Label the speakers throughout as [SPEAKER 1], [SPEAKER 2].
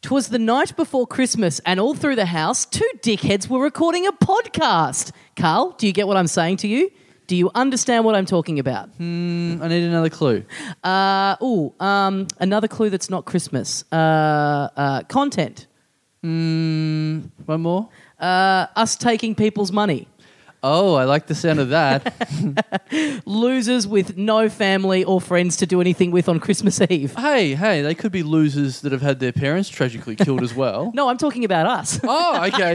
[SPEAKER 1] Twas the night before Christmas, and all through the house, two dickheads were recording a podcast. Carl, do you get what I'm saying to you? Do you understand what I'm talking about?
[SPEAKER 2] I need another clue.
[SPEAKER 1] Uh, ooh, um, another clue that's not Christmas. Uh, uh, content.
[SPEAKER 2] Mm, One more.
[SPEAKER 1] Uh, Us taking people's money.
[SPEAKER 2] Oh, I like the sound of that.
[SPEAKER 1] Losers with no family or friends to do anything with on Christmas Eve.
[SPEAKER 2] hey, hey, they could be losers that have had their parents tragically killed as well.
[SPEAKER 1] No, I'm talking about us.
[SPEAKER 2] Oh, okay.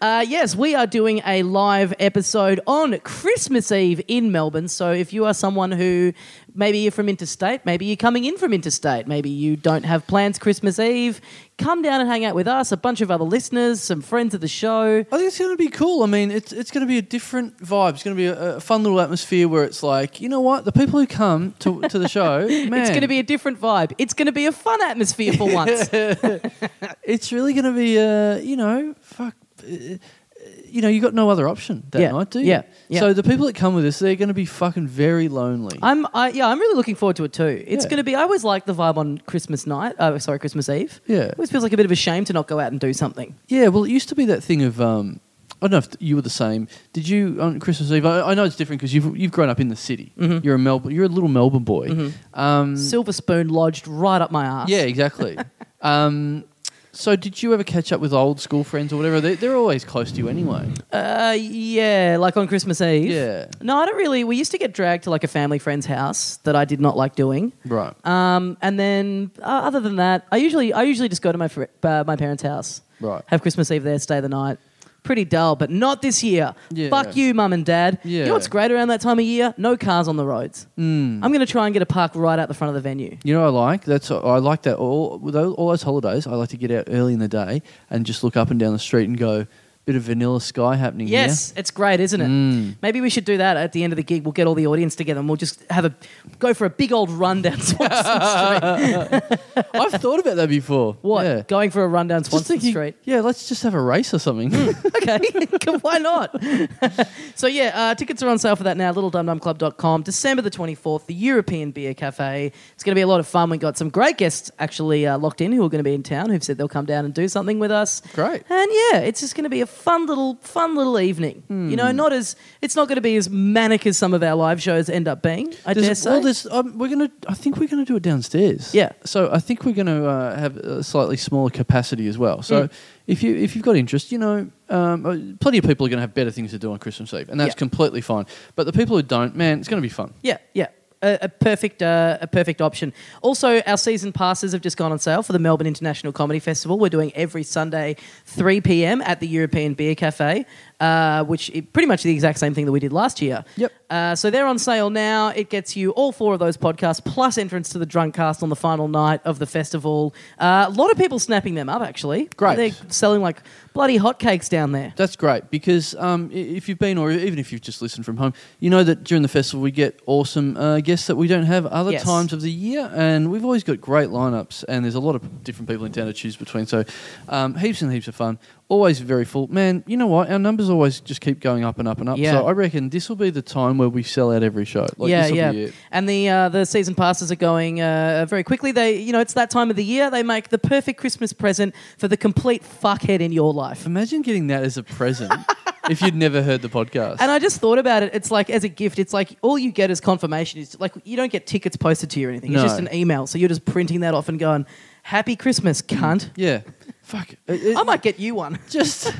[SPEAKER 1] Uh, yes, we are doing a live episode on Christmas Eve in Melbourne. So if you are someone who maybe you're from interstate, maybe you're coming in from interstate, maybe you don't have plans Christmas Eve, come down and hang out with us, a bunch of other listeners, some friends of the show.
[SPEAKER 2] I think it's going to be cool. I mean, it's it's going to be a different vibe. It's going to be a, a fun little atmosphere where it's like, you know what, the people who come to, to the show, man,
[SPEAKER 1] It's going to be a different vibe. It's going to be a fun atmosphere for once.
[SPEAKER 2] it's really going to be, uh, you know, fuck, uh, you know, you got no other option that
[SPEAKER 1] Yeah,
[SPEAKER 2] night, do you?
[SPEAKER 1] yeah, yeah.
[SPEAKER 2] So the people that come with us, they're going to be fucking very lonely.
[SPEAKER 1] I'm, I, yeah, I'm really looking forward to it too. It's
[SPEAKER 2] Yeah.
[SPEAKER 1] going to be. I always like the vibe on Christmas night. Oh, sorry, Christmas Eve.
[SPEAKER 2] Yeah.
[SPEAKER 1] it always feels like a bit of a shame to not go out and do something.
[SPEAKER 2] yeah, well, it used to be that thing of. Um, I don't know if you were the same. Did you on Christmas Eve? I, I know it's different because you've you've grown up in the city.
[SPEAKER 1] Mm-hmm.
[SPEAKER 2] You're a Melbourne. You're a little Melbourne boy. Um,
[SPEAKER 1] Silver spoon lodged right up my ass.
[SPEAKER 2] Yeah, exactly. um, so, did you ever catch up with old school friends or whatever? They, they're always close to you anyway.
[SPEAKER 1] Uh, yeah, like on Christmas Eve.
[SPEAKER 2] Yeah.
[SPEAKER 1] No, I don't really. We used to get dragged to like a family friend's house that I did not like doing.
[SPEAKER 2] Right.
[SPEAKER 1] Um, and then uh, other than that, I usually I usually just go to my fr- uh, my parents' house.
[SPEAKER 2] Right.
[SPEAKER 1] Have Christmas Eve there, stay the night. Pretty dull, but not this year.
[SPEAKER 2] Yeah.
[SPEAKER 1] Fuck you, mum and dad. You
[SPEAKER 2] Yeah. Hmm.
[SPEAKER 1] know what's great around that time of year? No cars on the roads. Mm. I'm going to try and get a park right out the front of the venue.
[SPEAKER 2] You know, what I like that's I like that all with all all those holidays. I like to get out early in the day and just look up and down the street and go, bit of vanilla sky happening
[SPEAKER 1] Yes, it's great, isn't it?
[SPEAKER 2] Hmm.
[SPEAKER 1] Maybe we should do that at the end of the gig. We'll get all the audience together and we'll just have a go for a big old run down Swanson Street.
[SPEAKER 2] here. I've thought about that before.
[SPEAKER 1] What?
[SPEAKER 2] Yeah.
[SPEAKER 1] Going for a run down
[SPEAKER 2] Just
[SPEAKER 1] Swanson
[SPEAKER 2] thinking,
[SPEAKER 1] Street.
[SPEAKER 2] yeah, let's just have a race or something.
[SPEAKER 1] okay, why not? so, yeah, uh, tickets are on sale for that now, littledumdumclub.com. December the 24th, the European Beer Cafe. It's going to be a lot of fun. We've got some great guests actually uh, locked in who are going to be in town who've said they'll come down and do something with us.
[SPEAKER 2] Great.
[SPEAKER 1] And yeah, it's just going to be a fun little fun little evening. You
[SPEAKER 2] Hmm.
[SPEAKER 1] know, not as it's not going to be as manic as some of our live shows end up being. I
[SPEAKER 2] There's-
[SPEAKER 1] dare say.
[SPEAKER 2] Well, there's, um, we're gonna. I think we're gonna do it downstairs.
[SPEAKER 1] Yeah.
[SPEAKER 2] So I think we're gonna uh, have a slightly smaller capacity as well. So
[SPEAKER 1] Mm.
[SPEAKER 2] if you if you've got interest, you know, um, uh, plenty of people are gonna have better things to do on Christmas Eve, and that's
[SPEAKER 1] Yeah.
[SPEAKER 2] completely fine. But the people who don't, man, it's gonna be fun.
[SPEAKER 1] Yeah, yeah. A, a perfect, uh, a perfect option. Also, our season passes have just gone on sale for the Melbourne International Comedy Festival. We're doing every Sunday, three pm at the European Beer Cafe, uh, which is pretty much the exact same thing that we did last year.
[SPEAKER 2] Yep.
[SPEAKER 1] Uh, so they're on sale now. It gets you all four of those podcasts plus entrance to the Drunk Cast on the final night of the festival. Uh, a lot of people snapping them up actually.
[SPEAKER 2] Great.
[SPEAKER 1] They're selling like bloody hotcakes down there.
[SPEAKER 2] That's great because um, i- if you've been, or even if you've just listened from home, you know that during the festival we get awesome uh, guests that we don't have other
[SPEAKER 1] Yes.
[SPEAKER 2] times of the year, and we've always got great lineups. And there's a lot of different people in town to choose between, so um, heaps and heaps of fun. Always very full, man. You know what? Our numbers always just keep going up and up and up.
[SPEAKER 1] Yeah.
[SPEAKER 2] So I reckon this will be the time where we sell out every show. Like,
[SPEAKER 1] yeah,
[SPEAKER 2] this'll
[SPEAKER 1] yeah.
[SPEAKER 2] Be it.
[SPEAKER 1] And the uh, the season passes are going uh, very quickly. They, you know, it's that time of the year. They make the perfect Christmas present for the complete fuckhead in your life.
[SPEAKER 2] Imagine getting that as a present if you'd never heard the podcast.
[SPEAKER 1] And I just thought about it. It's like as a gift. It's like all you get as confirmation is like you don't get tickets posted to you or anything.
[SPEAKER 2] No.
[SPEAKER 1] It's just an email. So you're just printing that off and going, "Happy Christmas, cunt."
[SPEAKER 2] yeah, fuck. It- it-
[SPEAKER 1] I might get you one.
[SPEAKER 2] just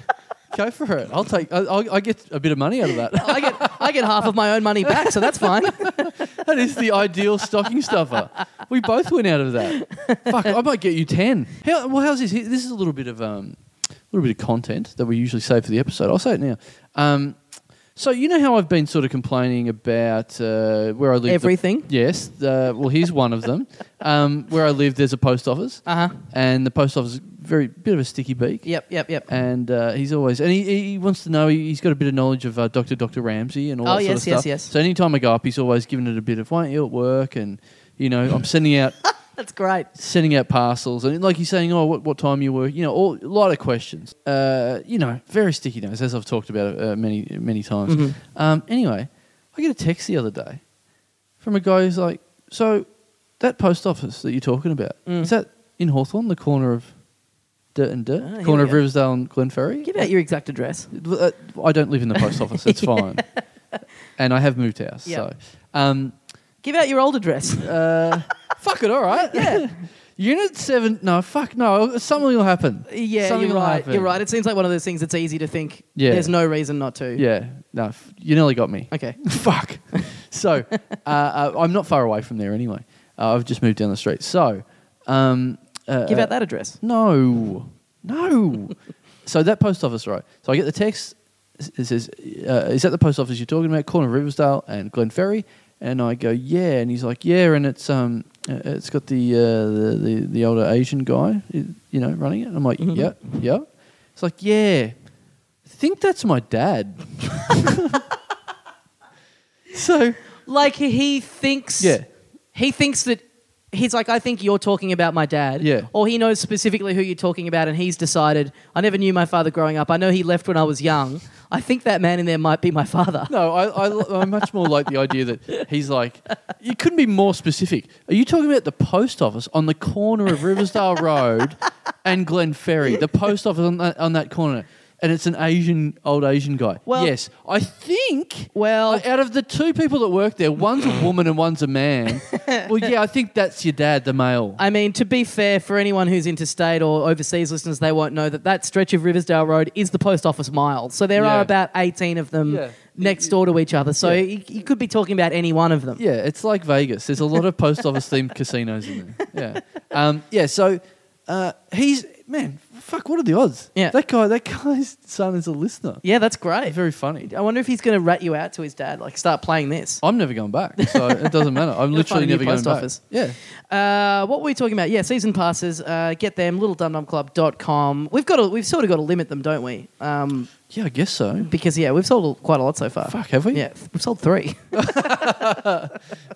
[SPEAKER 2] go for it. I'll take. I, I'll, I get a bit of money out of that.
[SPEAKER 1] I get I get half of my own money back, so that's fine.
[SPEAKER 2] that is the ideal stocking stuffer. We both went out of that. Fuck, I might get you ten. How, well, how's this? This is a little bit of um, a little bit of content that we usually save for the episode. I'll say it now. Um, so you know how I've been sort of complaining about uh, where I live. the-
[SPEAKER 1] Everything?
[SPEAKER 2] yes. The, well, here's one of them. Um, where I live, there's a post office,
[SPEAKER 1] Uh huh.
[SPEAKER 2] and the post office is very bit of a sticky beak
[SPEAKER 1] Yep. Yep. Yep.
[SPEAKER 2] and uh, he's always and he, he wants to know he- he's got a bit of knowledge of uh, Doctor Doctor Ramsey and all
[SPEAKER 1] Oh,
[SPEAKER 2] that sort
[SPEAKER 1] yes,
[SPEAKER 2] of
[SPEAKER 1] yes,
[SPEAKER 2] stuff.
[SPEAKER 1] yes.
[SPEAKER 2] So anytime I go up, he's always giving it a bit of won't you at work and you know I'm sending out
[SPEAKER 1] That's great.
[SPEAKER 2] sending out parcels and like he's saying oh what what time you work you know all, a lot of questions uh, you know very sticky notes as I've talked about uh, many many times.
[SPEAKER 1] Mm-hmm.
[SPEAKER 2] Um, anyway, I get a text the other day from a guy who's like so That post office that you're talking about
[SPEAKER 1] Mm.
[SPEAKER 2] is that in Hawthorne, the corner of Dirt and Dirt,
[SPEAKER 1] Ah, here we
[SPEAKER 2] corner of
[SPEAKER 1] go.
[SPEAKER 2] Riversdale and Glenferrie?
[SPEAKER 1] Give out your exact address.
[SPEAKER 2] Uh, I don't live in the post office. It's fine, and I have moved house.
[SPEAKER 1] Yeah.
[SPEAKER 2] So, um,
[SPEAKER 1] Give out your old address.
[SPEAKER 2] uh, fuck it. All right.
[SPEAKER 1] Yeah.
[SPEAKER 2] Unit seven. No, fuck no. Something will happen.
[SPEAKER 1] Yeah,
[SPEAKER 2] Something
[SPEAKER 1] you're
[SPEAKER 2] will
[SPEAKER 1] right.
[SPEAKER 2] happen.
[SPEAKER 1] You're right. It seems like one of those things that's easy to think.
[SPEAKER 2] Yeah.
[SPEAKER 1] There's no reason not to.
[SPEAKER 2] Yeah. No. f- You nearly got me.
[SPEAKER 1] Okay.
[SPEAKER 2] Fuck. So uh, uh, I'm not far away from there anyway. Uh, I've just moved down the street. So um, uh,
[SPEAKER 1] Give out that address.
[SPEAKER 2] No, no. so that post office, right? So I get the text. It says, uh, "Is that the post office you're talking about, corner of Riversdale and Glenferrie?" And I go, "Yeah." And he's like, "Yeah." And it's um, uh, it's got the uh, the, the the older Asian guy, you know, running it. And I'm like,
[SPEAKER 1] Mhm.
[SPEAKER 2] "Yeah, yeah." It's like, "Yeah." I think that's my dad. so
[SPEAKER 1] Like he thinks.
[SPEAKER 2] yeah,
[SPEAKER 1] He thinks that. He's like, I think you're talking about my dad.
[SPEAKER 2] Yeah.
[SPEAKER 1] Or he knows specifically who you're talking about, and he's decided, I never knew my father growing up. I know he left when I was young. I think that man in there might be my father.
[SPEAKER 2] No, I, I, I much more like the idea that he's like, you couldn't be more specific. Are you talking about the post office on the corner of Riversdale Road and Glen Ferry? The post office on that, on that corner. And it's an Asian, old Asian guy.
[SPEAKER 1] Well-
[SPEAKER 2] yes, I think.
[SPEAKER 1] Well-
[SPEAKER 2] like, out of the two people that work there, one's a woman and one's a man. well, yeah, I think that's your dad, the male.
[SPEAKER 1] I mean, to be fair, for anyone who's interstate or overseas listeners, they won't know that that stretch of Riversdale Road is the post office mile. So there
[SPEAKER 2] Yeah.
[SPEAKER 1] are about 18 of them
[SPEAKER 2] Yeah.
[SPEAKER 1] next door to each other. So
[SPEAKER 2] Yeah.
[SPEAKER 1] you, you could be talking about any one of them.
[SPEAKER 2] Yeah, it's like Vegas. There's a lot of post office themed casinos in there. Yeah, um, yeah. So uh, he's man, fuck. What are the odds?
[SPEAKER 1] Yeah.
[SPEAKER 2] that guy. That guy's son is a listener.
[SPEAKER 1] Yeah, that's great.
[SPEAKER 2] Very funny.
[SPEAKER 1] I wonder if he's going to rat you out to his dad, like start playing this.
[SPEAKER 2] I'm never going back, so it doesn't matter. I'm
[SPEAKER 1] Gotta
[SPEAKER 2] literally
[SPEAKER 1] find a
[SPEAKER 2] never
[SPEAKER 1] new
[SPEAKER 2] going
[SPEAKER 1] post
[SPEAKER 2] back.
[SPEAKER 1] office.
[SPEAKER 2] Yeah,
[SPEAKER 1] Uh, what were we talking about? Yeah, season passes. Uh, get them, littledumdumclub.com. We've got to, we've sort of got to limit them, don't we? Um,
[SPEAKER 2] yeah. I guess so.
[SPEAKER 1] because yeah, we've sold quite a lot so far.
[SPEAKER 2] Fuck, have we?
[SPEAKER 1] Yeah, we've sold three.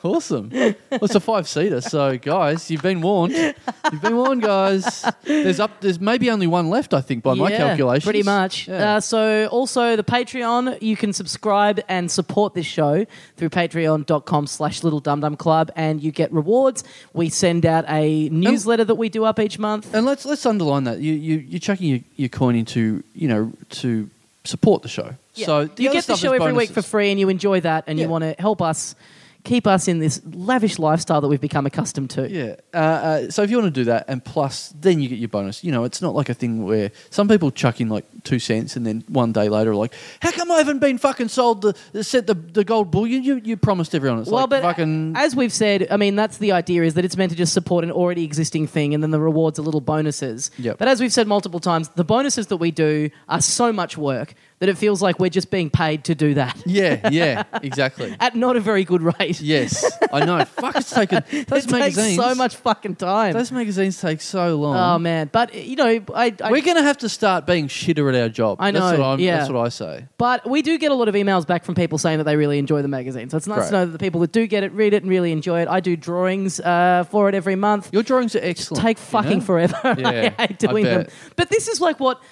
[SPEAKER 2] Awesome. well, it's a five seater, so guys, you've been warned. You've been warned, guys. There's up. There's maybe only one left, I think, by my
[SPEAKER 1] Yeah,
[SPEAKER 2] calculations.
[SPEAKER 1] Pretty much.
[SPEAKER 2] Yeah.
[SPEAKER 1] Uh, so, also the Patreon, you can subscribe and support this show through patreon.com slash little dum dum club and you get rewards. We send out a newsletter that we do up each month.
[SPEAKER 2] And let's let's underline that you you you're chucking your, your coin into you know to support the show.
[SPEAKER 1] Yeah.
[SPEAKER 2] So
[SPEAKER 1] you
[SPEAKER 2] other
[SPEAKER 1] get the
[SPEAKER 2] stuff is
[SPEAKER 1] show every week for
[SPEAKER 2] bonuses.
[SPEAKER 1] free and you enjoy that and
[SPEAKER 2] Yeah.
[SPEAKER 1] you want to help us keep us in this lavish lifestyle that we've become accustomed to.
[SPEAKER 2] Yeah. Uh, uh, so if you want to do that, and plus, then you get your bonus. You know, it's not like a thing where some people chuck in like two cents, and then one day later, are like, how come I haven't been fucking sold the- the set the, the gold bullion you you promised everyone? It's
[SPEAKER 1] well,
[SPEAKER 2] like
[SPEAKER 1] but
[SPEAKER 2] fucking
[SPEAKER 1] as we've said, I mean, that's the idea is that it's meant to just support an already existing thing, and then the rewards are little bonuses.
[SPEAKER 2] Yep.
[SPEAKER 1] But as we've said multiple times, the bonuses that we do are so much work that it feels like we're just being paid to do that
[SPEAKER 2] yeah, yeah, exactly.
[SPEAKER 1] at not a very good rate.
[SPEAKER 2] yes, I know. Fuck, it's taken those
[SPEAKER 1] it
[SPEAKER 2] magazines.
[SPEAKER 1] takes so much fucking time.
[SPEAKER 2] Those magazines take so long.
[SPEAKER 1] oh man, but you know, I, I
[SPEAKER 2] We're going to have to start being shitter at our job.
[SPEAKER 1] I
[SPEAKER 2] That's
[SPEAKER 1] know,
[SPEAKER 2] what, I'm,
[SPEAKER 1] yeah.
[SPEAKER 2] that's what I say.
[SPEAKER 1] But we do get a lot of emails back from people saying that they really enjoy the magazine. So it's nice
[SPEAKER 2] Great.
[SPEAKER 1] to know that the people that do get it read it and really enjoy it. I do drawings uh, for it every month.
[SPEAKER 2] Your drawings are excellent.
[SPEAKER 1] take
[SPEAKER 2] you
[SPEAKER 1] fucking
[SPEAKER 2] know?
[SPEAKER 1] forever.
[SPEAKER 2] Yeah,
[SPEAKER 1] I hate doing
[SPEAKER 2] I
[SPEAKER 1] them.
[SPEAKER 2] bet.
[SPEAKER 1] But this is like what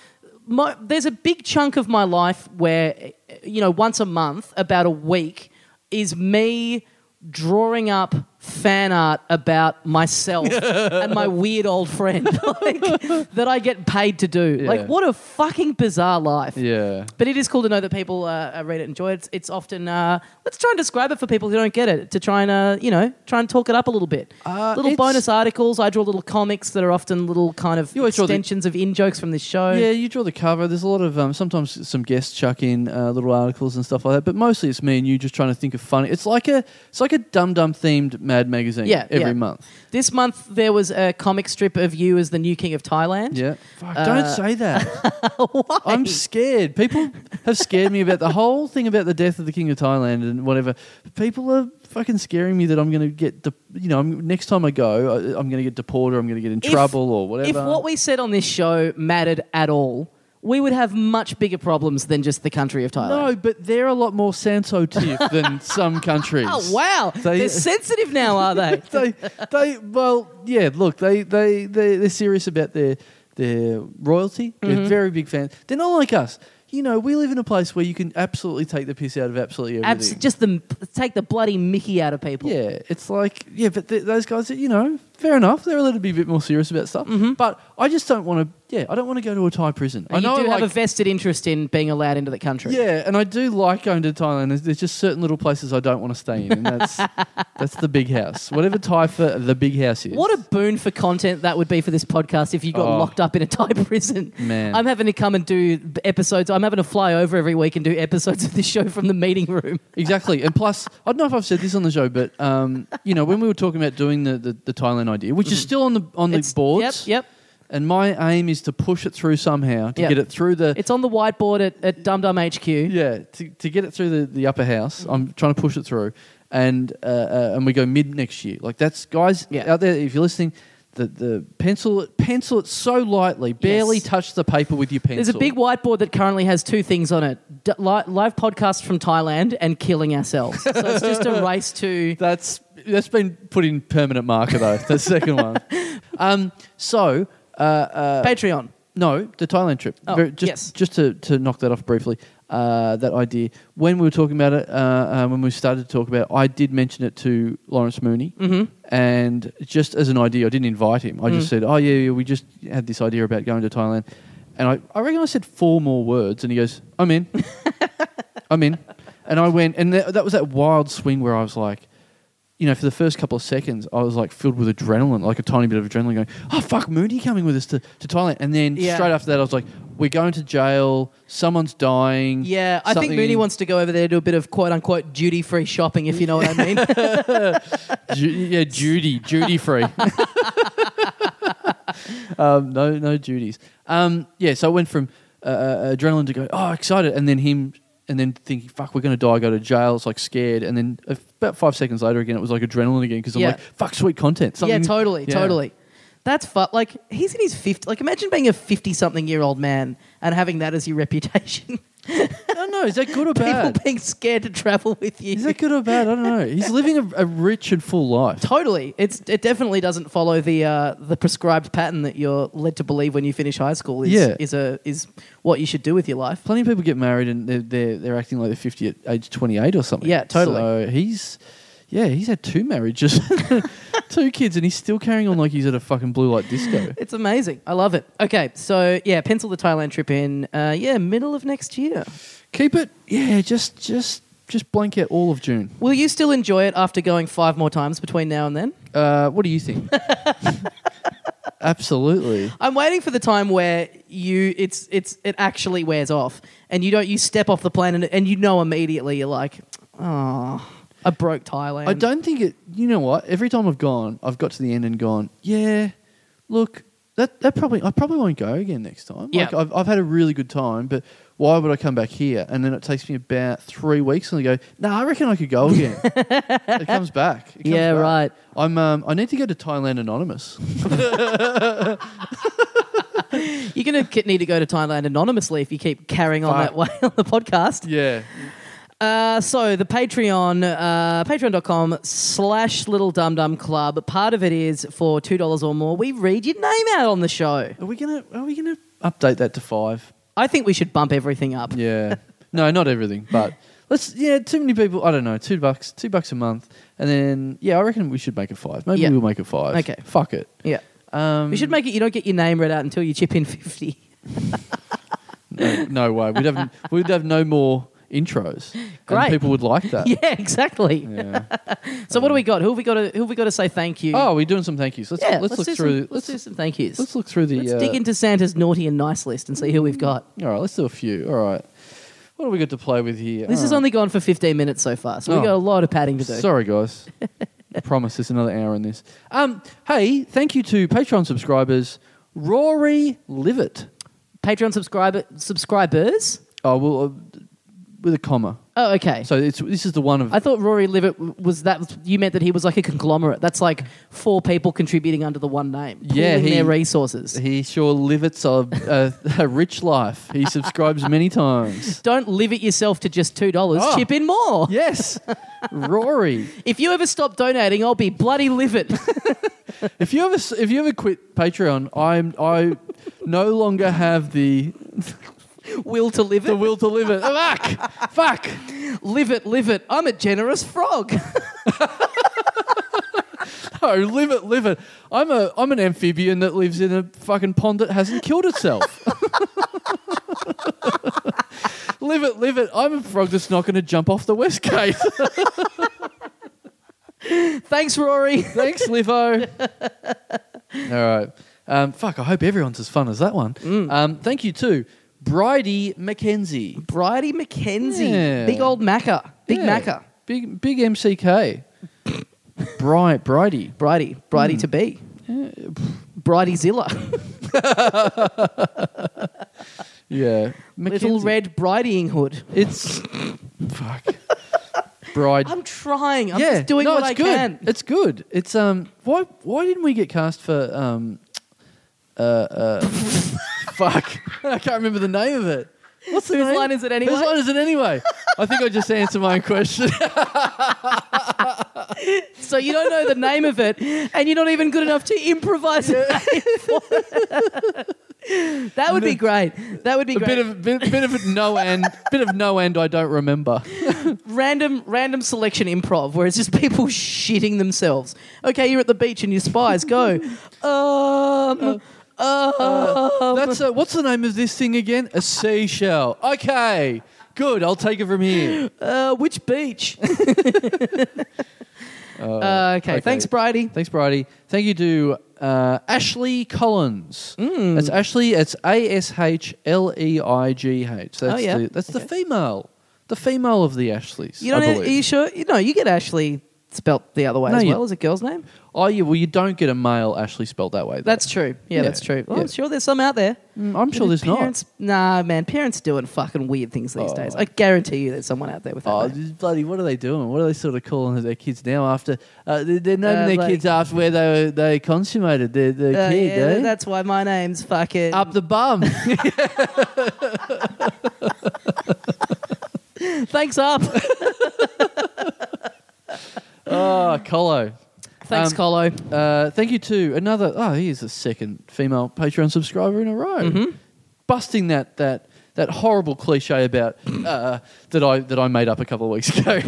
[SPEAKER 1] my, there's a big chunk of my life where you know once a month, about a week, is me drawing up fan art about myself and my weird old friend like, that I get paid to do.
[SPEAKER 2] Yeah.
[SPEAKER 1] Like what a fucking bizarre life.
[SPEAKER 2] Yeah.
[SPEAKER 1] But it is cool to know that people uh, uh, read it, and enjoy it. It's, it's often uh, let's try and describe it for people who don't get it to try and uh, you know try and talk it up a little bit.
[SPEAKER 2] Uh,
[SPEAKER 1] little
[SPEAKER 2] it's-
[SPEAKER 1] bonus articles. I draw little comics that are often little kind of
[SPEAKER 2] You always draw the-
[SPEAKER 1] extensions of in jokes from this show.
[SPEAKER 2] Yeah, you draw the cover. There's a lot of um, sometimes some guests chuck in uh, little articles and stuff like that, but mostly it's me and you just trying to think of funny. It's like a it's like a dum dum themed Mad magazine.
[SPEAKER 1] Yeah,
[SPEAKER 2] every
[SPEAKER 1] yeah.
[SPEAKER 2] month.
[SPEAKER 1] This month there was a comic strip of you as the new king of Thailand.
[SPEAKER 2] Yeah, Fuck, don't say that.
[SPEAKER 1] Uh, Why?
[SPEAKER 2] I'm scared. People have scared me about the whole thing about the death of the king of Thailand and whatever. People are fucking scaring me that I'm going to get de- you know I'm, next time I go I, I'm going to get deported. or I'm going to get in
[SPEAKER 1] If-
[SPEAKER 2] trouble or whatever.
[SPEAKER 1] If what we said on this show mattered at all, we would have much bigger problems than just the country of Thailand.
[SPEAKER 2] no, but they're a lot more sensitive than some countries.
[SPEAKER 1] Oh wow,
[SPEAKER 2] They-
[SPEAKER 1] they're sensitive now, are they?
[SPEAKER 2] they, they, well, yeah. Look, they,
[SPEAKER 1] Mm-hmm.
[SPEAKER 2] they, they, they're serious about their their royalty. They're very big fans. They're not like us. you know, we live in a place where you can absolutely take the piss out of absolutely
[SPEAKER 1] Abs-
[SPEAKER 2] everything.
[SPEAKER 1] just the take the bloody Mickey out of people.
[SPEAKER 2] yeah, it's like yeah, but th- those guys, you know, fair enough. They're allowed to be a bit more serious about stuff. But I just don't want to. Yeah, I don't want to go to a Thai prison.
[SPEAKER 1] Mm-hmm. And
[SPEAKER 2] I know
[SPEAKER 1] you do
[SPEAKER 2] like,
[SPEAKER 1] have a vested interest in being allowed into the country.
[SPEAKER 2] Yeah, and I do like going to Thailand. There's, there's just certain little places I don't want to stay in, and that's that's the big house. Whatever Thai for the big house is.
[SPEAKER 1] What a boon for content that would be for this podcast if you got
[SPEAKER 2] Oh.
[SPEAKER 1] locked up in a Thai prison.
[SPEAKER 2] Man.
[SPEAKER 1] I'm having to come and do b- episodes. I'm having to fly over every week and do episodes of this show from the meeting room.
[SPEAKER 2] exactly. And plus, I don't know if I've said this on the show, but um, you know, when we were talking about doing the, the, the Thailand idea, which is still on the on the
[SPEAKER 1] Mm-hmm. It's-
[SPEAKER 2] boards,
[SPEAKER 1] Yep, yep.
[SPEAKER 2] and my aim is to push it through somehow to
[SPEAKER 1] Yep.
[SPEAKER 2] get it through the
[SPEAKER 1] It's on the whiteboard at, at Dum Dum HQ.
[SPEAKER 2] yeah to, to get it through the, the upper
[SPEAKER 1] Mm-hmm.
[SPEAKER 2] house. I'm trying to push it through, and uh, uh, and we go mid next year. Like that's guys
[SPEAKER 1] Yeah.
[SPEAKER 2] out there. If you're listening. The, the pencil pencil it so lightly, barely
[SPEAKER 1] Yes.
[SPEAKER 2] touch the paper with your pencil.
[SPEAKER 1] There's a big whiteboard that currently has two things on it: D- li- live podcast from Thailand and killing ourselves. so it's just a race to
[SPEAKER 2] That's that's been put in permanent marker though. The second one. Um, so uh, uh,
[SPEAKER 1] Patreon.
[SPEAKER 2] no, the Thailand trip.
[SPEAKER 1] Oh,
[SPEAKER 2] Very- just
[SPEAKER 1] yes.
[SPEAKER 2] just to, to knock that off briefly. Uh, that idea. When we were talking about it, uh, uh, when we started to talk about, it, I did mention it to Lawrence Mooney,
[SPEAKER 1] Mm-hmm.
[SPEAKER 2] and just as an idea, I didn't invite him. I
[SPEAKER 1] Mm.
[SPEAKER 2] just said, "Oh yeah, yeah, we just had this idea about going to Thailand," and I, I reckon I said four more words, and he goes, "I'm in." I'm in. And I went, and that, that was that wild swing where I was like, you know, for the first couple of seconds, I was like filled with adrenaline, like a tiny bit of adrenaline going, oh, fuck, Mooney coming with us to, to Thailand. And then
[SPEAKER 1] Yeah.
[SPEAKER 2] straight after that, I was like, we're going to jail, someone's dying.
[SPEAKER 1] Yeah, I think
[SPEAKER 2] something-
[SPEAKER 1] Mooney wants to go over there to do a bit of quote unquote duty free shopping, if you know what I mean.
[SPEAKER 2] Ju- yeah, Judy, Judy free. um, no, no duties. Um, yeah, so I went from uh, uh, adrenaline to go, oh, excited, and then him, and then thinking, fuck, we're gonna die, go to jail. It's like scared, and then uh, about five seconds later, again, it was like adrenaline again because I'm
[SPEAKER 1] Yeah.
[SPEAKER 2] like, fuck, sweet content.
[SPEAKER 1] yeah,
[SPEAKER 2] Something-
[SPEAKER 1] totally,
[SPEAKER 2] Yeah.
[SPEAKER 1] totally. That's fu- like he's in his 50 like imagine being a 50 something year old man and having that as your reputation.
[SPEAKER 2] I don't know. Is that good or bad?
[SPEAKER 1] People being scared to travel with you.
[SPEAKER 2] Is that good or bad? I don't know. He's living a, a rich and full life.
[SPEAKER 1] Totally. It's it definitely doesn't follow the uh, the prescribed pattern that you're led to believe when you finish high school is
[SPEAKER 2] Yeah.
[SPEAKER 1] is a is what you should do with your life.
[SPEAKER 2] Plenty of people get married and they're they're, they're acting like they're fifty at age twenty eight or something.
[SPEAKER 1] Yeah, totally.
[SPEAKER 2] So he's yeah, he's had two marriages, two kids, and he's still carrying on like he's at a fucking blue light disco.
[SPEAKER 1] It's amazing. I love it. Okay, so yeah, pencil the Thailand trip in. Uh, yeah, middle of next year.
[SPEAKER 2] Keep it, yeah, just just just blank out all of June.
[SPEAKER 1] Will you still enjoy it after going five more times between now and then?
[SPEAKER 2] Uh, what do you think? Absolutely.
[SPEAKER 1] I'm waiting for the time where you it's it's it actually wears off and you don't you step off the plane and, and you know immediately you're like, oh, I broke Thailand.
[SPEAKER 2] I don't think it. You know what? Every time I've gone, I've got to the end and gone. Yeah, look, that that probably I probably won't go again next time.
[SPEAKER 1] Yeah.
[SPEAKER 2] like, I've I've had a really good time, but why would I come back here? And then it takes me about three weeks, and I go, nah, I reckon I could go again. it comes back. It comes
[SPEAKER 1] Yeah,
[SPEAKER 2] back.
[SPEAKER 1] right.
[SPEAKER 2] I'm um, I need to go to Thailand Anonymous.
[SPEAKER 1] You're going to need to go to Thailand anonymously if you keep carrying on
[SPEAKER 2] Fuck.
[SPEAKER 1] that way on the podcast.
[SPEAKER 2] yeah,
[SPEAKER 1] Uh, so the Patreon, uh, patreon.com slash little dum dum club. Part of it is for $2 or more. We read your name out on the show.
[SPEAKER 2] are we gonna are we gonna update that to five?
[SPEAKER 1] I think we should bump everything up.
[SPEAKER 2] Yeah. No, not everything, but let's yeah, too many people I don't know, two bucks, two bucks a month. And then yeah, I reckon we should make it five. Maybe
[SPEAKER 1] Yeah.
[SPEAKER 2] we'll make it five.
[SPEAKER 1] Okay.
[SPEAKER 2] Fuck it.
[SPEAKER 1] Yeah.
[SPEAKER 2] Um
[SPEAKER 1] We should make it you don't get your name read out until you chip in 50.
[SPEAKER 2] no, no way. We'd have we'd have no more intros.
[SPEAKER 1] Great.
[SPEAKER 2] And people would like that.
[SPEAKER 1] yeah, exactly.
[SPEAKER 2] Yeah.
[SPEAKER 1] So what do we got? Who have we got to, who have we got to say thank you?
[SPEAKER 2] Oh, we're doing some thank yous. Let's
[SPEAKER 1] yeah,
[SPEAKER 2] let's,
[SPEAKER 1] do
[SPEAKER 2] look through
[SPEAKER 1] Some, let's,
[SPEAKER 2] let's
[SPEAKER 1] do some thank yous.
[SPEAKER 2] let's look through the
[SPEAKER 1] Let's
[SPEAKER 2] uh,
[SPEAKER 1] dig into Santa's naughty and nice list and see who we've got.
[SPEAKER 2] All right, let's do a few. All right. What have we got to play with here?
[SPEAKER 1] This
[SPEAKER 2] All
[SPEAKER 1] has
[SPEAKER 2] right.
[SPEAKER 1] only gone for 15 minutes so far, so we've
[SPEAKER 2] Oh.
[SPEAKER 1] got a lot of padding to do.
[SPEAKER 2] Sorry, guys. I promise there's another hour in this. Um, hey, thank you to Patreon subscribers Rory Livett.
[SPEAKER 1] Patreon subscriber subscribers.
[SPEAKER 2] Oh, well, uh, with a comma.
[SPEAKER 1] Oh, okay.
[SPEAKER 2] So it's this is the one of.
[SPEAKER 1] I thought Rory Livett w- was that. You meant that he was like a conglomerate. That's like four people contributing under the one name, pooling
[SPEAKER 2] Yeah, he-
[SPEAKER 1] their resources.
[SPEAKER 2] he sure livets a, a, a rich life. He subscribes many times.
[SPEAKER 1] Don't live it yourself to just two dollars.
[SPEAKER 2] Oh.
[SPEAKER 1] Chip in more.
[SPEAKER 2] Yes, Rory.
[SPEAKER 1] If you ever stop donating, I'll be bloody livid.
[SPEAKER 2] If you ever s- if you ever quit Patreon, I'm I no longer have the
[SPEAKER 1] will to live it.
[SPEAKER 2] The will to live it. Ah, Fuck! Fuck!
[SPEAKER 1] live it, live it. I'm a generous frog.
[SPEAKER 2] No, live it, live it. I'm a I'm an amphibian that lives in a fucking pond that hasn't killed itself. live it, live it. I'm a frog that's not going to jump off the west gate.
[SPEAKER 1] Thanks, Rory.
[SPEAKER 2] Thanks, Livo. All right. Um, fuck. I hope everyone's as fun as that one.
[SPEAKER 1] Mm.
[SPEAKER 2] Um, thank you too, Bridie McKenzie.
[SPEAKER 1] Bridie McKenzie.
[SPEAKER 2] Yeah.
[SPEAKER 1] Big old Macker. Big
[SPEAKER 2] Yeah.
[SPEAKER 1] Macker.
[SPEAKER 2] Big big MCK. Bri- Bridie.
[SPEAKER 1] Bridie.
[SPEAKER 2] Hmm.
[SPEAKER 1] Bridie to be. Bridie Zilla.
[SPEAKER 2] Yeah.
[SPEAKER 1] Little
[SPEAKER 2] McKenzie.
[SPEAKER 1] red bridieing hood.
[SPEAKER 2] It's fuck. Bride.
[SPEAKER 1] I'm trying. I'm
[SPEAKER 2] yeah,
[SPEAKER 1] just doing
[SPEAKER 2] no,
[SPEAKER 1] what
[SPEAKER 2] it's
[SPEAKER 1] I
[SPEAKER 2] good.
[SPEAKER 1] can.
[SPEAKER 2] It's good. It's um. Why why didn't we get cast for um, uh, uh, fuck. I can't remember the name of it. What's the
[SPEAKER 1] Whose
[SPEAKER 2] name?
[SPEAKER 1] line is it anyway?
[SPEAKER 2] Whose line is it anyway? I think I just answered my own question.
[SPEAKER 1] So you don't know the name of it, and you're not even good enough to improvise it. that would be great. That would be
[SPEAKER 2] a
[SPEAKER 1] great.
[SPEAKER 2] bit of bit, bit of no end. Bit of no end. I don't remember.
[SPEAKER 1] random random selection improv where it's just people shitting themselves. Okay, you're at the beach and your spies go. Um, um,
[SPEAKER 2] Uh, That's a, what's the name of this thing again? A seashell. Okay. Good. I'll take it from here.
[SPEAKER 1] uh, which beach? Uh, okay,
[SPEAKER 2] okay.
[SPEAKER 1] thanks, Brady.
[SPEAKER 2] Thanks, Bridie. Thank you to uh, Ashley Collins.
[SPEAKER 1] Mm.
[SPEAKER 2] That's Ashley. It's A S H L E I G H. That's
[SPEAKER 1] Oh, yeah.
[SPEAKER 2] the, that's the female, the female of the Ashleys.
[SPEAKER 1] You don't. e-
[SPEAKER 2] I
[SPEAKER 1] Have, are
[SPEAKER 2] believe.
[SPEAKER 1] you sure? You, no, you get Ashley spelt the other way
[SPEAKER 2] No,
[SPEAKER 1] as
[SPEAKER 2] you-
[SPEAKER 1] well. Is it girl's name?
[SPEAKER 2] oh yeah. Well, you don't get a male Ashley spelled that way. though.
[SPEAKER 1] That's true. Yeah,
[SPEAKER 2] Yeah,
[SPEAKER 1] that's true. Well, I'm
[SPEAKER 2] yeah.
[SPEAKER 1] sure there's some out there.
[SPEAKER 2] Mm, I'm sure there's
[SPEAKER 1] parents, Nah, man, parents doing fucking weird things these
[SPEAKER 2] Oh.
[SPEAKER 1] days. I guarantee you, there's someone out there with that.
[SPEAKER 2] not. Oh,
[SPEAKER 1] name.
[SPEAKER 2] this- bloody! What are they doing? What are they sort of calling their kids now? After uh, they- they're naming
[SPEAKER 1] Uh,
[SPEAKER 2] their
[SPEAKER 1] like-
[SPEAKER 2] kids after where they they consummated their, their
[SPEAKER 1] Uh,
[SPEAKER 2] kid.
[SPEAKER 1] yeah,
[SPEAKER 2] eh? Oh,
[SPEAKER 1] that's why my name's fucking
[SPEAKER 2] up the bum.
[SPEAKER 1] Thanks up.
[SPEAKER 2] oh, Colo.
[SPEAKER 1] Thanks,
[SPEAKER 2] Um,
[SPEAKER 1] Colo.
[SPEAKER 2] Uh, thank you to another. Oh, he is the second female Patreon subscriber in a row, busting that that that horrible cliche about uh, that I that I made up a couple of weeks ago,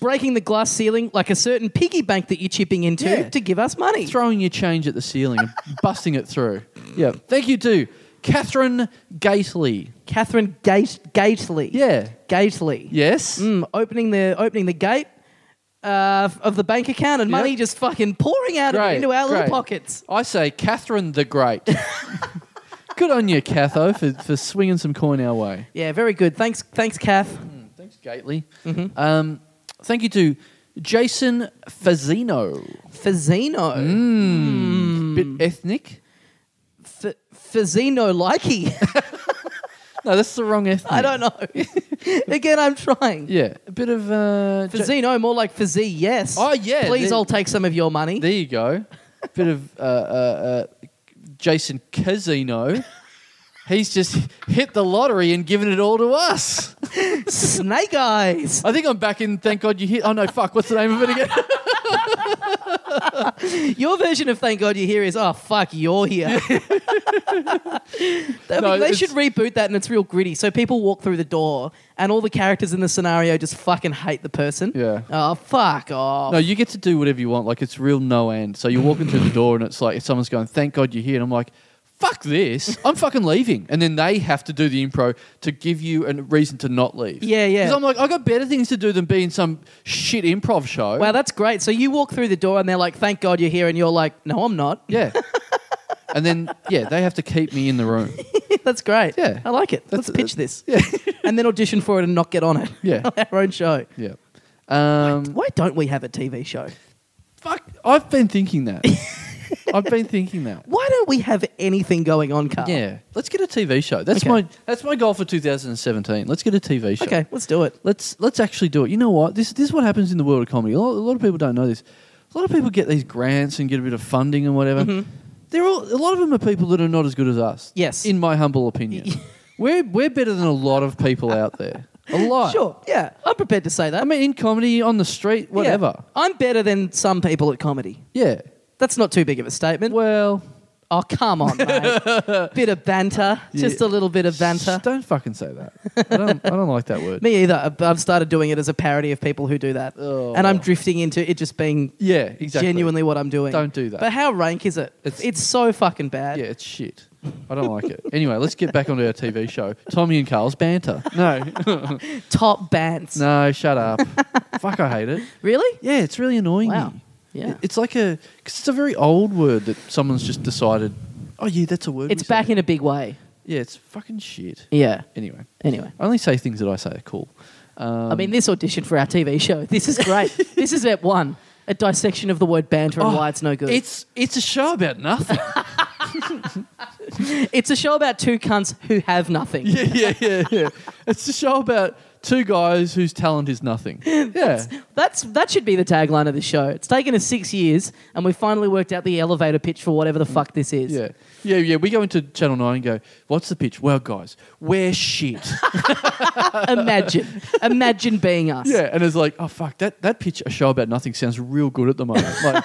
[SPEAKER 1] Breaking the glass ceiling like a certain piggy bank that you're chipping into
[SPEAKER 2] Yeah.
[SPEAKER 1] to give us money.
[SPEAKER 2] throwing your change at the ceiling and busting it through. Yeah. Thank you to Catherine Gately.
[SPEAKER 1] Catherine Gate- Gately.
[SPEAKER 2] Yeah.
[SPEAKER 1] Gately.
[SPEAKER 2] Yes.
[SPEAKER 1] Mm, opening the opening the gate uh, f- of the bank account and
[SPEAKER 2] Yep.
[SPEAKER 1] money just fucking pouring out of it
[SPEAKER 2] Great,
[SPEAKER 1] into our little
[SPEAKER 2] great.
[SPEAKER 1] pockets.
[SPEAKER 2] I say Catherine the Great. Good on you, Catho, for, for swinging some coin our way.
[SPEAKER 1] Yeah, very good. Thanks, thanks, Kath.
[SPEAKER 2] Thanks, Gately. Um, thank you to Jason Fazino.
[SPEAKER 1] Fazino.
[SPEAKER 2] Mm. bit
[SPEAKER 1] Hmm.
[SPEAKER 2] ethnic.
[SPEAKER 1] F- Fazino likey.
[SPEAKER 2] No, that's the wrong ethnic.
[SPEAKER 1] I don't know. Again, I'm trying.
[SPEAKER 2] Yeah, a bit of uh, Ja-
[SPEAKER 1] Fazino, more like Fazi, yes.
[SPEAKER 2] Oh, yeah,
[SPEAKER 1] Please,
[SPEAKER 2] the-
[SPEAKER 1] I'll take some of your money.
[SPEAKER 2] there you go. A bit of uh, uh, uh, Jason Casino. He's just hit the lottery and given it all to us.
[SPEAKER 1] Snake eyes.
[SPEAKER 2] I think I'm back in. Thank God you hit. Oh no, fuck! What's the name of it again?
[SPEAKER 1] Your version of Thank God You're Here is, oh, fuck, you're here. They-
[SPEAKER 2] No,
[SPEAKER 1] they
[SPEAKER 2] it's-
[SPEAKER 1] should reboot that and it's real gritty. So people walk through the door and all the characters in the scenario just fucking hate the person.
[SPEAKER 2] Yeah.
[SPEAKER 1] Oh, fuck off.
[SPEAKER 2] No, you get to do whatever you want. Like it's real no end. So you're walking through the door and it's like someone's going, "Thank God you're here," and I'm like. Fuck this! I'm fucking leaving, and then they have to do the impro to give you a reason to not leave.
[SPEAKER 1] Yeah, yeah.
[SPEAKER 2] Because I'm like, I got better things to do than be in some shit improv show.
[SPEAKER 1] Wow, that's great. So you walk through the door and they're like, thank God you're here. And you're like, no, I'm not.
[SPEAKER 2] yeah. and then yeah, they have to keep me in the room.
[SPEAKER 1] that's great.
[SPEAKER 2] Yeah.
[SPEAKER 1] I like it.
[SPEAKER 2] That's-
[SPEAKER 1] Let's pitch this.
[SPEAKER 2] Yeah,
[SPEAKER 1] and then audition for it and not get on it.
[SPEAKER 2] Yeah.
[SPEAKER 1] Our own show.
[SPEAKER 2] yeah. Um,
[SPEAKER 1] Why don't we have a TV show?
[SPEAKER 2] Fuck! I've been thinking that. I've been thinking that.
[SPEAKER 1] Why don't we have anything going on, Carl?
[SPEAKER 2] Yeah, let's get a TV show. That's
[SPEAKER 1] Okay.
[SPEAKER 2] my that's my goal for 2017. Let's get a TV show.
[SPEAKER 1] Okay, let's do it.
[SPEAKER 2] Let's let's actually do it. You know what? This this is what happens in the world of comedy. A lot, a lot of people don't know this. A lot of people get these grants and get a bit of funding and whatever. They're all a lot of them are people that are not as good as us.
[SPEAKER 1] Mm-hmm. Yes.
[SPEAKER 2] in my humble opinion, we're we're better than a lot of people out there. A lot.
[SPEAKER 1] Sure. Yeah, I'm prepared to say that.
[SPEAKER 2] I mean, in comedy, on the street, whatever.
[SPEAKER 1] I'm better than some people at comedy.
[SPEAKER 2] Yeah.
[SPEAKER 1] That's not too big of a statement.
[SPEAKER 2] Well,
[SPEAKER 1] Oh, come on, mate. bit of banter. Just
[SPEAKER 2] Yeah.
[SPEAKER 1] a little bit of banter.
[SPEAKER 2] Just Don't fucking say that. I don't, I don't like that word.
[SPEAKER 1] Me either. I've- I've started doing it as a parody of people who do that.
[SPEAKER 2] Oh.
[SPEAKER 1] And I'm drifting into it just being
[SPEAKER 2] Yeah, exactly.
[SPEAKER 1] genuinely what I'm doing.
[SPEAKER 2] Don't do that.
[SPEAKER 1] But how rank is it? It's,
[SPEAKER 2] It's-
[SPEAKER 1] so fucking bad.
[SPEAKER 2] yeah, it's shit. I don't like it. Anyway, let's get back onto our TV show. Tommy and Carl's banter. No,
[SPEAKER 1] Top bands.
[SPEAKER 2] no, shut up. Fuck, I hate it.
[SPEAKER 1] Really?
[SPEAKER 2] Yeah, it's really annoying.
[SPEAKER 1] Wow.
[SPEAKER 2] me.
[SPEAKER 1] Yeah.
[SPEAKER 2] It- It's like a because it's a very old word that someone's just decided. Oh yeah, that's a word.
[SPEAKER 1] it's back in a big way.
[SPEAKER 2] Yeah, it's fucking shit.
[SPEAKER 1] Yeah.
[SPEAKER 2] Anyway,
[SPEAKER 1] Anyway.
[SPEAKER 2] I only say things that I say are cool. Um,
[SPEAKER 1] I mean, this audition for our TV show. This is great. this is at one. A dissection of the word banter and
[SPEAKER 2] Oh,
[SPEAKER 1] why it's no good.
[SPEAKER 2] it's it's a show about nothing.
[SPEAKER 1] It's a show about two cunts who have nothing.
[SPEAKER 2] yeah, yeah, yeah, yeah. It's a show about two guys whose talent is nothing. Yeah.
[SPEAKER 1] That's that should be the tagline of the show. It's taken us six years, and we finally worked out the elevator pitch for whatever the fuck this is.
[SPEAKER 2] Mm. Yeah, yeah, yeah. We go into Channel Nine and go, "What's the pitch?" Well, guys, we're shit.
[SPEAKER 1] Imagine, imagine being us.
[SPEAKER 2] yeah, and it's like, oh fuck, that that pitch, a show about nothing, sounds real good at the moment. Like,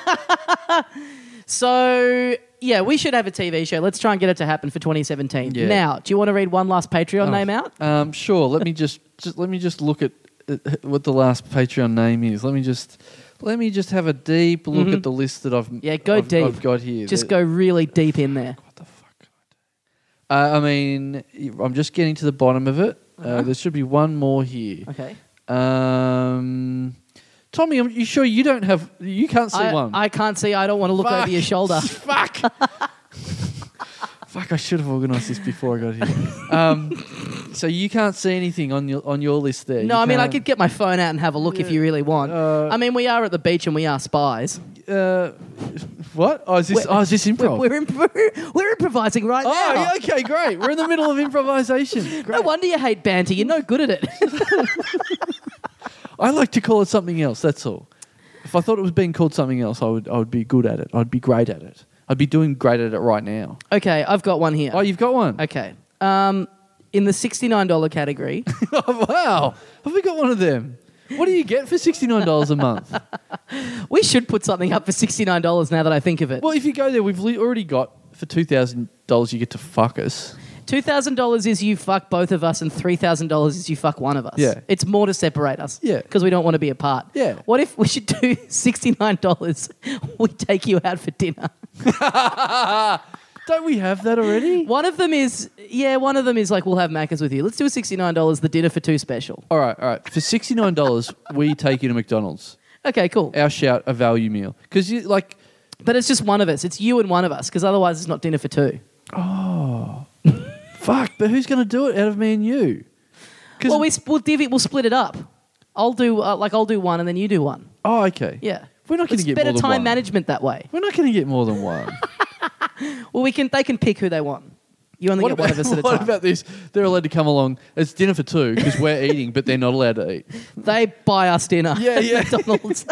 [SPEAKER 1] So yeah, we should have a TV show. Let's try and get it to happen for 2017.
[SPEAKER 2] Yeah.
[SPEAKER 1] Now, do you want to read one last Patreon
[SPEAKER 2] Oh,
[SPEAKER 1] name out?
[SPEAKER 2] Um, sure. Let me just, just let me just look at uh, what the last Patreon name is. Let me just let me just have a deep look
[SPEAKER 1] Mhm.
[SPEAKER 2] at the list that I've
[SPEAKER 1] Yeah, go
[SPEAKER 2] I've,
[SPEAKER 1] deep.
[SPEAKER 2] I've got here.
[SPEAKER 1] Just
[SPEAKER 2] The-
[SPEAKER 1] go really deep in there.
[SPEAKER 2] What the fuck? can I do? Uh, I mean, I'm just getting to the bottom of it. Uh,
[SPEAKER 1] Uh-huh.
[SPEAKER 2] There should be one more here.
[SPEAKER 1] Okay.
[SPEAKER 2] Um, Tommy, I'm, you sure you don't have? You can't see
[SPEAKER 1] I,
[SPEAKER 2] one.
[SPEAKER 1] I can't see. I don't want to look
[SPEAKER 2] Fuck.
[SPEAKER 1] over your shoulder.
[SPEAKER 2] Fuck. Fuck! I should have organised this before I got here. Um, so you can't see anything on your on your list there.
[SPEAKER 1] no,
[SPEAKER 2] You
[SPEAKER 1] I mean I
[SPEAKER 2] can't-
[SPEAKER 1] could get my phone out and have a look if
[SPEAKER 2] Yeah.
[SPEAKER 1] you really want.
[SPEAKER 2] Uh,
[SPEAKER 1] I mean, we are at the beach and we are spies.
[SPEAKER 2] Uh, what? Oh, is this?
[SPEAKER 1] We're-
[SPEAKER 2] Oh, is this improv?
[SPEAKER 1] We're, imp- we're improvising right
[SPEAKER 2] oh,
[SPEAKER 1] now.
[SPEAKER 2] yeah, okay, great. We're in the middle of improvisation.
[SPEAKER 1] No
[SPEAKER 2] Great.
[SPEAKER 1] wonder you hate banter. You're no good at it.
[SPEAKER 2] I like to call it something else. That's all. If I thought it was being called something else, I would I would be good at it. I'd be great at it. I'd be doing great at it right now.
[SPEAKER 1] okay, I've got one here.
[SPEAKER 2] Oh, you've got one.
[SPEAKER 1] okay. Um, in the $69 category,
[SPEAKER 2] Oh, wow, have we got one of them? What do you get for sixty nine dollars a month?
[SPEAKER 1] we should put something up for $69 now that I think of it.
[SPEAKER 2] well, if you go there, we've li- already got for two thousand dollars. You get to fuck us.
[SPEAKER 1] $2,000 is you fuck both of us, and $3,000 is you fuck one of us.
[SPEAKER 2] Yeah.
[SPEAKER 1] It's more to separate us.
[SPEAKER 2] Yeah.
[SPEAKER 1] Because we don't want to be apart.
[SPEAKER 2] Yeah.
[SPEAKER 1] What if we should do $69? We take you out for dinner.
[SPEAKER 2] Don't we have that already?
[SPEAKER 1] One of them is, yeah, one of them is like, we'll have Macca's with you. Let's do a $69 the dinner for two special.
[SPEAKER 2] All right, all right. For sixty nine dollars, we take you to McDonald's.
[SPEAKER 1] Okay, cool.
[SPEAKER 2] our shout a value meal because you like
[SPEAKER 1] But it's just one of us. It's you and one of us, because otherwise it's not dinner for two.
[SPEAKER 2] fuck but who's going to do it out of me and you 'Cause-
[SPEAKER 1] Well, we sp- we'll divvy, we'll split it up. I'll do uh, like I'll do one, and then you do one.
[SPEAKER 2] oh okay
[SPEAKER 1] Yeah,
[SPEAKER 2] we're not going
[SPEAKER 1] it's
[SPEAKER 2] to get
[SPEAKER 1] better
[SPEAKER 2] more than
[SPEAKER 1] time
[SPEAKER 2] one.
[SPEAKER 1] management that way.
[SPEAKER 2] we're not going to get more than one
[SPEAKER 1] Well, we can they can pick who they want. You only
[SPEAKER 2] what,
[SPEAKER 1] get
[SPEAKER 2] about,
[SPEAKER 1] one of us at a
[SPEAKER 2] what
[SPEAKER 1] time.
[SPEAKER 2] about this they're allowed to come along it's dinner for two because we're eating but they're not allowed to eat
[SPEAKER 1] they buy us dinner.
[SPEAKER 2] Yeah,
[SPEAKER 1] at
[SPEAKER 2] yeah.
[SPEAKER 1] McDonald's.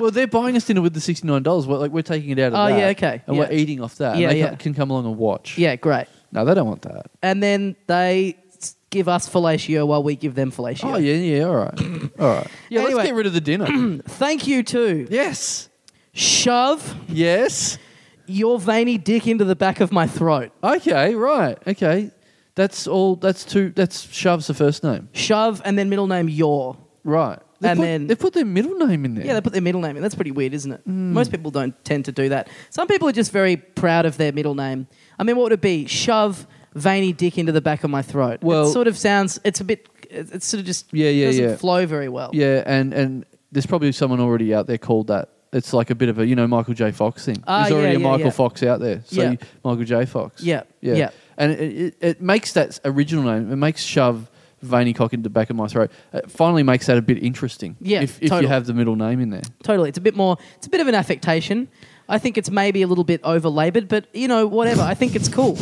[SPEAKER 2] well they're buying us dinner with the $69 we're, like we're taking it out of
[SPEAKER 1] Oh,
[SPEAKER 2] that
[SPEAKER 1] yeah, okay,
[SPEAKER 2] and
[SPEAKER 1] yeah.
[SPEAKER 2] we're eating off that
[SPEAKER 1] Yeah,
[SPEAKER 2] and they
[SPEAKER 1] yeah.
[SPEAKER 2] ca- can come along and watch
[SPEAKER 1] yeah, great.
[SPEAKER 2] no they don't want that
[SPEAKER 1] And then they s- give us fellatio while we give them fellatio.
[SPEAKER 2] oh yeah yeah all right all right yeah
[SPEAKER 1] Anyway.
[SPEAKER 2] let's get rid of the dinner
[SPEAKER 1] Thank you too.
[SPEAKER 2] yes
[SPEAKER 1] Shove
[SPEAKER 2] yes
[SPEAKER 1] your veiny dick into the back of my throat.
[SPEAKER 2] Okay, right. Okay. That's all that's two that's Shov's the first name.
[SPEAKER 1] Shove and then middle name your.
[SPEAKER 2] Right. They
[SPEAKER 1] And
[SPEAKER 2] put,
[SPEAKER 1] then-
[SPEAKER 2] they put their middle name in there.
[SPEAKER 1] Yeah, they put their middle name in. That's pretty weird, isn't it?
[SPEAKER 2] Hmm.
[SPEAKER 1] Most people don't tend to do that. Some people are just very proud of their middle name. I mean, what would it be? Shove veiny dick into the back of my throat. it
[SPEAKER 2] Well-
[SPEAKER 1] sort of sounds. It's a bit. It it sort of just.
[SPEAKER 2] Yeah, yeah,
[SPEAKER 1] doesn't
[SPEAKER 2] yeah.
[SPEAKER 1] Flow very well.
[SPEAKER 2] yeah, and and there's probably someone already out there called that. It's like a bit of a you know Michael J. Fox thing.
[SPEAKER 1] Ah,
[SPEAKER 2] there's already
[SPEAKER 1] yeah,
[SPEAKER 2] a
[SPEAKER 1] yeah,
[SPEAKER 2] Michael
[SPEAKER 1] yeah.
[SPEAKER 2] Fox out there. So
[SPEAKER 1] Yeah.
[SPEAKER 2] you- Michael J. Fox.
[SPEAKER 1] Yeah, yeah.
[SPEAKER 2] And it, it, it makes that original name. It makes Shove veiny cock into the back of my throat. It finally makes that a bit interesting.
[SPEAKER 1] Yeah,
[SPEAKER 2] If, if
[SPEAKER 1] totally.
[SPEAKER 2] you have the middle name in there.
[SPEAKER 1] Totally. It's a bit more. It's a bit of an affectation. I think it's maybe a little bit over labored, but you know, whatever. I think it's cool.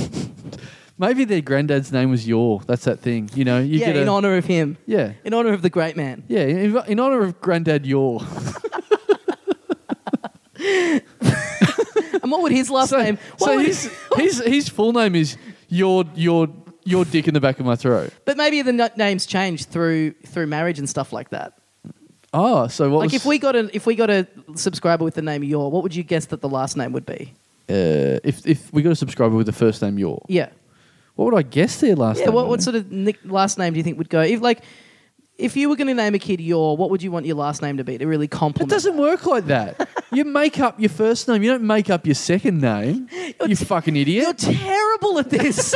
[SPEAKER 2] Maybe their granddad's name was Yor. That's that thing. You know. You
[SPEAKER 1] yeah,
[SPEAKER 2] get a,
[SPEAKER 1] in honor of him.
[SPEAKER 2] Yeah.
[SPEAKER 1] In honor of the great man.
[SPEAKER 2] Yeah, in, in honor of Grandad Yor.
[SPEAKER 1] And what would his last name? What
[SPEAKER 2] so
[SPEAKER 1] would
[SPEAKER 2] his, his, his full name is Your Your Your Dick in the Back of My Throat.
[SPEAKER 1] but maybe the n- names change through through marriage and stuff like that.
[SPEAKER 2] Oh, so what?
[SPEAKER 1] Like
[SPEAKER 2] was-
[SPEAKER 1] if we got a if we got a subscriber with the name Yor, what would you guess that the last name would be?
[SPEAKER 2] uh, if if we got a subscriber with the first name your,
[SPEAKER 1] Yeah.
[SPEAKER 2] what would I guess their last
[SPEAKER 1] Yeah.
[SPEAKER 2] name?
[SPEAKER 1] What,
[SPEAKER 2] would
[SPEAKER 1] what
[SPEAKER 2] be?
[SPEAKER 1] sort of nick, last name do you think would go? If like, if you were going to name a kid your, what would you want your last name to be to really
[SPEAKER 2] It
[SPEAKER 1] compliment?
[SPEAKER 2] doesn't work like that. you make up your first name. You don't make up your second name. you fucking
[SPEAKER 1] You're
[SPEAKER 2] idiot.
[SPEAKER 1] terrible at this.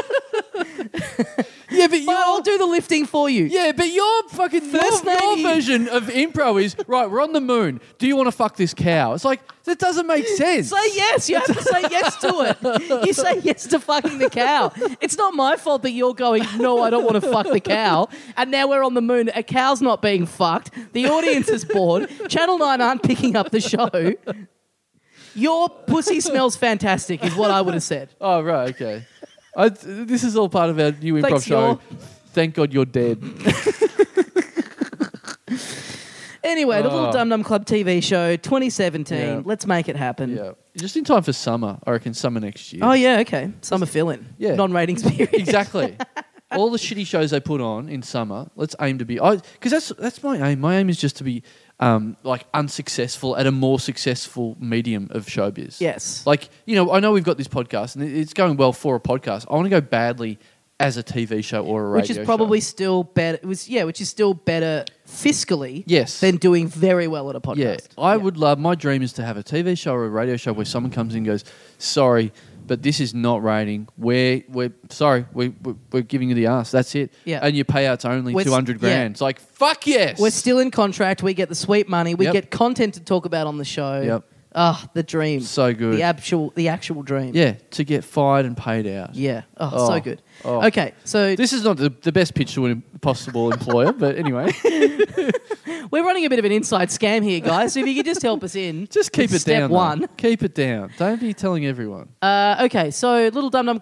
[SPEAKER 2] yeah, but
[SPEAKER 1] Well, I'll
[SPEAKER 2] your
[SPEAKER 1] do the lifting for you.
[SPEAKER 2] yeah, but your fucking
[SPEAKER 1] First
[SPEAKER 2] your, your
[SPEAKER 1] name-
[SPEAKER 2] version of improv is right. We're on the moon. Do you want to fuck this cow? It's like that doesn't make sense.
[SPEAKER 1] Say yes. You have to say yes to it. You say yes to fucking the cow. It's not my fault that you're going, no, I don't want to fuck the cow. And now we're on the moon. A cow's not being fucked. The audience is bored. Channel 9 aren't picking up the show. Your pussy smells fantastic, is what I would have said.
[SPEAKER 2] Oh right, okay. I, this is all part of our new improv
[SPEAKER 1] Thanks,
[SPEAKER 2] show.
[SPEAKER 1] y'all.
[SPEAKER 2] Thank God you're dead.
[SPEAKER 1] Anyway, the Little
[SPEAKER 2] Oh.
[SPEAKER 1] Dum Dum Club TV show 2017.
[SPEAKER 2] Yeah.
[SPEAKER 1] Let's make it happen.
[SPEAKER 2] yeah, just in time for summer. I reckon summer next year.
[SPEAKER 1] Oh, yeah, okay. Summer fill in.
[SPEAKER 2] Yeah.
[SPEAKER 1] Non ratings period.
[SPEAKER 2] exactly. All the shitty shows they put on in summer, let's aim to be. I Because that's that's my aim. My aim is just to be um, like unsuccessful at a more successful medium of showbiz.
[SPEAKER 1] Yes.
[SPEAKER 2] Like you know, I know we've got this podcast and it- it's going well for a podcast. I want to go badly as a TV show or a radio.
[SPEAKER 1] which is
[SPEAKER 2] show.
[SPEAKER 1] probably still better. It was yeah, which is still better fiscally.
[SPEAKER 2] Yes.
[SPEAKER 1] than doing very well at a podcast.
[SPEAKER 2] Yeah, I would love. My dream is to have a TV show or a radio show where someone comes in and goes, "Sorry, but this is not rating. We're we're sorry. We we're, we're giving you the ass. That's it.
[SPEAKER 1] Yeah.
[SPEAKER 2] and your payouts only
[SPEAKER 1] We're s-
[SPEAKER 2] two hundred grand.
[SPEAKER 1] yeah.
[SPEAKER 2] It's like fuck yes.
[SPEAKER 1] We're still in contract. We get the sweet money. We
[SPEAKER 2] Yep.
[SPEAKER 1] get content to talk about on the show.
[SPEAKER 2] Yep.
[SPEAKER 1] Ah, the dream.
[SPEAKER 2] so good.
[SPEAKER 1] The actual, the actual dream.
[SPEAKER 2] yeah, to get fired and paid out.
[SPEAKER 1] Yeah. Oh,
[SPEAKER 2] Oh,
[SPEAKER 1] so good.
[SPEAKER 2] oh.
[SPEAKER 1] Okay, so
[SPEAKER 2] This is not the, the best pitch to an possible employer, but anyway,
[SPEAKER 1] we're running a bit of an inside scam here, guys. So if you could just help us in,
[SPEAKER 2] just keep
[SPEAKER 1] with
[SPEAKER 2] it down.
[SPEAKER 1] Step
[SPEAKER 2] though.
[SPEAKER 1] one.
[SPEAKER 2] keep it down. Don't be telling everyone.
[SPEAKER 1] Uh, okay, so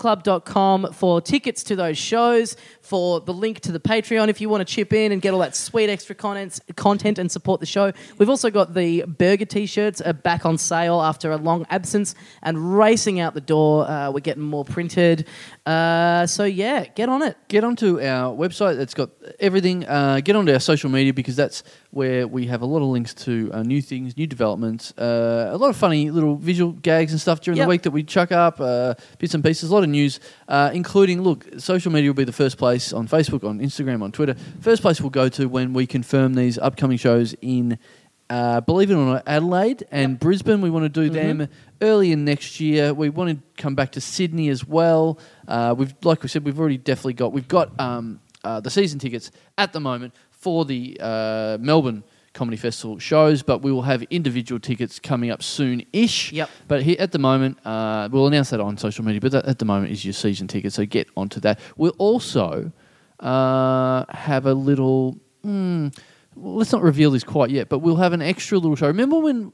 [SPEAKER 1] littledumdumclub.com for tickets to those shows, for the link to the Patreon if you want to chip in and get all that sweet extra content, content and support the show. We've also got the burger t shirts are back on sale after a long absence and racing out the door. Uh, we're getting more printed. Uh, so, yeah, get on it.
[SPEAKER 2] get onto our website that's got everything. Uh, get onto our social media because that's where we have a lot of links to uh, new things, new developments, uh, a lot of funny little visual gags and stuff during
[SPEAKER 1] Yep.
[SPEAKER 2] the week that we chuck up, uh, bits and pieces, a lot of news, uh, including look, social media will be the first place on Facebook, on Instagram, on Twitter. First place we'll go to when we confirm these upcoming shows in. Uh, believe it or not, Adelaide and Brisbane. We want to do them early in next year. We want to come back to Sydney as well. Uh, we've, like we said, we've already definitely got we've got um, uh, the season tickets at the moment for the uh, Melbourne Comedy Festival shows, but we will have individual tickets coming up soon-ish.
[SPEAKER 1] Yep.
[SPEAKER 2] But here at the moment, uh, we'll announce that on social media. But that, at the moment is your season ticket, so get onto that. We'll also uh, have a little. Hmm, well, let's not reveal this quite yet, but we'll have an extra little show. Remember when?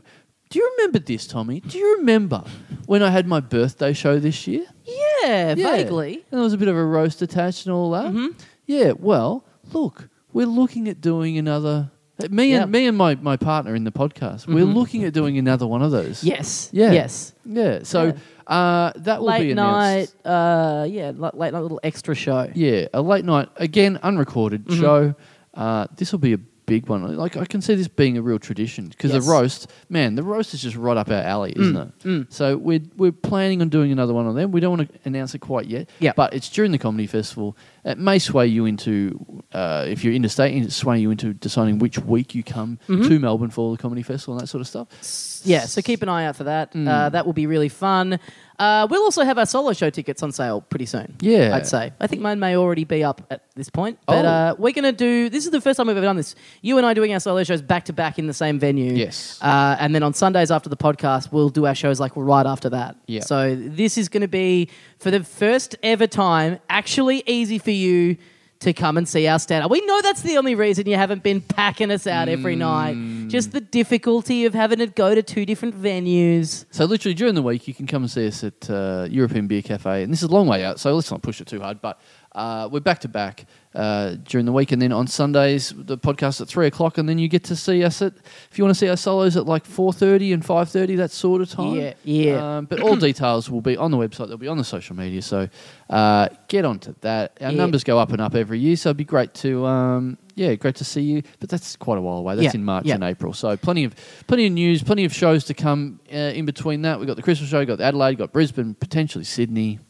[SPEAKER 2] Do you remember this, Tommy? Do you remember when I had my birthday show this year?
[SPEAKER 1] Yeah,
[SPEAKER 2] Yeah.
[SPEAKER 1] vaguely. Mm-hmm.
[SPEAKER 2] And there was a bit of a roast attached and all that. Yeah. Well, look, we're looking at doing another. Me
[SPEAKER 1] Yeah. Mm-hmm.
[SPEAKER 2] and me and my, my partner in the podcast, we're looking at doing another one of those.
[SPEAKER 1] Yes.
[SPEAKER 2] Yeah.
[SPEAKER 1] Yes.
[SPEAKER 2] Yeah. So Uh, that will
[SPEAKER 1] Late
[SPEAKER 2] be
[SPEAKER 1] night,
[SPEAKER 2] announced.
[SPEAKER 1] uh, yeah, li- late night Mm-hmm. little extra show.
[SPEAKER 2] Yeah, a late night again, unrecorded show. Uh, this will be a big one. Like I can see this being a real tradition because
[SPEAKER 1] Yes. Mm,
[SPEAKER 2] the roast, man, the roast is just right up our alley, isn't it? So we're we're planning on doing another one on them. We don't want to announce it quite yet.
[SPEAKER 1] Yeah.
[SPEAKER 2] but it's during the comedy festival. It may sway you into uh, if you're interstate, it sway you into deciding which week you come to Melbourne for the comedy festival and that sort of stuff.
[SPEAKER 1] Mm-hmm. Yeah, so keep an eye out for that.
[SPEAKER 2] Mm.
[SPEAKER 1] Uh, that will be really fun. Uh, we'll also have our solo show tickets on sale pretty soon.
[SPEAKER 2] Yeah.
[SPEAKER 1] I'd say. I think mine may already be up at this point. But
[SPEAKER 2] Oh.
[SPEAKER 1] uh, we're going to do this is the first time we've ever done this. You and I doing our solo shows back to back in the same venue.
[SPEAKER 2] Yes.
[SPEAKER 1] Uh, and then on Sundays after the podcast, we'll do our shows like right after that.
[SPEAKER 2] Yeah.
[SPEAKER 1] So this is going to be, for the first ever time, actually easy for you. To come and see our stand up. We know that's the only reason you haven't been packing us out
[SPEAKER 2] Mm.
[SPEAKER 1] every night. Just the difficulty of having to go to two different venues.
[SPEAKER 2] So literally during the week, you can come and see us at uh, European Beer Cafe, and this is a long way out, so let's not push it too hard. But uh, we're back to back uh, during the week, and then on Sundays the podcast at three o'clock, and then you get to see us at if you want to see our solos at like four thirty and five thirty, that sort of time.
[SPEAKER 1] Yeah, yeah.
[SPEAKER 2] Um, but all details will be on the website. They'll be on the social media, so uh, get onto that. Our
[SPEAKER 1] Yeah.
[SPEAKER 2] numbers go up and up every year, so it'd be great to um, yeah, great to see you. But that's quite a while away. That's
[SPEAKER 1] Yeah,
[SPEAKER 2] in March
[SPEAKER 1] yeah.
[SPEAKER 2] and April. So plenty of plenty of news, plenty of shows to come uh, in between that. We've got the Christmas show, we've got the Adelaide, we've got Brisbane, potentially Sydney.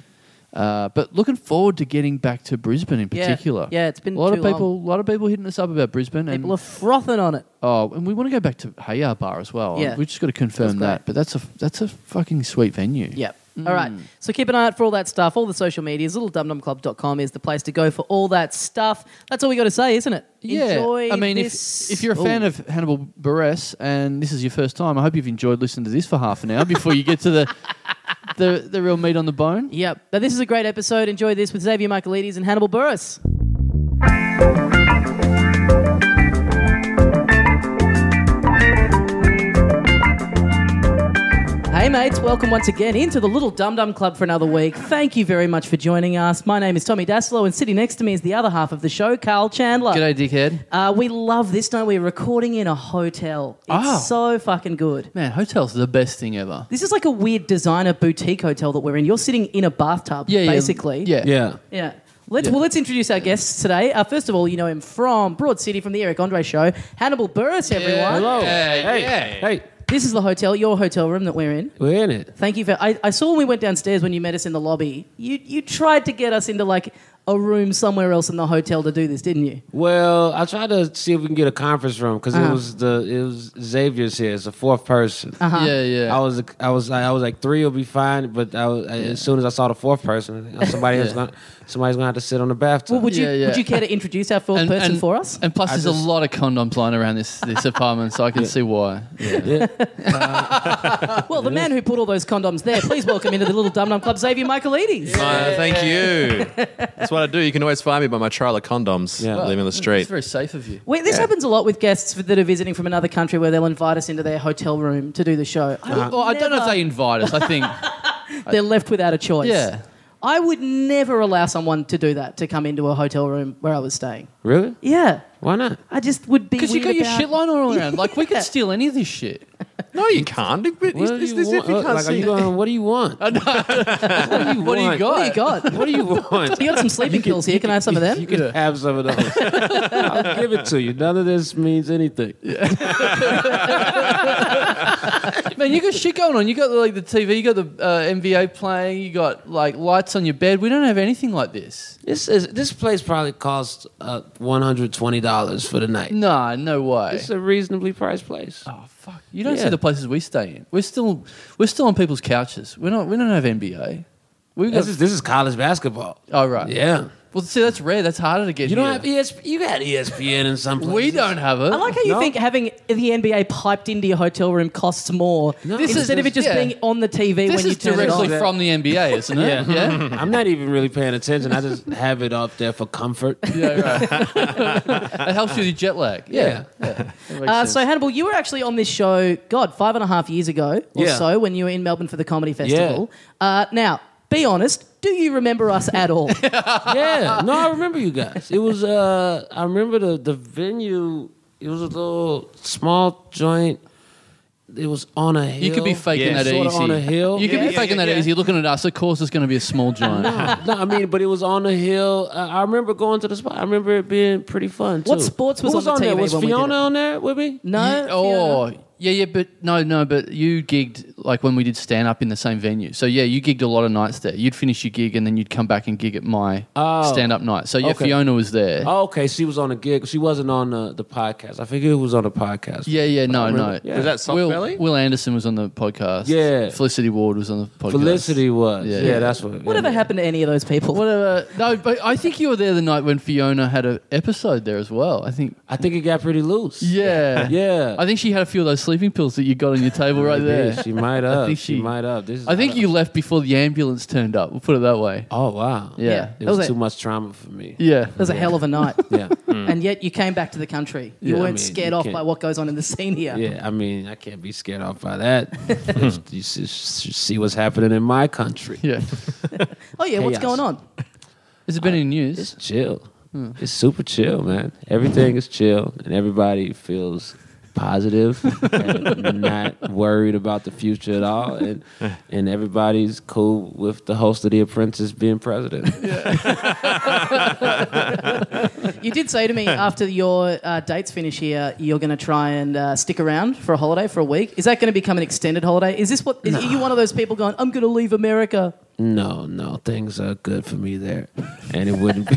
[SPEAKER 2] Uh, but looking forward to getting back to Brisbane in
[SPEAKER 1] Yeah,
[SPEAKER 2] particular.
[SPEAKER 1] yeah, it's been
[SPEAKER 2] a lot
[SPEAKER 1] too
[SPEAKER 2] of
[SPEAKER 1] long.
[SPEAKER 2] people. A lot of people hitting us up about Brisbane, and
[SPEAKER 1] People are frothing on it.
[SPEAKER 2] oh, and we want to go back to Hayar Bar as well.
[SPEAKER 1] Yeah.
[SPEAKER 2] we just got to confirm
[SPEAKER 1] great.
[SPEAKER 2] that. But that's a that's a fucking sweet venue.
[SPEAKER 1] Yep. All right. So keep an eye out for all that stuff. All the social medias, littledumdumclub.com is the place to go for all that stuff. That's all we got to say, isn't it?
[SPEAKER 2] Yeah,
[SPEAKER 1] Enjoy
[SPEAKER 2] I mean,
[SPEAKER 1] this-
[SPEAKER 2] if if you're a fan
[SPEAKER 1] Ooh.
[SPEAKER 2] of Hannibal Buress and this is your first time, I hope you've enjoyed listening to this for half an hour before you get to the the the real meat on the bone.
[SPEAKER 1] Yep. Now, this is a great episode. Enjoy this with Xavier Michaelides and Hannibal Burris. Hey mates, welcome once again into the Little Dum Dum Club for another week. Thank you very much for joining us. My name is Tommy Daslow, and sitting next to me is the other half of the show, Carl Chandler.
[SPEAKER 2] G'day, dickhead.
[SPEAKER 1] Uh, we love this, don't we? We're recording in a hotel. It's
[SPEAKER 2] Oh.
[SPEAKER 1] so fucking good.
[SPEAKER 2] Man, hotels are the best thing ever.
[SPEAKER 1] This is like a weird designer boutique hotel that we're in. You're sitting in a bathtub,
[SPEAKER 2] Yeah, yeah,
[SPEAKER 1] basically.
[SPEAKER 2] Yeah,
[SPEAKER 3] Yeah.
[SPEAKER 1] Yeah. Let's,
[SPEAKER 2] Yeah.
[SPEAKER 1] Well, let's introduce our guests today. Uh, first of all, you know him from Broad City, from the Eric Andre Show. Hannibal Burris, everyone.
[SPEAKER 2] Hello.
[SPEAKER 3] Oh, Hey,
[SPEAKER 2] yeah.
[SPEAKER 3] hey,
[SPEAKER 1] This is the hotel, your hotel room that we're in.
[SPEAKER 3] we're in it.
[SPEAKER 1] Thank you for. I, I saw when we went downstairs when you met us in the lobby. You you tried to get us into like a room somewhere else in the hotel to do this, didn't you?
[SPEAKER 3] Well, I tried to see if we can get a conference room because it was the it was Xavier's here. It's the fourth person.
[SPEAKER 1] Uh-huh.
[SPEAKER 2] Yeah, yeah.
[SPEAKER 3] I was I was I was like three will be fine, but I was, as soon as I saw the fourth person, somebody is
[SPEAKER 2] Yeah.
[SPEAKER 3] gonna somebody's gonna have to sit on the bathtub.
[SPEAKER 1] Well, would you
[SPEAKER 2] Yeah, yeah.
[SPEAKER 1] would you care to introduce our fourth person for us?
[SPEAKER 2] And plus,
[SPEAKER 3] I
[SPEAKER 2] there's
[SPEAKER 3] just-
[SPEAKER 2] a lot of condoms lying around this this apartment, so I can see why.
[SPEAKER 3] Yeah.
[SPEAKER 1] Well, the man who put all those condoms there, please welcome into the Little Dum Dum Club, Xavier Michaelides.
[SPEAKER 4] Uh, thank you. That's what I do. You can always find me by my trailer condoms.
[SPEAKER 3] Yeah.
[SPEAKER 4] Yeah. Leave me on the
[SPEAKER 2] It's
[SPEAKER 4] street.
[SPEAKER 2] very safe of you.
[SPEAKER 1] Wait, this happens a lot with guests that are visiting from another country where they'll invite us into their hotel room to do the show. I
[SPEAKER 3] Uh-huh.
[SPEAKER 1] would
[SPEAKER 2] Uh-huh. Well, I don't know if
[SPEAKER 1] never-
[SPEAKER 2] they invite us. I think
[SPEAKER 1] They're left without a choice.
[SPEAKER 2] Yeah.
[SPEAKER 1] I would never allow someone to do that, to come into a hotel room where I was staying.
[SPEAKER 3] really?
[SPEAKER 1] Yeah.
[SPEAKER 3] Why not?
[SPEAKER 1] I just would be.
[SPEAKER 2] because you got
[SPEAKER 1] weird
[SPEAKER 2] your
[SPEAKER 1] about-
[SPEAKER 2] shit lying all around. Like we
[SPEAKER 1] Yeah.
[SPEAKER 2] could steal any of this shit.
[SPEAKER 4] No, you can't. It-
[SPEAKER 3] What
[SPEAKER 4] it-
[SPEAKER 3] do
[SPEAKER 4] it's-
[SPEAKER 3] you
[SPEAKER 4] it's if
[SPEAKER 3] want?
[SPEAKER 4] you can't
[SPEAKER 3] Like, are
[SPEAKER 4] see
[SPEAKER 3] you
[SPEAKER 4] it.
[SPEAKER 3] going? What do you want? what do you
[SPEAKER 2] What do you
[SPEAKER 3] want?
[SPEAKER 2] got?
[SPEAKER 1] What do you got?
[SPEAKER 3] What do you want?
[SPEAKER 1] You got some sleeping pills here. Can I have some of them?
[SPEAKER 3] You can have some of those. I'll give it to you. None of this means anything.
[SPEAKER 2] Man, you got shit going on. You got like the TV, you got the uh, MVA playing, you got like lights on your bed. We don't have anything like this.
[SPEAKER 3] This is this place probably costs uh, one hundred twenty dollars for the night.
[SPEAKER 2] Nah, no way.
[SPEAKER 3] It's a reasonably priced place.
[SPEAKER 2] oh fuck! You don't
[SPEAKER 3] Yeah.
[SPEAKER 2] see the places we stay in. We're still we're still on people's couches. We're not. We don't have NBA. We got.
[SPEAKER 3] This is this is college basketball.
[SPEAKER 2] oh right.
[SPEAKER 3] Yeah,
[SPEAKER 2] Well, see, that's rare. That's harder to get.
[SPEAKER 3] you don't
[SPEAKER 2] here.
[SPEAKER 3] have ESP. You got E ESPN in some places.
[SPEAKER 2] We don't have it.
[SPEAKER 1] I like how you
[SPEAKER 3] No.
[SPEAKER 1] think having the NBA piped into your hotel room costs more
[SPEAKER 3] No. This
[SPEAKER 1] instead
[SPEAKER 3] is-
[SPEAKER 1] of it just
[SPEAKER 2] yeah.
[SPEAKER 1] being on the TV
[SPEAKER 2] this
[SPEAKER 1] when you
[SPEAKER 2] is
[SPEAKER 1] turn it on.
[SPEAKER 2] directly
[SPEAKER 3] on.
[SPEAKER 2] from the NBA, isn't it?
[SPEAKER 3] Yeah.
[SPEAKER 2] yeah.
[SPEAKER 3] I'm not even really paying attention. I just have it up there for comfort.
[SPEAKER 2] Yeah, right. it helps you with your jet lag. Yeah. yeah. That makes
[SPEAKER 1] Uh,
[SPEAKER 2] sense.
[SPEAKER 1] so Hannibal, you were actually on this show, God, five and a half years ago or
[SPEAKER 3] Yeah.
[SPEAKER 1] so, when you were in Melbourne for the comedy festival. Uh, now, be honest, do you remember us at all?
[SPEAKER 3] yeah. No, I remember you guys. It was uh I remember the the venue. It was a little small joint. It was on a hill.
[SPEAKER 2] You could be faking
[SPEAKER 4] Yeah.
[SPEAKER 2] that
[SPEAKER 3] Sorta
[SPEAKER 2] easy.
[SPEAKER 3] on a hill.
[SPEAKER 2] You could
[SPEAKER 4] Yeah,
[SPEAKER 2] be
[SPEAKER 4] yeah,
[SPEAKER 2] faking
[SPEAKER 4] yeah,
[SPEAKER 2] that
[SPEAKER 4] yeah.
[SPEAKER 2] easy. Looking at us, of course, it's going to be a small giant.
[SPEAKER 3] no, I mean, but it was on a hill. Uh, I remember going to the spot. I remember it being pretty fun. Too.
[SPEAKER 1] What sports was
[SPEAKER 3] Who
[SPEAKER 1] on the
[SPEAKER 3] on there?
[SPEAKER 1] TV
[SPEAKER 3] Was
[SPEAKER 1] when we did
[SPEAKER 3] Fiona
[SPEAKER 1] it?
[SPEAKER 3] on there with me?
[SPEAKER 1] no.
[SPEAKER 2] You-
[SPEAKER 1] Fiona?
[SPEAKER 2] oh, yeah, yeah, but no, no, but you gigged like when we did stand up in the same venue. So yeah, you gigged a lot of nights there. You'd finish your gig and then you'd come back and gig at my
[SPEAKER 3] Oh.
[SPEAKER 2] stand up night. So yeah,
[SPEAKER 3] Okay.
[SPEAKER 2] Fiona was there.
[SPEAKER 3] Oh, okay, she was on a gig. She wasn't on uh, the, the podcast. I figured it was on the podcast.
[SPEAKER 2] Yeah, yeah, no, no.
[SPEAKER 3] Yeah.
[SPEAKER 4] Was that soft
[SPEAKER 2] Will,
[SPEAKER 4] belly?
[SPEAKER 2] Will Anderson was on the podcast.
[SPEAKER 3] Yeah.
[SPEAKER 2] Felicity Ward was on the podcast.
[SPEAKER 3] Felicity was.
[SPEAKER 2] Yeah.
[SPEAKER 3] Yeah, that's what.
[SPEAKER 1] Whatever
[SPEAKER 3] yeah.
[SPEAKER 1] happened to any of those people?
[SPEAKER 2] Whatever. No, but I think you were there the night when Fiona had an episode there as well. I think.
[SPEAKER 3] I think it got pretty loose.
[SPEAKER 2] Yeah.
[SPEAKER 3] Yeah.
[SPEAKER 2] I think she had a few of those sleeping pills that you got on your table right there.
[SPEAKER 3] She might up.
[SPEAKER 2] think
[SPEAKER 3] she,
[SPEAKER 2] she-
[SPEAKER 3] might up. This is,
[SPEAKER 2] I think you left before the ambulance turned up. We'll put it that way.
[SPEAKER 3] Oh wow.
[SPEAKER 2] Yeah.
[SPEAKER 3] It
[SPEAKER 1] That was
[SPEAKER 3] was,
[SPEAKER 1] it.
[SPEAKER 3] too much trauma for me.
[SPEAKER 2] Yeah.
[SPEAKER 1] It was a hell of a night.
[SPEAKER 3] Yeah.
[SPEAKER 1] And yet you came back to the country. You
[SPEAKER 2] Yeah, I
[SPEAKER 1] weren't
[SPEAKER 3] mean,
[SPEAKER 1] scared
[SPEAKER 3] you
[SPEAKER 1] off
[SPEAKER 3] can't-
[SPEAKER 1] by what goes on in the scene here.
[SPEAKER 3] Yeah, I mean, I can't be scared off by that. Just- you s- see what's happening in my country.
[SPEAKER 2] Yeah.
[SPEAKER 1] Oh, yeah, what's
[SPEAKER 3] Chaos.
[SPEAKER 1] going on?
[SPEAKER 2] Has it been any
[SPEAKER 3] It's
[SPEAKER 2] news?
[SPEAKER 3] chill. It's super chill, man. Everything is chill, and everybody feels positive and not worried about the future at all. And, and everybody's cool with the host of The Apprentice being president.
[SPEAKER 1] You did say to me after your uh, dates finish here, you're going to try and uh, stick around for a holiday for a week. Is that going to become an extended holiday? Is this what? Is, Are you one of those people going? I'm going to leave America.
[SPEAKER 3] No, no, things are good for me there, and it wouldn't. be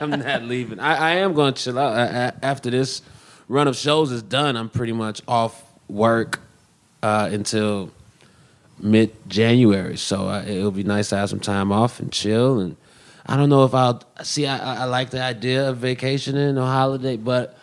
[SPEAKER 3] I'm not leaving. I, I am going to chill out I, I, after this run of shows is done. I'm pretty much off work uh, until mid January, so uh, it'll be nice to have some time off and chill. And I don't know if I'll see. I, I- I like the idea of vacationing or holiday, but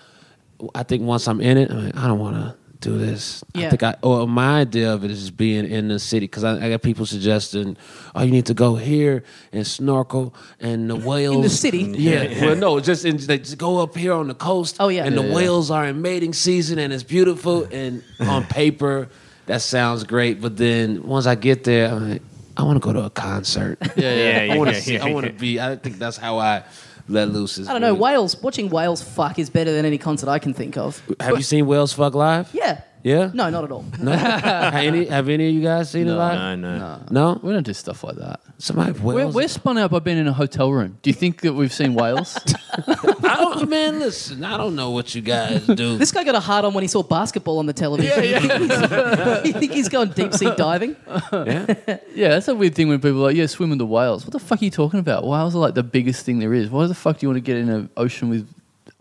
[SPEAKER 3] I think once I'm in it, I'm like, I don't want to do this.
[SPEAKER 1] Yeah.
[SPEAKER 3] I think I or my idea of it is being in the city because I, I got people suggesting, oh, you need to go here and snorkel and the whales
[SPEAKER 1] city?
[SPEAKER 3] Yeah, well, no, just in, they just go up here on the coast.
[SPEAKER 1] Oh, yeah.
[SPEAKER 3] and the
[SPEAKER 1] Yeah.
[SPEAKER 3] whales are in mating season and it's beautiful. And on paper, that sounds great, but then once I get there, I'm like, I want to go to a concert.
[SPEAKER 2] Yeah, yeah.
[SPEAKER 3] I want to see. I want to be. I think that's how I let loose. is
[SPEAKER 1] I don't know.
[SPEAKER 3] really-
[SPEAKER 1] Wales. Watching Wales fuck is better than any concert I can think of.
[SPEAKER 3] Have you seen Whales Fuck Live?
[SPEAKER 1] Yeah.
[SPEAKER 3] Yeah.
[SPEAKER 1] No, not at all.
[SPEAKER 3] No. have any Have any of you guys seen it live?
[SPEAKER 4] No, no.
[SPEAKER 3] No.
[SPEAKER 2] We don't do stuff like that.
[SPEAKER 3] Somebody
[SPEAKER 2] We're,
[SPEAKER 3] whales.
[SPEAKER 2] we're spun out by being in a hotel room. Do you think that we've seen whales?
[SPEAKER 3] I don't, man, listen. I don't know what you guys do.
[SPEAKER 1] This guy got a hard on when he saw basketball on the television. Yeah, yeah. you think he's going deep sea diving?
[SPEAKER 2] yeah, that's a weird thing when people are like, yeah, swim with the whales. What the fuck are you talking about? Whales are like the biggest thing there is. Why the fuck do you want to get in an ocean with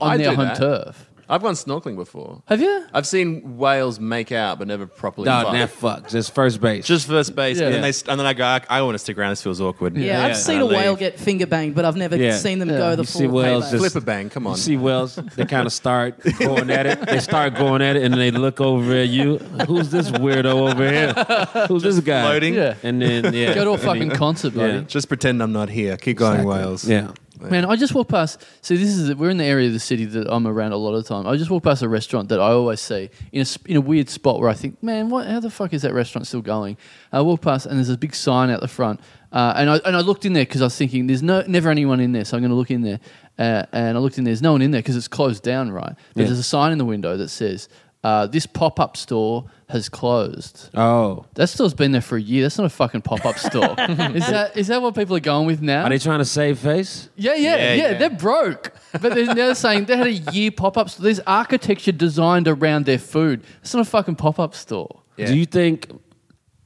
[SPEAKER 2] on
[SPEAKER 4] I
[SPEAKER 2] their
[SPEAKER 4] do
[SPEAKER 2] home
[SPEAKER 4] that.
[SPEAKER 2] turf?
[SPEAKER 4] I've gone snorkeling before.
[SPEAKER 2] Have you?
[SPEAKER 4] I've seen whales make out, but never properly
[SPEAKER 3] Dog,
[SPEAKER 4] fuck.
[SPEAKER 3] that fuck. Just first base.
[SPEAKER 4] Just first base,
[SPEAKER 2] Yeah.
[SPEAKER 4] and then they st- and then I go. "Ah, I, I want to stick around. This feels awkward.
[SPEAKER 1] Yeah, I've
[SPEAKER 4] And
[SPEAKER 1] seen
[SPEAKER 4] I
[SPEAKER 1] a whale
[SPEAKER 4] leave.
[SPEAKER 1] get finger banged, but I've never
[SPEAKER 3] Yeah.
[SPEAKER 1] seen them
[SPEAKER 2] Yeah.
[SPEAKER 1] go the
[SPEAKER 3] You
[SPEAKER 1] full
[SPEAKER 3] see whales
[SPEAKER 1] payback.
[SPEAKER 3] just-
[SPEAKER 4] flip a bang. Come
[SPEAKER 3] You
[SPEAKER 4] on.
[SPEAKER 3] see whales, they kind of start going at it. They start going at it, and they look over at you. Who's this weirdo over here? Who's this guy?
[SPEAKER 4] floating.
[SPEAKER 2] Yeah.
[SPEAKER 3] And then yeah,
[SPEAKER 2] Go to a
[SPEAKER 3] And
[SPEAKER 2] fucking
[SPEAKER 3] then-
[SPEAKER 2] concert, buddy.
[SPEAKER 3] Yeah.
[SPEAKER 4] Just pretend I'm not here. Keep going, whales.
[SPEAKER 3] Yeah.
[SPEAKER 2] Man, I just walked past. So this is we're in the area of the city that I'm around a lot of the time. I just walked past a restaurant that I always see in a sp- in a weird spot where I think, man, what? How the fuck is that restaurant still going? I walked past and there's a big sign out the front, uh, and I and I looked in there because I was thinking there's no never anyone in there, so I'm going to look in there. Uh, and I looked in there's no one in there because it's closed down, right? But
[SPEAKER 3] Yeah.
[SPEAKER 2] there's a sign in the window that says uh, this pop up store has closed.
[SPEAKER 3] Oh,
[SPEAKER 2] That store's been there for a year. That's not a fucking pop up store. is that is that what people are going with now?
[SPEAKER 3] are they trying to save face?
[SPEAKER 2] Yeah, yeah, yeah.
[SPEAKER 4] Yeah, yeah.
[SPEAKER 2] They're broke, but they're now saying they had a year pop up store. There's architecture designed around their food. It's not a fucking pop up store.
[SPEAKER 4] Yeah.
[SPEAKER 3] Do you think?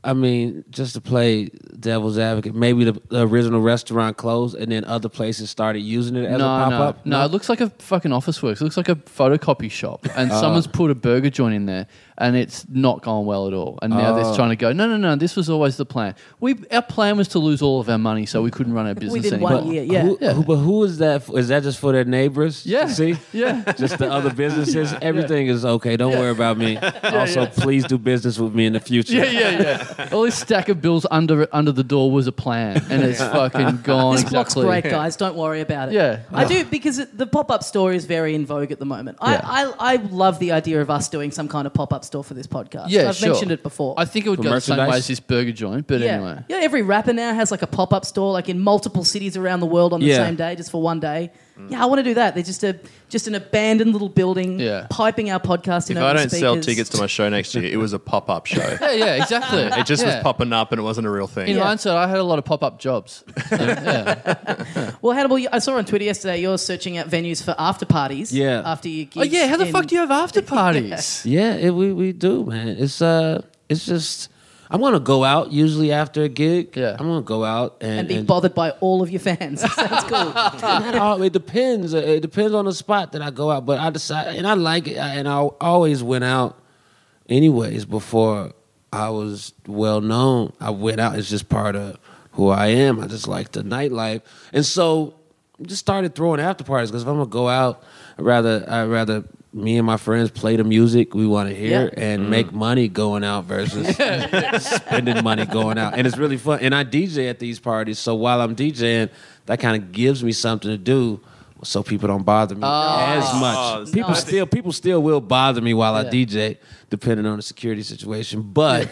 [SPEAKER 3] I mean, just to play devil's advocate, maybe the, the original restaurant closed, and then other places started using it as
[SPEAKER 2] no,
[SPEAKER 3] a pop up.
[SPEAKER 2] no, no. It looks like a fucking office works. It looks like a photocopy shop, and
[SPEAKER 3] Oh.
[SPEAKER 2] someone's put a burger joint in there, and it's not gone well at all. And now
[SPEAKER 3] Oh.
[SPEAKER 2] they're trying to go. No, no, no. This was always the plan. We our plan was to lose all of our money, so we couldn't run our business
[SPEAKER 1] did
[SPEAKER 2] anymore.
[SPEAKER 1] one year, yeah.
[SPEAKER 3] Who,
[SPEAKER 2] Yeah.
[SPEAKER 3] Who, but who is that? For? Is that just for their neighbors? to
[SPEAKER 2] Yeah.
[SPEAKER 3] See?
[SPEAKER 2] Yeah.
[SPEAKER 3] Just the other businesses. Everything is okay. Don't worry about me. also,
[SPEAKER 2] yeah.
[SPEAKER 3] please do business with me in the future.
[SPEAKER 2] Yeah, yeah, yeah. All this stack of bills under under the door was a plan, and it's fucking gone.
[SPEAKER 1] This clock's
[SPEAKER 2] exactly.
[SPEAKER 1] great, guys. Don't worry about it.
[SPEAKER 2] Yeah.
[SPEAKER 1] I do because it- the pop up store is very in vogue at the moment.
[SPEAKER 2] Yeah.
[SPEAKER 1] I, I, I love the idea of us doing some kind of pop up store for this podcast.
[SPEAKER 2] Yeah,
[SPEAKER 1] I've
[SPEAKER 2] sure.
[SPEAKER 1] mentioned it before.
[SPEAKER 2] I think it would
[SPEAKER 3] For
[SPEAKER 2] go the same way
[SPEAKER 3] merchandise?
[SPEAKER 2] as this burger joint, but
[SPEAKER 1] yeah.
[SPEAKER 2] anyway.
[SPEAKER 1] yeah, every rapper now has like a pop up store, like in multiple cities around the world on the
[SPEAKER 3] Yeah.
[SPEAKER 1] same day, just for one day. Yeah, I want to do that. They're just a just an abandoned little building,
[SPEAKER 2] Yeah.
[SPEAKER 1] piping our podcast.
[SPEAKER 4] If
[SPEAKER 1] in
[SPEAKER 4] I
[SPEAKER 1] over
[SPEAKER 4] don't sell
[SPEAKER 1] speakers.
[SPEAKER 4] tickets to my show next year, it was a pop up show.
[SPEAKER 2] Yeah, yeah, exactly.
[SPEAKER 4] It just
[SPEAKER 2] Yeah.
[SPEAKER 4] was popping up, and it wasn't a real thing.
[SPEAKER 2] In
[SPEAKER 1] Yeah.
[SPEAKER 2] hindsight, I had a lot of pop up jobs. So, yeah.
[SPEAKER 1] well, Hannibal, you- I saw on Twitter yesterday you're searching out venues for after parties.
[SPEAKER 3] Yeah.
[SPEAKER 1] after you.
[SPEAKER 2] oh, yeah, how the fuck do you have after parties?
[SPEAKER 3] Yeah, it, we we do, man. It's uh, it's just I'm gonna go out usually after a gig.
[SPEAKER 2] Yeah.
[SPEAKER 3] I'm gonna go out and,
[SPEAKER 1] And be bothered by all of your fans. Sounds cool.
[SPEAKER 3] oh, it depends. Uh, It depends on the spot that I go out. But I decide, and I like it, I- and I always went out, anyways. Before I was well known, I went out. It's just part of who I am. I just like the nightlife, and so I just started throwing after parties because if I'm gonna go out, I'd rather I rather. Me and my friends play the music we want to hear
[SPEAKER 1] Yeah.
[SPEAKER 3] and make money going out versus spending money going out. And it's really fun. And I DJ at these parties. So while I'm DJing, that kind of gives me something to do so people don't bother me as much.
[SPEAKER 4] Oh,
[SPEAKER 3] people
[SPEAKER 4] nice.
[SPEAKER 3] still people still will bother me while
[SPEAKER 2] Yeah.
[SPEAKER 3] I DJ, depending on the security situation. But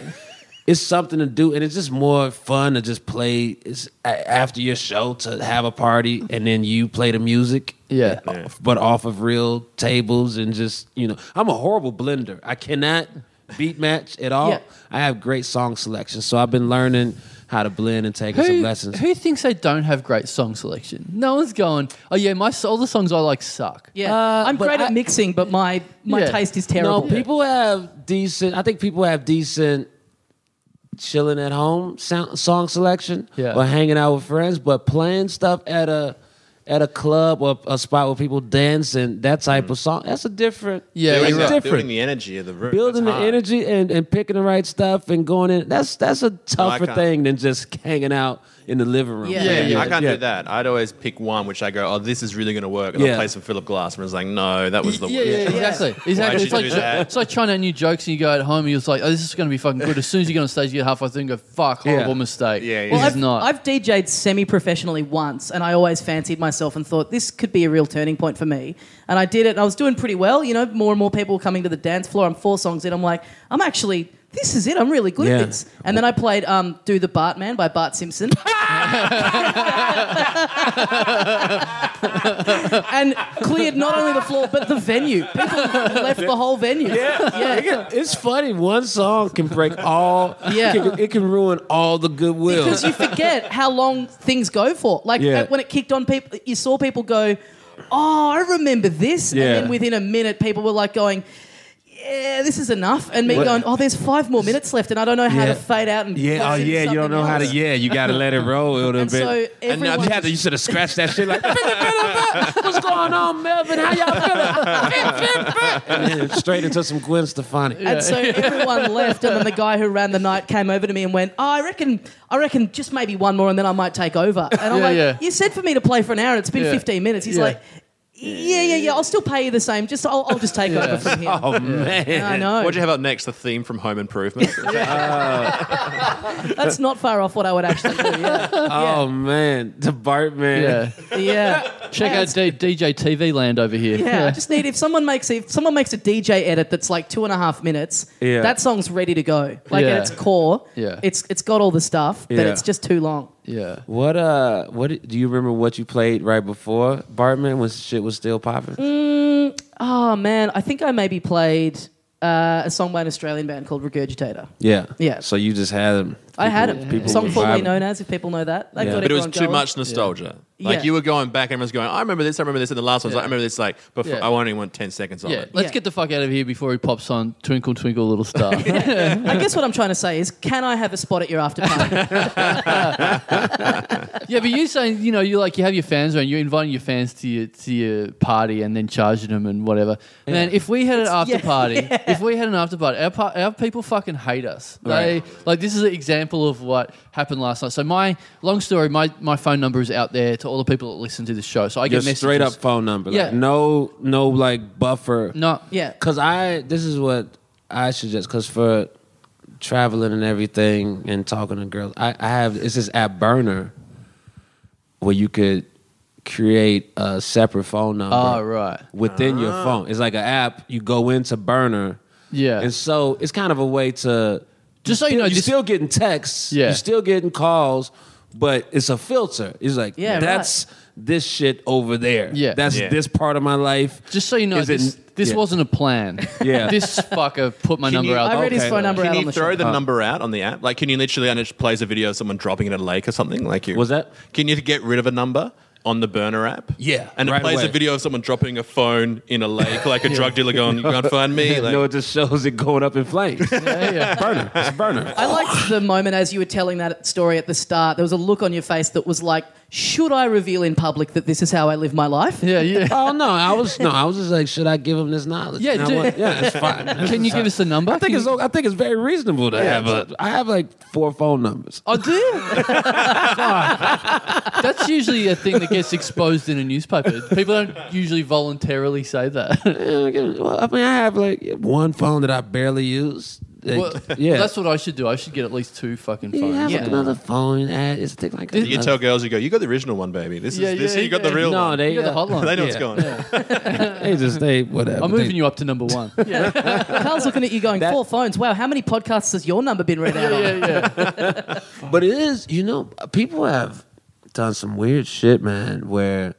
[SPEAKER 3] it's something to do, and it's just more fun to just play. It's a- after your show to have a party, and then you play the music.
[SPEAKER 2] Yeah.
[SPEAKER 3] off- but off of real tables and just you know, I'm a horrible blender. I cannot beat match at all.
[SPEAKER 1] Yeah.
[SPEAKER 3] Oh, I have great song selection, so I've been learning how to blend and taking some lessons.
[SPEAKER 2] who thinks they don't have great song selection? No one's going. Oh yeah, my all the songs I like suck.
[SPEAKER 1] Yeah,
[SPEAKER 3] Uh,
[SPEAKER 1] I'm
[SPEAKER 3] but
[SPEAKER 1] great at
[SPEAKER 3] I-
[SPEAKER 1] mixing, but my my
[SPEAKER 2] Yeah.
[SPEAKER 1] taste is terrible.
[SPEAKER 3] No, people have decent. I think people have decent chilling at home sound, song selection
[SPEAKER 2] Yeah.
[SPEAKER 3] or hanging out with friends, but playing stuff at a at a club or a spot where people dance and that type of song. That's a different.
[SPEAKER 2] Yeah, you're
[SPEAKER 3] it's
[SPEAKER 4] building,
[SPEAKER 2] right.
[SPEAKER 4] the,
[SPEAKER 3] different.
[SPEAKER 4] building the energy of the room.
[SPEAKER 3] building the
[SPEAKER 4] That's hard.
[SPEAKER 3] energy and, and picking the right stuff and going in that's that's a tougher
[SPEAKER 4] can't.
[SPEAKER 3] thing than just hanging out in the living room
[SPEAKER 1] Yeah.
[SPEAKER 4] Yeah,
[SPEAKER 1] Yeah,
[SPEAKER 4] yeah, I can't
[SPEAKER 3] yeah.
[SPEAKER 4] do that. I'd always pick one which I go, oh, this is really going to work. And
[SPEAKER 3] Yeah.
[SPEAKER 4] I'll play some Philip Glass. And it's like, no, that was the
[SPEAKER 2] yeah,
[SPEAKER 4] worst.
[SPEAKER 2] yeah, exactly. Exactly.
[SPEAKER 4] you
[SPEAKER 2] It's like,
[SPEAKER 4] do that?
[SPEAKER 2] it's like trying out new jokes and you go at home and you're just like, oh, this is going to be fucking good. As soon as you get on stage, you get halfway through and go, fuck,
[SPEAKER 3] Yeah.
[SPEAKER 2] horrible mistake.
[SPEAKER 4] Yeah, yeah.
[SPEAKER 2] This
[SPEAKER 4] Well,
[SPEAKER 2] is
[SPEAKER 1] I've,
[SPEAKER 2] not.
[SPEAKER 1] I've DJ'd semi professionally once, and I always fancied myself and thought this could be a real turning point for me. And I did it, and I was doing pretty well. You know, more and more people were coming to the dance floor. I'm four songs in. I'm like, I'm actually, this is it. I'm really good
[SPEAKER 3] Yeah.
[SPEAKER 1] at this. And then I played um, Do the Bartman by Bart Simpson. and cleared not only the floor, but the venue. People left the whole venue.
[SPEAKER 3] It can- it's funny one song can break all
[SPEAKER 1] Yeah.
[SPEAKER 3] it can, it can ruin all the goodwill
[SPEAKER 1] because you forget how long things go for. Like
[SPEAKER 3] Yeah.
[SPEAKER 1] uh, when it kicked on, people you saw people go, "Oh, I remember this,"
[SPEAKER 3] Yeah.
[SPEAKER 1] and then within a minute, people were like going. Yeah, this is enough. And me going, oh, there's five more minutes left, and I don't know how to
[SPEAKER 3] Yeah.
[SPEAKER 1] fade out and
[SPEAKER 3] yeah, oh
[SPEAKER 1] push into
[SPEAKER 3] yeah, you don't
[SPEAKER 1] something
[SPEAKER 3] know how to.
[SPEAKER 1] else.
[SPEAKER 3] Yeah, you gotta let it roll. It would have
[SPEAKER 1] And so
[SPEAKER 3] been. and now you,
[SPEAKER 1] everyone
[SPEAKER 3] had to- you
[SPEAKER 1] just-
[SPEAKER 3] should have scratched that shit like. What's going on, Melvin? How y'all feeling? and then straight into some Gwen Stefani.
[SPEAKER 1] And so everyone left, and then the guy who ran the night came over to me and went, "Oh, I reckon, I reckon, just maybe one more, and then I might take over." And I'm
[SPEAKER 2] Yeah,
[SPEAKER 1] like,
[SPEAKER 2] yeah.
[SPEAKER 1] "You said for me to play for an hour, and it's been
[SPEAKER 2] Yeah.
[SPEAKER 1] 15 minutes." He's
[SPEAKER 2] Yeah.
[SPEAKER 1] like, "Yeah, yeah, yeah, I'll still pay you the same. Just I'll, I'll just take over from here."
[SPEAKER 3] Oh man,
[SPEAKER 1] I know.
[SPEAKER 4] What'd you have up next? The theme from Home Improvement.
[SPEAKER 1] That's not far off what I would actually do. Yeah.
[SPEAKER 3] oh man, the Bartman.
[SPEAKER 2] yeah.
[SPEAKER 1] yeah.
[SPEAKER 2] Check out D- DJ TV land over here.
[SPEAKER 1] Yeah, I just need if someone makes if someone makes a DJ edit that's like two and a half minutes,
[SPEAKER 3] Yeah.
[SPEAKER 1] that song's ready to go. Like
[SPEAKER 2] Yeah.
[SPEAKER 1] at its core,
[SPEAKER 2] Yeah.
[SPEAKER 1] it's it's got all the stuff, but
[SPEAKER 3] Yeah.
[SPEAKER 1] it's just too long.
[SPEAKER 2] yeah.
[SPEAKER 3] What uh? What did- do you remember? What you played right before Bartman when shit was still popping?
[SPEAKER 1] Mm. Oh man, I think I maybe played uh, a song by an Australian band called Regurgitator.
[SPEAKER 3] Yeah,
[SPEAKER 1] Yeah.
[SPEAKER 3] So you just had them.
[SPEAKER 1] I had it. Song
[SPEAKER 3] were
[SPEAKER 1] formerly
[SPEAKER 3] vibing.
[SPEAKER 1] known as, if people know that. That
[SPEAKER 3] Yeah.
[SPEAKER 1] got
[SPEAKER 3] But
[SPEAKER 4] but it was
[SPEAKER 1] everyone
[SPEAKER 4] too
[SPEAKER 1] going.
[SPEAKER 4] much nostalgia. Like
[SPEAKER 1] Yeah.
[SPEAKER 4] you were going back and everyone's going, I remember this, I remember this. And the last one's
[SPEAKER 2] Yeah.
[SPEAKER 4] like, I remember this. Like, but
[SPEAKER 2] Yeah.
[SPEAKER 4] I only want 10 seconds of
[SPEAKER 2] Yeah,
[SPEAKER 4] it.
[SPEAKER 2] let's
[SPEAKER 1] Yeah.
[SPEAKER 2] get the fuck out of here before he pops on Twinkle Twinkle Little Star.
[SPEAKER 1] I guess what I'm trying to say is, can I have a spot at your after party?
[SPEAKER 2] yeah, but you saying you know you like you have your fans around, you're inviting your fans to your to your party and then charging them and whatever. Man, if we had an after
[SPEAKER 1] yeah,
[SPEAKER 2] party, if we had an after party, our, par- our people fucking hate us. They like this is an example of what happened last night. So my long story, my my phone number is out there to all the people that listen to the show. So I
[SPEAKER 3] Your
[SPEAKER 2] get messages.
[SPEAKER 3] straight up phone number.
[SPEAKER 2] Yeah.
[SPEAKER 3] Like, no, no, like buffer.
[SPEAKER 2] No.
[SPEAKER 1] yeah.
[SPEAKER 3] Cause I this is what I suggest. Cause for traveling and everything and talking to girls, I, I have it's this app burner where you could create a separate phone number.
[SPEAKER 2] Oh right.
[SPEAKER 3] within your phone. It's like an app. You go into Burner.
[SPEAKER 2] Ah. Yeah.
[SPEAKER 3] And so it's kind of a way to
[SPEAKER 2] Just so you know,
[SPEAKER 3] you're
[SPEAKER 2] this-
[SPEAKER 3] still getting texts.
[SPEAKER 2] Yeah.
[SPEAKER 3] You're still getting calls, but it's a filter. It's like
[SPEAKER 1] Yeah, right.
[SPEAKER 3] that's this shit over there.
[SPEAKER 2] Yeah.
[SPEAKER 3] That's
[SPEAKER 4] Yeah.
[SPEAKER 3] this part of my life.
[SPEAKER 2] Just so you know,
[SPEAKER 3] Is it-
[SPEAKER 2] this this
[SPEAKER 3] yeah.
[SPEAKER 2] wasn't a plan.
[SPEAKER 3] Yeah.
[SPEAKER 2] this fucker put my
[SPEAKER 4] Can
[SPEAKER 2] number
[SPEAKER 4] you-
[SPEAKER 2] out.
[SPEAKER 1] I read his
[SPEAKER 3] okay.
[SPEAKER 1] phone number
[SPEAKER 4] Can
[SPEAKER 1] out on
[SPEAKER 4] you
[SPEAKER 1] the
[SPEAKER 4] throw
[SPEAKER 1] show.
[SPEAKER 4] the number out on the app? Like, can you literally, and it just plays a video of someone dropping it in a lake or something? Like, you
[SPEAKER 3] Was that-
[SPEAKER 4] Can you get rid of a number on the burner app?
[SPEAKER 3] Yeah,
[SPEAKER 4] and it
[SPEAKER 3] right
[SPEAKER 4] plays
[SPEAKER 3] away.
[SPEAKER 4] a video of someone dropping a phone in a lake, like a drug dealer going, "You can't find me." Like,
[SPEAKER 3] no, it just shows it going up in flames.
[SPEAKER 2] Yeah, yeah.
[SPEAKER 3] burner. It's burner.
[SPEAKER 2] Oh.
[SPEAKER 1] I liked the moment as you were telling that story at the start. There was a look on your face that was like, should I reveal in public that this is how I live my life?
[SPEAKER 2] Yeah, yeah.
[SPEAKER 3] Oh no! I was no. I was just like, should I give him this knowledge?
[SPEAKER 2] Yeah,
[SPEAKER 3] And I
[SPEAKER 2] do-
[SPEAKER 3] went, yeah, it's fine.
[SPEAKER 2] Can you give us the number?
[SPEAKER 3] I think it's. I think it's very reasonable to have a. I have like four phone numbers.
[SPEAKER 2] Oh, do you? That's usually a thing that gets exposed in a newspaper. People don't usually voluntarily say that.
[SPEAKER 3] Yeah, I mean, I have like one phone that I barely use. Like,
[SPEAKER 2] Well,
[SPEAKER 3] yeah.
[SPEAKER 2] that's what I should do. I should get at least two fucking
[SPEAKER 3] you
[SPEAKER 2] phones.
[SPEAKER 3] have
[SPEAKER 1] Yeah.
[SPEAKER 3] another phone ad. It's a thing like
[SPEAKER 4] You tell girls, you go, you got the original one, baby. This
[SPEAKER 2] Yeah,
[SPEAKER 4] is this.
[SPEAKER 2] yeah,
[SPEAKER 4] you got
[SPEAKER 2] yeah.
[SPEAKER 4] the real
[SPEAKER 3] no,
[SPEAKER 4] one.
[SPEAKER 3] they
[SPEAKER 2] You got the hotline.
[SPEAKER 4] they know
[SPEAKER 3] yeah.
[SPEAKER 4] what's going. on.
[SPEAKER 3] They just they whatever.
[SPEAKER 2] I'm
[SPEAKER 3] They-
[SPEAKER 2] moving you up to number one. yeah,
[SPEAKER 1] Carl's looking at you going,
[SPEAKER 3] That-
[SPEAKER 1] four phones. Wow, how many podcasts has your number been read out on?
[SPEAKER 2] yeah, yeah.
[SPEAKER 3] But it is, you know, people have done some weird shit, man, where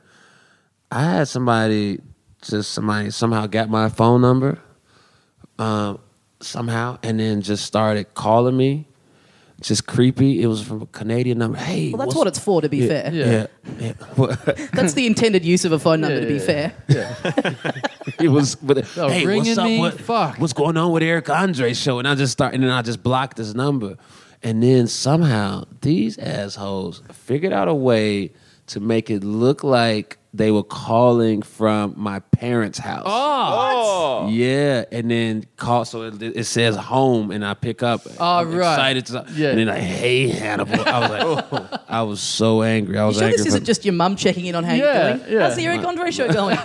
[SPEAKER 3] I had somebody just somebody somehow got my phone number um somehow and then just started calling me. Just creepy. It was from a Canadian number. Hey,
[SPEAKER 1] Well, that's
[SPEAKER 3] what's-
[SPEAKER 1] what it's for, to be
[SPEAKER 3] yeah,
[SPEAKER 1] fair.
[SPEAKER 3] Yeah, yeah.
[SPEAKER 1] That's the intended use of a phone number,
[SPEAKER 2] Yeah,
[SPEAKER 1] to be
[SPEAKER 2] yeah,
[SPEAKER 1] fair.
[SPEAKER 3] it was. But,
[SPEAKER 2] Oh,
[SPEAKER 3] hey,
[SPEAKER 2] ringing
[SPEAKER 3] what's up?
[SPEAKER 2] me?
[SPEAKER 3] What-
[SPEAKER 2] Fuck.
[SPEAKER 3] What's going on with Eric Andre's show? And I just start, and then I just blocked this number, and then somehow these assholes figured out a way to make it look like they were calling from my parents' house.
[SPEAKER 2] Ah!
[SPEAKER 4] Oh,
[SPEAKER 3] Yeah, and then call so it, it says home, and I pick up.
[SPEAKER 2] Oh,
[SPEAKER 3] I'm
[SPEAKER 2] right.
[SPEAKER 3] Excited, to,
[SPEAKER 2] Yeah. Oh.
[SPEAKER 3] and then like, hey Hannibal, I was like, I was so angry. I
[SPEAKER 1] You
[SPEAKER 3] was
[SPEAKER 1] sure
[SPEAKER 3] angry.
[SPEAKER 1] this
[SPEAKER 3] for-
[SPEAKER 1] isn't just your mum checking in on how
[SPEAKER 2] Yeah,
[SPEAKER 1] you're doing?
[SPEAKER 2] yeah.
[SPEAKER 1] How's the Eric Andre show going?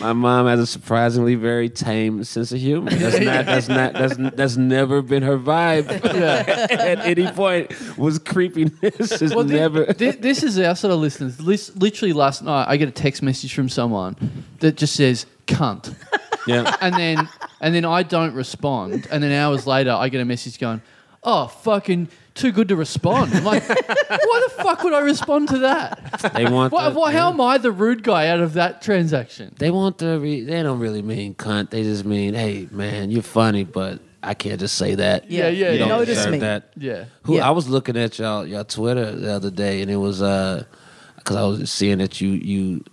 [SPEAKER 3] My mom has a surprisingly very tame sense of humor. That's not. That's not. That's that's never been her vibe. At any point, was creepiness is
[SPEAKER 2] Well, thi-
[SPEAKER 3] never.
[SPEAKER 2] thi- this, is our sort of listeners. Lis- Literally last night, I get a text message from someone that just says "cunt,"
[SPEAKER 3] yeah.
[SPEAKER 2] and then and then I don't respond, and then hours later, I get a message going, "Oh, fucking." Too good to respond. I'm like, why the fuck would I respond to that?
[SPEAKER 3] They want.
[SPEAKER 2] Why,
[SPEAKER 3] the,
[SPEAKER 2] why, how am I the rude guy out of that transaction?
[SPEAKER 3] They want the. Re- they don't really mean cunt. They just mean, hey man, you're funny, but I can't just say that.
[SPEAKER 2] Yeah, yeah,
[SPEAKER 3] You
[SPEAKER 2] yeah.
[SPEAKER 3] don't
[SPEAKER 1] Notice
[SPEAKER 3] deserve
[SPEAKER 1] me.
[SPEAKER 3] that.
[SPEAKER 2] Yeah.
[SPEAKER 3] Who
[SPEAKER 1] Yeah.
[SPEAKER 3] I was looking at y'all y'all Twitter the other day, and it was uh, because I was seeing that you you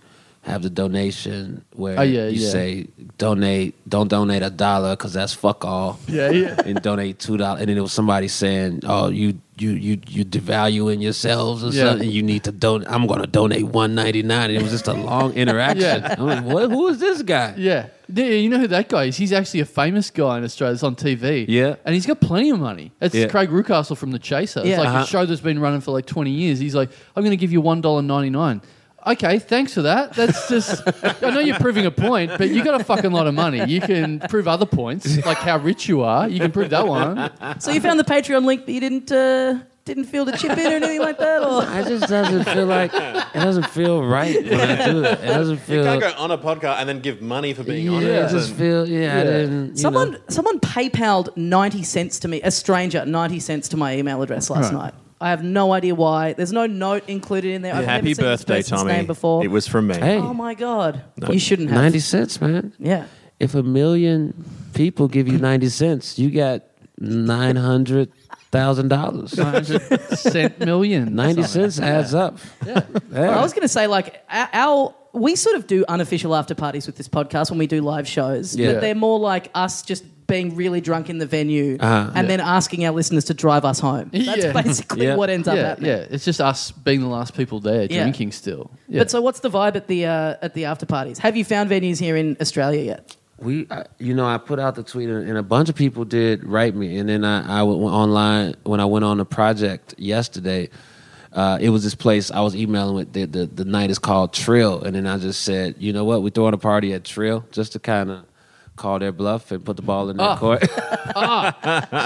[SPEAKER 3] have the donation where
[SPEAKER 2] Oh, yeah,
[SPEAKER 3] you
[SPEAKER 2] yeah.
[SPEAKER 3] say donate, don't donate a dollar because that's fuck all,
[SPEAKER 2] Yeah, yeah.
[SPEAKER 3] and donate two dollars, and then it was somebody saying, oh you you you you devaluing yourselves or
[SPEAKER 2] Yeah.
[SPEAKER 3] something, you need to donate. I'm gonna donate one ninety nine, and it was just a long interaction.
[SPEAKER 2] Yeah.
[SPEAKER 3] I'm like, what? Who is this guy?
[SPEAKER 2] Yeah. Yeah, you know who that guy is? He's actually a famous guy in Australia. It's on TV.
[SPEAKER 3] Yeah.
[SPEAKER 2] And he's got plenty of money. It's
[SPEAKER 3] Yeah.
[SPEAKER 2] Craig Rucastle from The Chaser. It's
[SPEAKER 1] Yeah.
[SPEAKER 2] like
[SPEAKER 3] Uh-huh.
[SPEAKER 2] a show that's been running for like 20 years. He's like, I'm going to give you $1.99. Okay, thanks for that. That's just, I know you're proving a point, but you got a fucking lot of money. You can prove other points, like how rich you are. You can prove that one.
[SPEAKER 1] so you found the Patreon link, but you didn't uh, didn't feel the chip in or anything like that? Or?
[SPEAKER 3] I just doesn't feel like it doesn't feel right when I do that. It doesn't feel.
[SPEAKER 4] you can't go on a podcast and then give money for being on it.
[SPEAKER 2] Yeah.
[SPEAKER 3] I just feel yeah. I didn't, you
[SPEAKER 1] Someone
[SPEAKER 3] know.
[SPEAKER 1] someone PayPal'd ninety cents to me, a stranger ninety cents to my email address last
[SPEAKER 2] Right.
[SPEAKER 1] night. I have no idea why. There's no note included in there. I've never
[SPEAKER 4] Happy
[SPEAKER 1] seen this
[SPEAKER 4] birthday,
[SPEAKER 1] person's
[SPEAKER 4] Tommy.
[SPEAKER 1] Name before.
[SPEAKER 4] It was from me.
[SPEAKER 3] Hey,
[SPEAKER 1] oh my god, you shouldn't have.
[SPEAKER 3] ninety cents, man.
[SPEAKER 1] Yeah,
[SPEAKER 3] If a million people give you ninety cents, you got nine hundred thousand dollars.
[SPEAKER 2] Cent million.
[SPEAKER 3] Ninety
[SPEAKER 2] That's not
[SPEAKER 3] cents adds up. Yeah.
[SPEAKER 1] Well, I was going to say like our- our we sort of do unofficial after parties with this podcast when we do live shows,
[SPEAKER 3] Yeah.
[SPEAKER 1] but they're more like us just being really drunk in the venue
[SPEAKER 3] Uh-huh.
[SPEAKER 1] and then asking our listeners to drive us home. That's
[SPEAKER 2] Yeah.
[SPEAKER 1] basically
[SPEAKER 3] Yeah.
[SPEAKER 1] what ends up
[SPEAKER 2] Yeah,
[SPEAKER 1] happening.
[SPEAKER 2] yeah. It's just us being the last people there
[SPEAKER 1] Yeah.
[SPEAKER 2] drinking still. Yeah.
[SPEAKER 1] But so, what's the vibe at the uh, at the after parties? Have you found venues here in Australia yet?
[SPEAKER 3] we, I, you know, I put out the tweet, and, and a bunch of people did write me. And then I, I went online when I went on a project yesterday. Uh, it was this place I was emailing with. The, the the night is called Trill, and then I just said, you know what, we're throwing a party at Trill just to kind of call their bluff and put the ball in their court.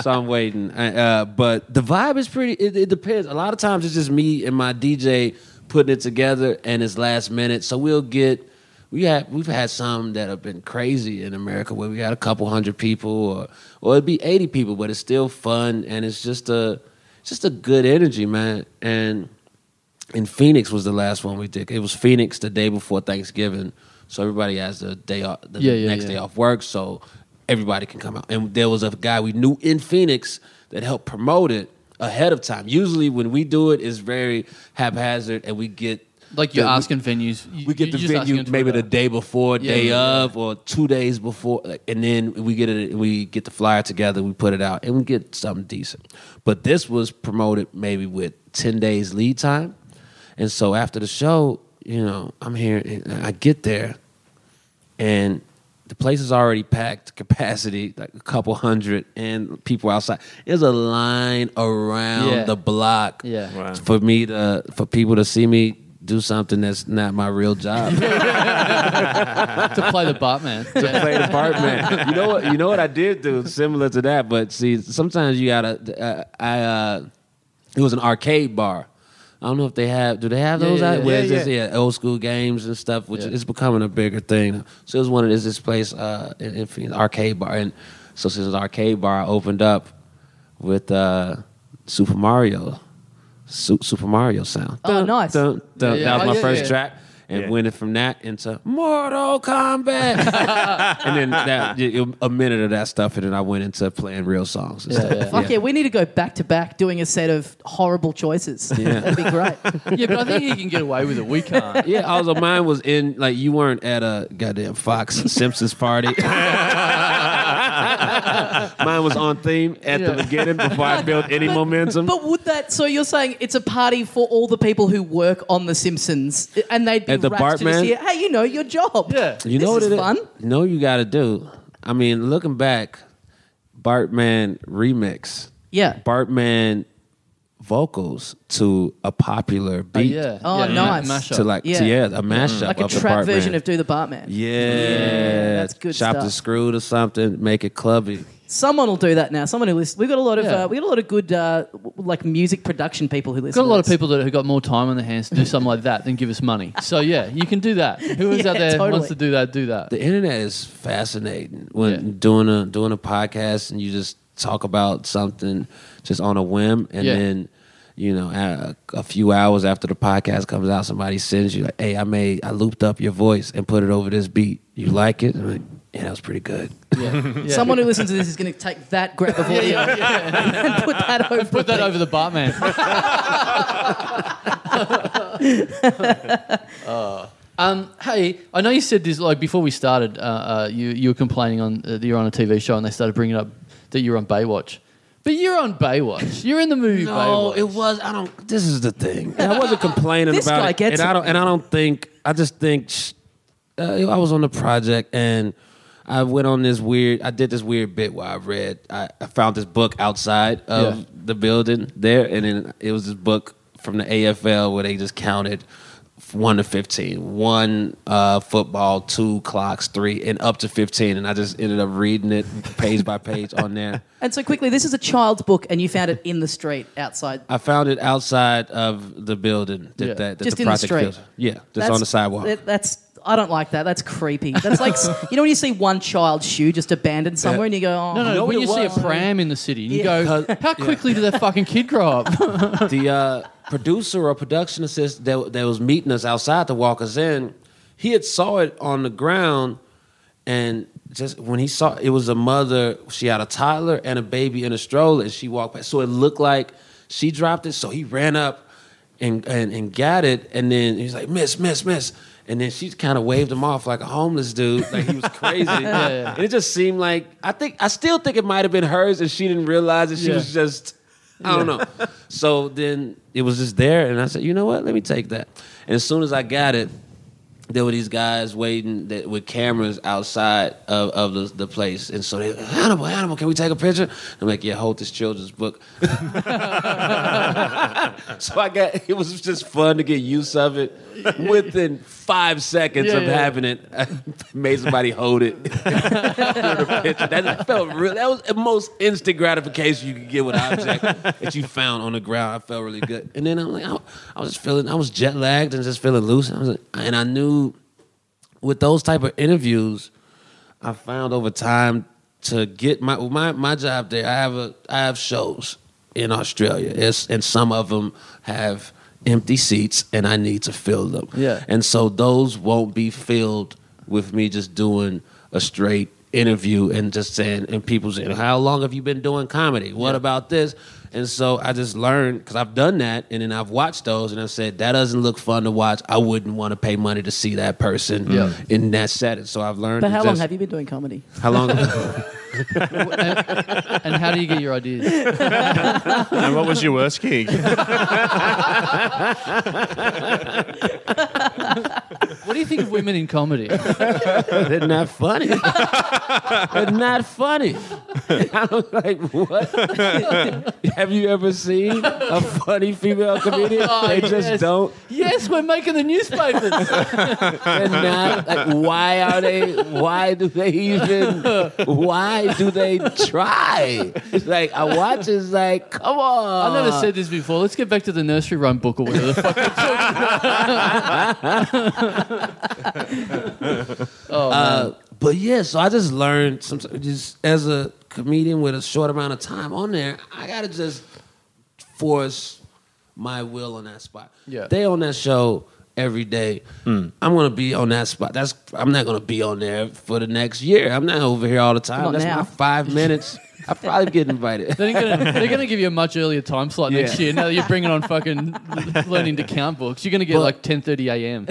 [SPEAKER 3] so I'm waiting. Uh, uh, but the vibe is pretty. It, it depends. A lot of times it's just me and my DJ putting it together, and it's last minute. So we'll get we had we've had some that have been crazy in America where we had a couple hundred people or or it'd be eighty people, but it's still fun and it's just a it's just a good energy, man. And in Phoenix was the last one we did. It was Phoenix the day before Thanksgiving, so everybody has the day off, the
[SPEAKER 2] Yeah, yeah,
[SPEAKER 3] next
[SPEAKER 2] yeah.
[SPEAKER 3] day off work, so everybody can come out. And there was a guy we knew in Phoenix that helped promote it ahead of time. Usually when we do it, it's very haphazard and we get
[SPEAKER 2] like you're
[SPEAKER 3] the-
[SPEAKER 2] asking venues. you-
[SPEAKER 3] we get
[SPEAKER 2] you're
[SPEAKER 3] the
[SPEAKER 2] just asking
[SPEAKER 3] venue
[SPEAKER 2] on
[SPEAKER 3] maybe the
[SPEAKER 2] Twitter.
[SPEAKER 3] day before,
[SPEAKER 2] Yeah,
[SPEAKER 3] day
[SPEAKER 2] yeah, yeah.
[SPEAKER 3] of, or two days before, like, and then we get it. We get the flyer together, we put it out, and we get something decent. But this was promoted maybe with ten days lead time, and so after the show, you know, I'm here. And I get there, and the place is already packed capacity, like a couple hundred, and people outside. There's a line around
[SPEAKER 2] Yeah.
[SPEAKER 3] the block
[SPEAKER 2] Yeah.
[SPEAKER 4] Wow.
[SPEAKER 3] for me to for people to see me do something that's not my real job.
[SPEAKER 2] to play the Batman.
[SPEAKER 3] to play the part, man. You know what? You know what I did do similar to that, but see, sometimes you gotta. Uh, I uh, it was an arcade bar. I don't know if they have. Do they have
[SPEAKER 2] Yeah,
[SPEAKER 3] those
[SPEAKER 2] yeah,
[SPEAKER 3] out?
[SPEAKER 2] yeah.
[SPEAKER 3] where
[SPEAKER 2] Yeah,
[SPEAKER 3] it's just yeah, old school games and stuff, which
[SPEAKER 2] Yeah.
[SPEAKER 3] is becoming a bigger thing. So it was one of this this place uh, in, in Phoenix, arcade bar, and so since it's an arcade bar, I opened up with uh, Super Mario, Su- Super Mario sound.
[SPEAKER 1] Oh, nice.
[SPEAKER 3] Dun, dun.
[SPEAKER 2] Yeah, yeah.
[SPEAKER 3] That was
[SPEAKER 2] Oh,
[SPEAKER 3] my
[SPEAKER 2] yeah,
[SPEAKER 3] first
[SPEAKER 2] yeah.
[SPEAKER 3] track. And
[SPEAKER 4] Yeah.
[SPEAKER 3] went it from that into Mortal Kombat. and then that y- y- a minute of that stuff, and then I went into playing real songs. And stuff.
[SPEAKER 1] Fuck yeah. we need to go back to back doing a set of horrible choices. That'd be great.
[SPEAKER 2] yeah, but I think he can get away with it. We can't.
[SPEAKER 3] Yeah, also mine was in like you weren't at a goddamn Fox Simpsons party. mine was on theme at the beginning before I built any momentum.
[SPEAKER 1] But would that? So you're saying it's a party for all the people who work on The Simpsons, and they'd be
[SPEAKER 3] At the
[SPEAKER 1] raps to
[SPEAKER 3] Bartman?
[SPEAKER 1] just hear, hey, you know your job.
[SPEAKER 2] Yeah.
[SPEAKER 3] You know
[SPEAKER 1] this is
[SPEAKER 3] what it is?
[SPEAKER 1] fun.
[SPEAKER 3] You know what you got to do. I mean, looking back, Bartman remix.
[SPEAKER 1] Yeah.
[SPEAKER 3] Bartman vocals to a popular
[SPEAKER 2] Oh,
[SPEAKER 3] beat.
[SPEAKER 2] yeah.
[SPEAKER 1] Oh,
[SPEAKER 2] yeah, ma-
[SPEAKER 1] nice.
[SPEAKER 2] mash up.
[SPEAKER 3] To like, yeah,
[SPEAKER 1] Yeah.
[SPEAKER 3] to, yeah a mashup
[SPEAKER 1] Like a
[SPEAKER 3] of the
[SPEAKER 1] trap
[SPEAKER 3] Bartman.
[SPEAKER 1] version of Do the Bartman.
[SPEAKER 3] yeah,
[SPEAKER 1] that's good
[SPEAKER 3] Chop
[SPEAKER 1] stuff.
[SPEAKER 3] the screw to something, make it clubby.
[SPEAKER 1] Someone will do that now. Someone who listens. We've got a lot of
[SPEAKER 2] Yeah.
[SPEAKER 1] uh, we got a lot of good uh, w- like music production people who listen.
[SPEAKER 2] Got a
[SPEAKER 1] to
[SPEAKER 2] lot of
[SPEAKER 1] this.
[SPEAKER 2] people that have got more time on their hands to do something like that than give us money. So yeah, you can do that. Whoever's
[SPEAKER 1] Yeah,
[SPEAKER 2] out there who
[SPEAKER 1] totally.
[SPEAKER 2] wants to do that, do that.
[SPEAKER 3] The internet is fascinating when
[SPEAKER 2] Yeah.
[SPEAKER 3] doing a doing a podcast and you just talk about something just on a whim, and
[SPEAKER 2] Yeah.
[SPEAKER 3] then you know a, a few hours after the podcast comes out, somebody sends you like, "Hey, I made I looped up your voice and put it over this beat. You like it?" I'm like, "Yeah, that was pretty good."
[SPEAKER 2] Yeah. Yeah.
[SPEAKER 1] Someone who listens to this is going to take that grab of audio and put that over.
[SPEAKER 2] put that
[SPEAKER 1] it.
[SPEAKER 2] over the Batman. Um, hey, I know you said this like before we started. Uh, uh, you you were complaining on uh, that you're on a TV show, and they started bringing up that you're on Baywatch. But you're on Baywatch. You're in the movie
[SPEAKER 3] No,
[SPEAKER 2] Baywatch.
[SPEAKER 3] Oh, it was. I don't. This is the thing. And I wasn't complaining
[SPEAKER 1] This
[SPEAKER 3] about
[SPEAKER 1] guy
[SPEAKER 3] it.
[SPEAKER 1] gets
[SPEAKER 3] and
[SPEAKER 1] it.
[SPEAKER 3] I don't. And I don't think. I just think. sh- Uh, I was on the project and I went on this weird. I did this weird bit where I read. I, I found this book outside of
[SPEAKER 2] Yeah.
[SPEAKER 3] the building there, and then it was this book from the AFL where they just counted. f- One to fifteen, one uh, football, two clocks, three, and up to fifteen, and I just ended up reading it page by page on there.
[SPEAKER 1] And so quickly, this is a child's book, and you found it in the street outside.
[SPEAKER 3] I found it outside of the building that,
[SPEAKER 2] Yeah.
[SPEAKER 3] that, that
[SPEAKER 1] Just
[SPEAKER 3] the
[SPEAKER 1] in the
[SPEAKER 3] project
[SPEAKER 1] street.
[SPEAKER 3] built. Yeah, just on the sidewalk.
[SPEAKER 1] that- that's I don't like that. That's creepy. That's like s- you know when you see one child's shoe just abandoned somewhere, and you go, oh,
[SPEAKER 2] No, no,
[SPEAKER 3] know
[SPEAKER 2] when
[SPEAKER 3] what
[SPEAKER 2] you
[SPEAKER 3] it
[SPEAKER 2] see a
[SPEAKER 3] was?
[SPEAKER 2] pram in the city, and you
[SPEAKER 1] Yeah.
[SPEAKER 2] go, how quickly did that fucking kid grow up?
[SPEAKER 3] the uh, producer or production assistant that, that was meeting us outside to walk us in, he had saw it on the ground, and just when he saw it was a mother, she had a toddler and a baby in a stroller, and she walked past. So it looked like she dropped it. So he ran up and and, and got it, and then he's like, "Miss, miss, miss." And then she kind of waved him off like a homeless dude, like he was crazy.
[SPEAKER 2] yeah.
[SPEAKER 3] And it just seemed like I think I still think it might have been hers, and she didn't realize it. She
[SPEAKER 2] Yeah.
[SPEAKER 3] was just I don't know. so then it was just there, and I said, you know what? Let me take that. And as soon as I got it, there were these guys waiting that, with cameras outside of, of the, the place, and so they, Hannibal, Hannibal, can we take a picture? I'm like, yeah, hold this children's book. so I got. It was just fun to get use of it. Within five seconds
[SPEAKER 2] Yeah,
[SPEAKER 3] of
[SPEAKER 2] yeah.
[SPEAKER 3] having it, I made somebody hold it. picture. That felt real. That was the most instant gratification you could get with an object that you found on the ground. I felt really good. And then I'm like, I, I was feeling, I was jet lagged and just feeling loose. And I was like, and I knew with those type of interviews, I found over time to get my my my job there. I have a I have shows in Australia, it's, and some of them have empty seats, and I need to fill them.
[SPEAKER 2] Yeah.
[SPEAKER 3] and so those won't be filled with me just doing a straight interview and just saying and people saying how long have you been doing comedy what about this and so i just learned because i've done that and then i've watched those and i said that doesn't look fun to watch i wouldn't want to pay money to see that person
[SPEAKER 2] Yeah.
[SPEAKER 3] in that setting so i've learned
[SPEAKER 1] But how
[SPEAKER 3] to
[SPEAKER 1] long
[SPEAKER 3] just-
[SPEAKER 1] have you been doing comedy?
[SPEAKER 3] how long?
[SPEAKER 2] and how do you get your ideas?
[SPEAKER 4] And what was your worst gig?
[SPEAKER 2] What do you think of women in comedy?
[SPEAKER 3] They're not funny. They're not funny. I was like, what? Have you ever seen a funny female comedian? They just
[SPEAKER 2] Oh, yes.
[SPEAKER 3] don't.
[SPEAKER 2] yes, we're making the newspapers.
[SPEAKER 3] They're not. Like, why are they? Why do they even? Why do they try? It's like I watch. It's like, come on.
[SPEAKER 2] I never said this before. Let's get back to the nursery rhyme book or whatever the fuck we're talking about. oh, man.
[SPEAKER 3] Uh, but yeah, so I just learned some just as a comedian with a short amount of time on there, I gotta just force my will on that spot.
[SPEAKER 2] Yeah.
[SPEAKER 3] They on that show every day. I'm gonna be on that spot. That's I'm not gonna be on there for the next year. I'm not over here all the time.
[SPEAKER 1] Not
[SPEAKER 3] That's
[SPEAKER 1] now.
[SPEAKER 3] my five minutes. I probably get invited.
[SPEAKER 2] They're gonna, they're gonna give you a much earlier time slot next
[SPEAKER 3] Yeah.
[SPEAKER 2] year. Now that you're bringing on fucking learning to count books, you're gonna get
[SPEAKER 3] But-
[SPEAKER 2] like 10:30 a.m.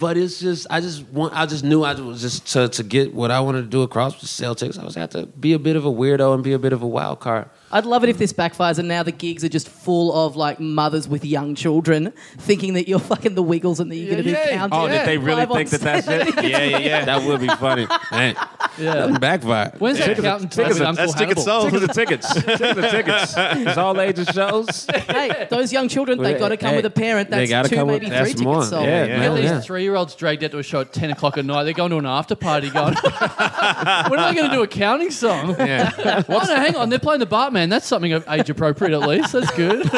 [SPEAKER 3] But it's just I just want I just knew I was just to to get what I wanted to do across the Celtics, I was gonna have to be a bit of a weirdo and be a bit of a wild card.
[SPEAKER 1] I'd love it if this backfires and now the gigs are just full of like mothers with young children thinking that you're fucking the Wiggles and that you're going to
[SPEAKER 2] Yeah,
[SPEAKER 1] be
[SPEAKER 2] yeah.
[SPEAKER 1] counted.
[SPEAKER 4] Oh, did they really
[SPEAKER 1] Five on
[SPEAKER 4] think that that's it? Yeah, yeah, yeah.
[SPEAKER 3] That would be funny. Man, that
[SPEAKER 2] Yeah.
[SPEAKER 3] would backfire.
[SPEAKER 2] When's that counting time with Uncle
[SPEAKER 4] that's tickets
[SPEAKER 2] Hannibal?
[SPEAKER 4] sold. Tickets are Oh, tickets.
[SPEAKER 3] It's all ages shows.
[SPEAKER 1] hey, those young children, they
[SPEAKER 3] Well,
[SPEAKER 1] got to come
[SPEAKER 3] hey,
[SPEAKER 1] with a parent.
[SPEAKER 3] they
[SPEAKER 1] That's
[SPEAKER 3] gotta
[SPEAKER 1] two,
[SPEAKER 3] come with-
[SPEAKER 1] maybe
[SPEAKER 3] that's
[SPEAKER 1] three tickets
[SPEAKER 3] more.
[SPEAKER 1] sold.
[SPEAKER 4] Yeah,
[SPEAKER 2] Get
[SPEAKER 3] Oh,
[SPEAKER 2] these
[SPEAKER 3] yeah.
[SPEAKER 2] three-year-olds dragged out to a show at 10 o'clock at night. They're going to an after party. Going, when are they going to do a counting song?
[SPEAKER 4] Yeah.
[SPEAKER 2] Oh, no, hang on. They're playing the Bartman. That's something age appropriate, at least. That's good.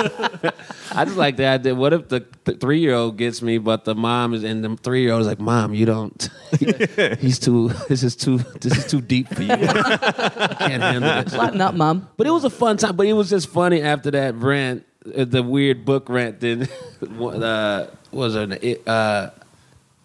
[SPEAKER 3] I just like that idea. What if the, th three year old gets me, but the mom is and the three year old is like, "Mom, you don't. He's too. This is too. This is too deep for you. I can't handle this."
[SPEAKER 1] Lighten up, mum.
[SPEAKER 3] But it was a fun time. But it was just funny after that rant, uh, the weird book rant. Then what, uh, what was her name? It, uh,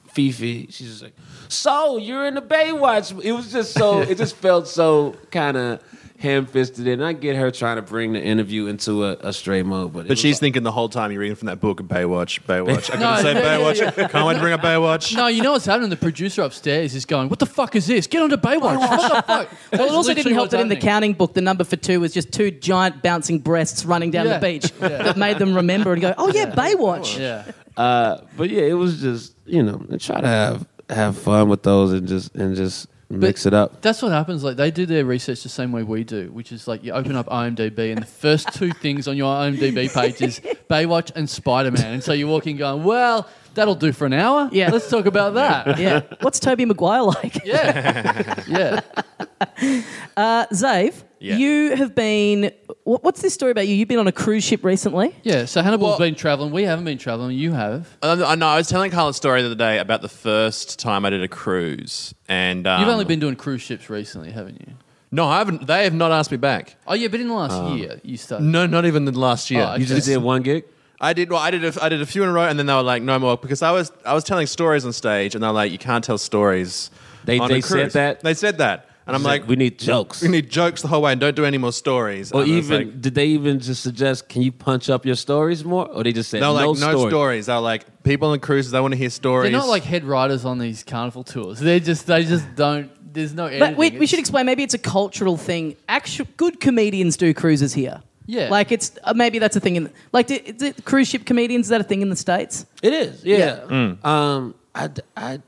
[SPEAKER 3] Fifi. She's just like, so you're in the Baywatch. It was just so. It just felt so kind of ham-fisted. And I get her trying to bring the interview into a, a straight mode, but it
[SPEAKER 4] But
[SPEAKER 3] was
[SPEAKER 4] she's thinking the whole time you're reading from that book, Baywatch, Baywatch. I
[SPEAKER 2] No,
[SPEAKER 4] couldn't
[SPEAKER 2] yeah,
[SPEAKER 4] say
[SPEAKER 2] yeah,
[SPEAKER 4] Baywatch. Can't wait to bring up Baywatch.
[SPEAKER 2] No, you know what's happening? The producer upstairs is going, "What the fuck is this? Get onto Baywatch! What the fuck?"
[SPEAKER 1] Oh, Well, it also didn't help that in the counting book, the number for two was just two giant bouncing breasts running down
[SPEAKER 2] Yeah.
[SPEAKER 1] the beach that made them remember and go, oh, yeah, Baywatch.
[SPEAKER 2] Yeah,
[SPEAKER 3] Uh, but yeah, it was just you know try to have have fun with those and just and just mix it up.
[SPEAKER 2] that's what happens. Like they do their research the same way we do, which is like you open up IMDb and the first two things on your IMDb page is Baywatch and Spider Man, and so you walk in going, "Well, that'll do for an hour.
[SPEAKER 1] Yeah.
[SPEAKER 2] let's talk about that."
[SPEAKER 1] Yeah. What's Toby Maguire like?
[SPEAKER 2] Yeah, yeah.
[SPEAKER 1] Uh, Zave,
[SPEAKER 4] Yeah.
[SPEAKER 1] you have been. What, what's this story about you? You've been on a cruise ship recently.
[SPEAKER 2] Yeah, so Hannibal's
[SPEAKER 4] Well-
[SPEAKER 2] been traveling. We haven't been traveling. You have.
[SPEAKER 4] Um, I know. I was telling Carl a story the other day about the first time I did a cruise, and um,
[SPEAKER 2] You've only been doing cruise ships recently, haven't you?
[SPEAKER 4] No, I haven't. They have not asked me back.
[SPEAKER 2] Oh yeah, but in the last
[SPEAKER 3] um,
[SPEAKER 2] year you started.
[SPEAKER 4] No, not even the last year.
[SPEAKER 2] Oh, okay.
[SPEAKER 4] You
[SPEAKER 3] You just did one gig.
[SPEAKER 4] I did. Well, I did. A, I did a few in a row, and then they were like, "No more," because I was I was telling stories on stage, and they're like, "You can't tell stories."
[SPEAKER 3] They-
[SPEAKER 4] on
[SPEAKER 3] they
[SPEAKER 4] a
[SPEAKER 3] said
[SPEAKER 4] cruise."
[SPEAKER 3] that?
[SPEAKER 4] They said that, and I'm like,
[SPEAKER 3] we need jokes.
[SPEAKER 4] We need jokes the whole way, and don't do any more stories."
[SPEAKER 3] or
[SPEAKER 4] And I was
[SPEAKER 3] even
[SPEAKER 4] like-
[SPEAKER 3] did they even just suggest can you punch up your stories more? Or they just said
[SPEAKER 4] they were like,
[SPEAKER 3] no,
[SPEAKER 4] "No,
[SPEAKER 3] story.
[SPEAKER 4] stories." They're like, "People on cruises, they want to hear stories."
[SPEAKER 2] They're not like head writers on these carnival tours. They're just they just don't. There's no.
[SPEAKER 1] But we,
[SPEAKER 2] editing.
[SPEAKER 1] we should
[SPEAKER 2] It's-
[SPEAKER 1] explain. Maybe it's a cultural thing. Actual good comedians do cruises here.
[SPEAKER 2] Yeah.
[SPEAKER 1] like it's uh, maybe that's a thing in like do, do cruise ship comedians. Is that a thing in the states?
[SPEAKER 3] It is, yeah.
[SPEAKER 4] Mm.
[SPEAKER 3] Um, I I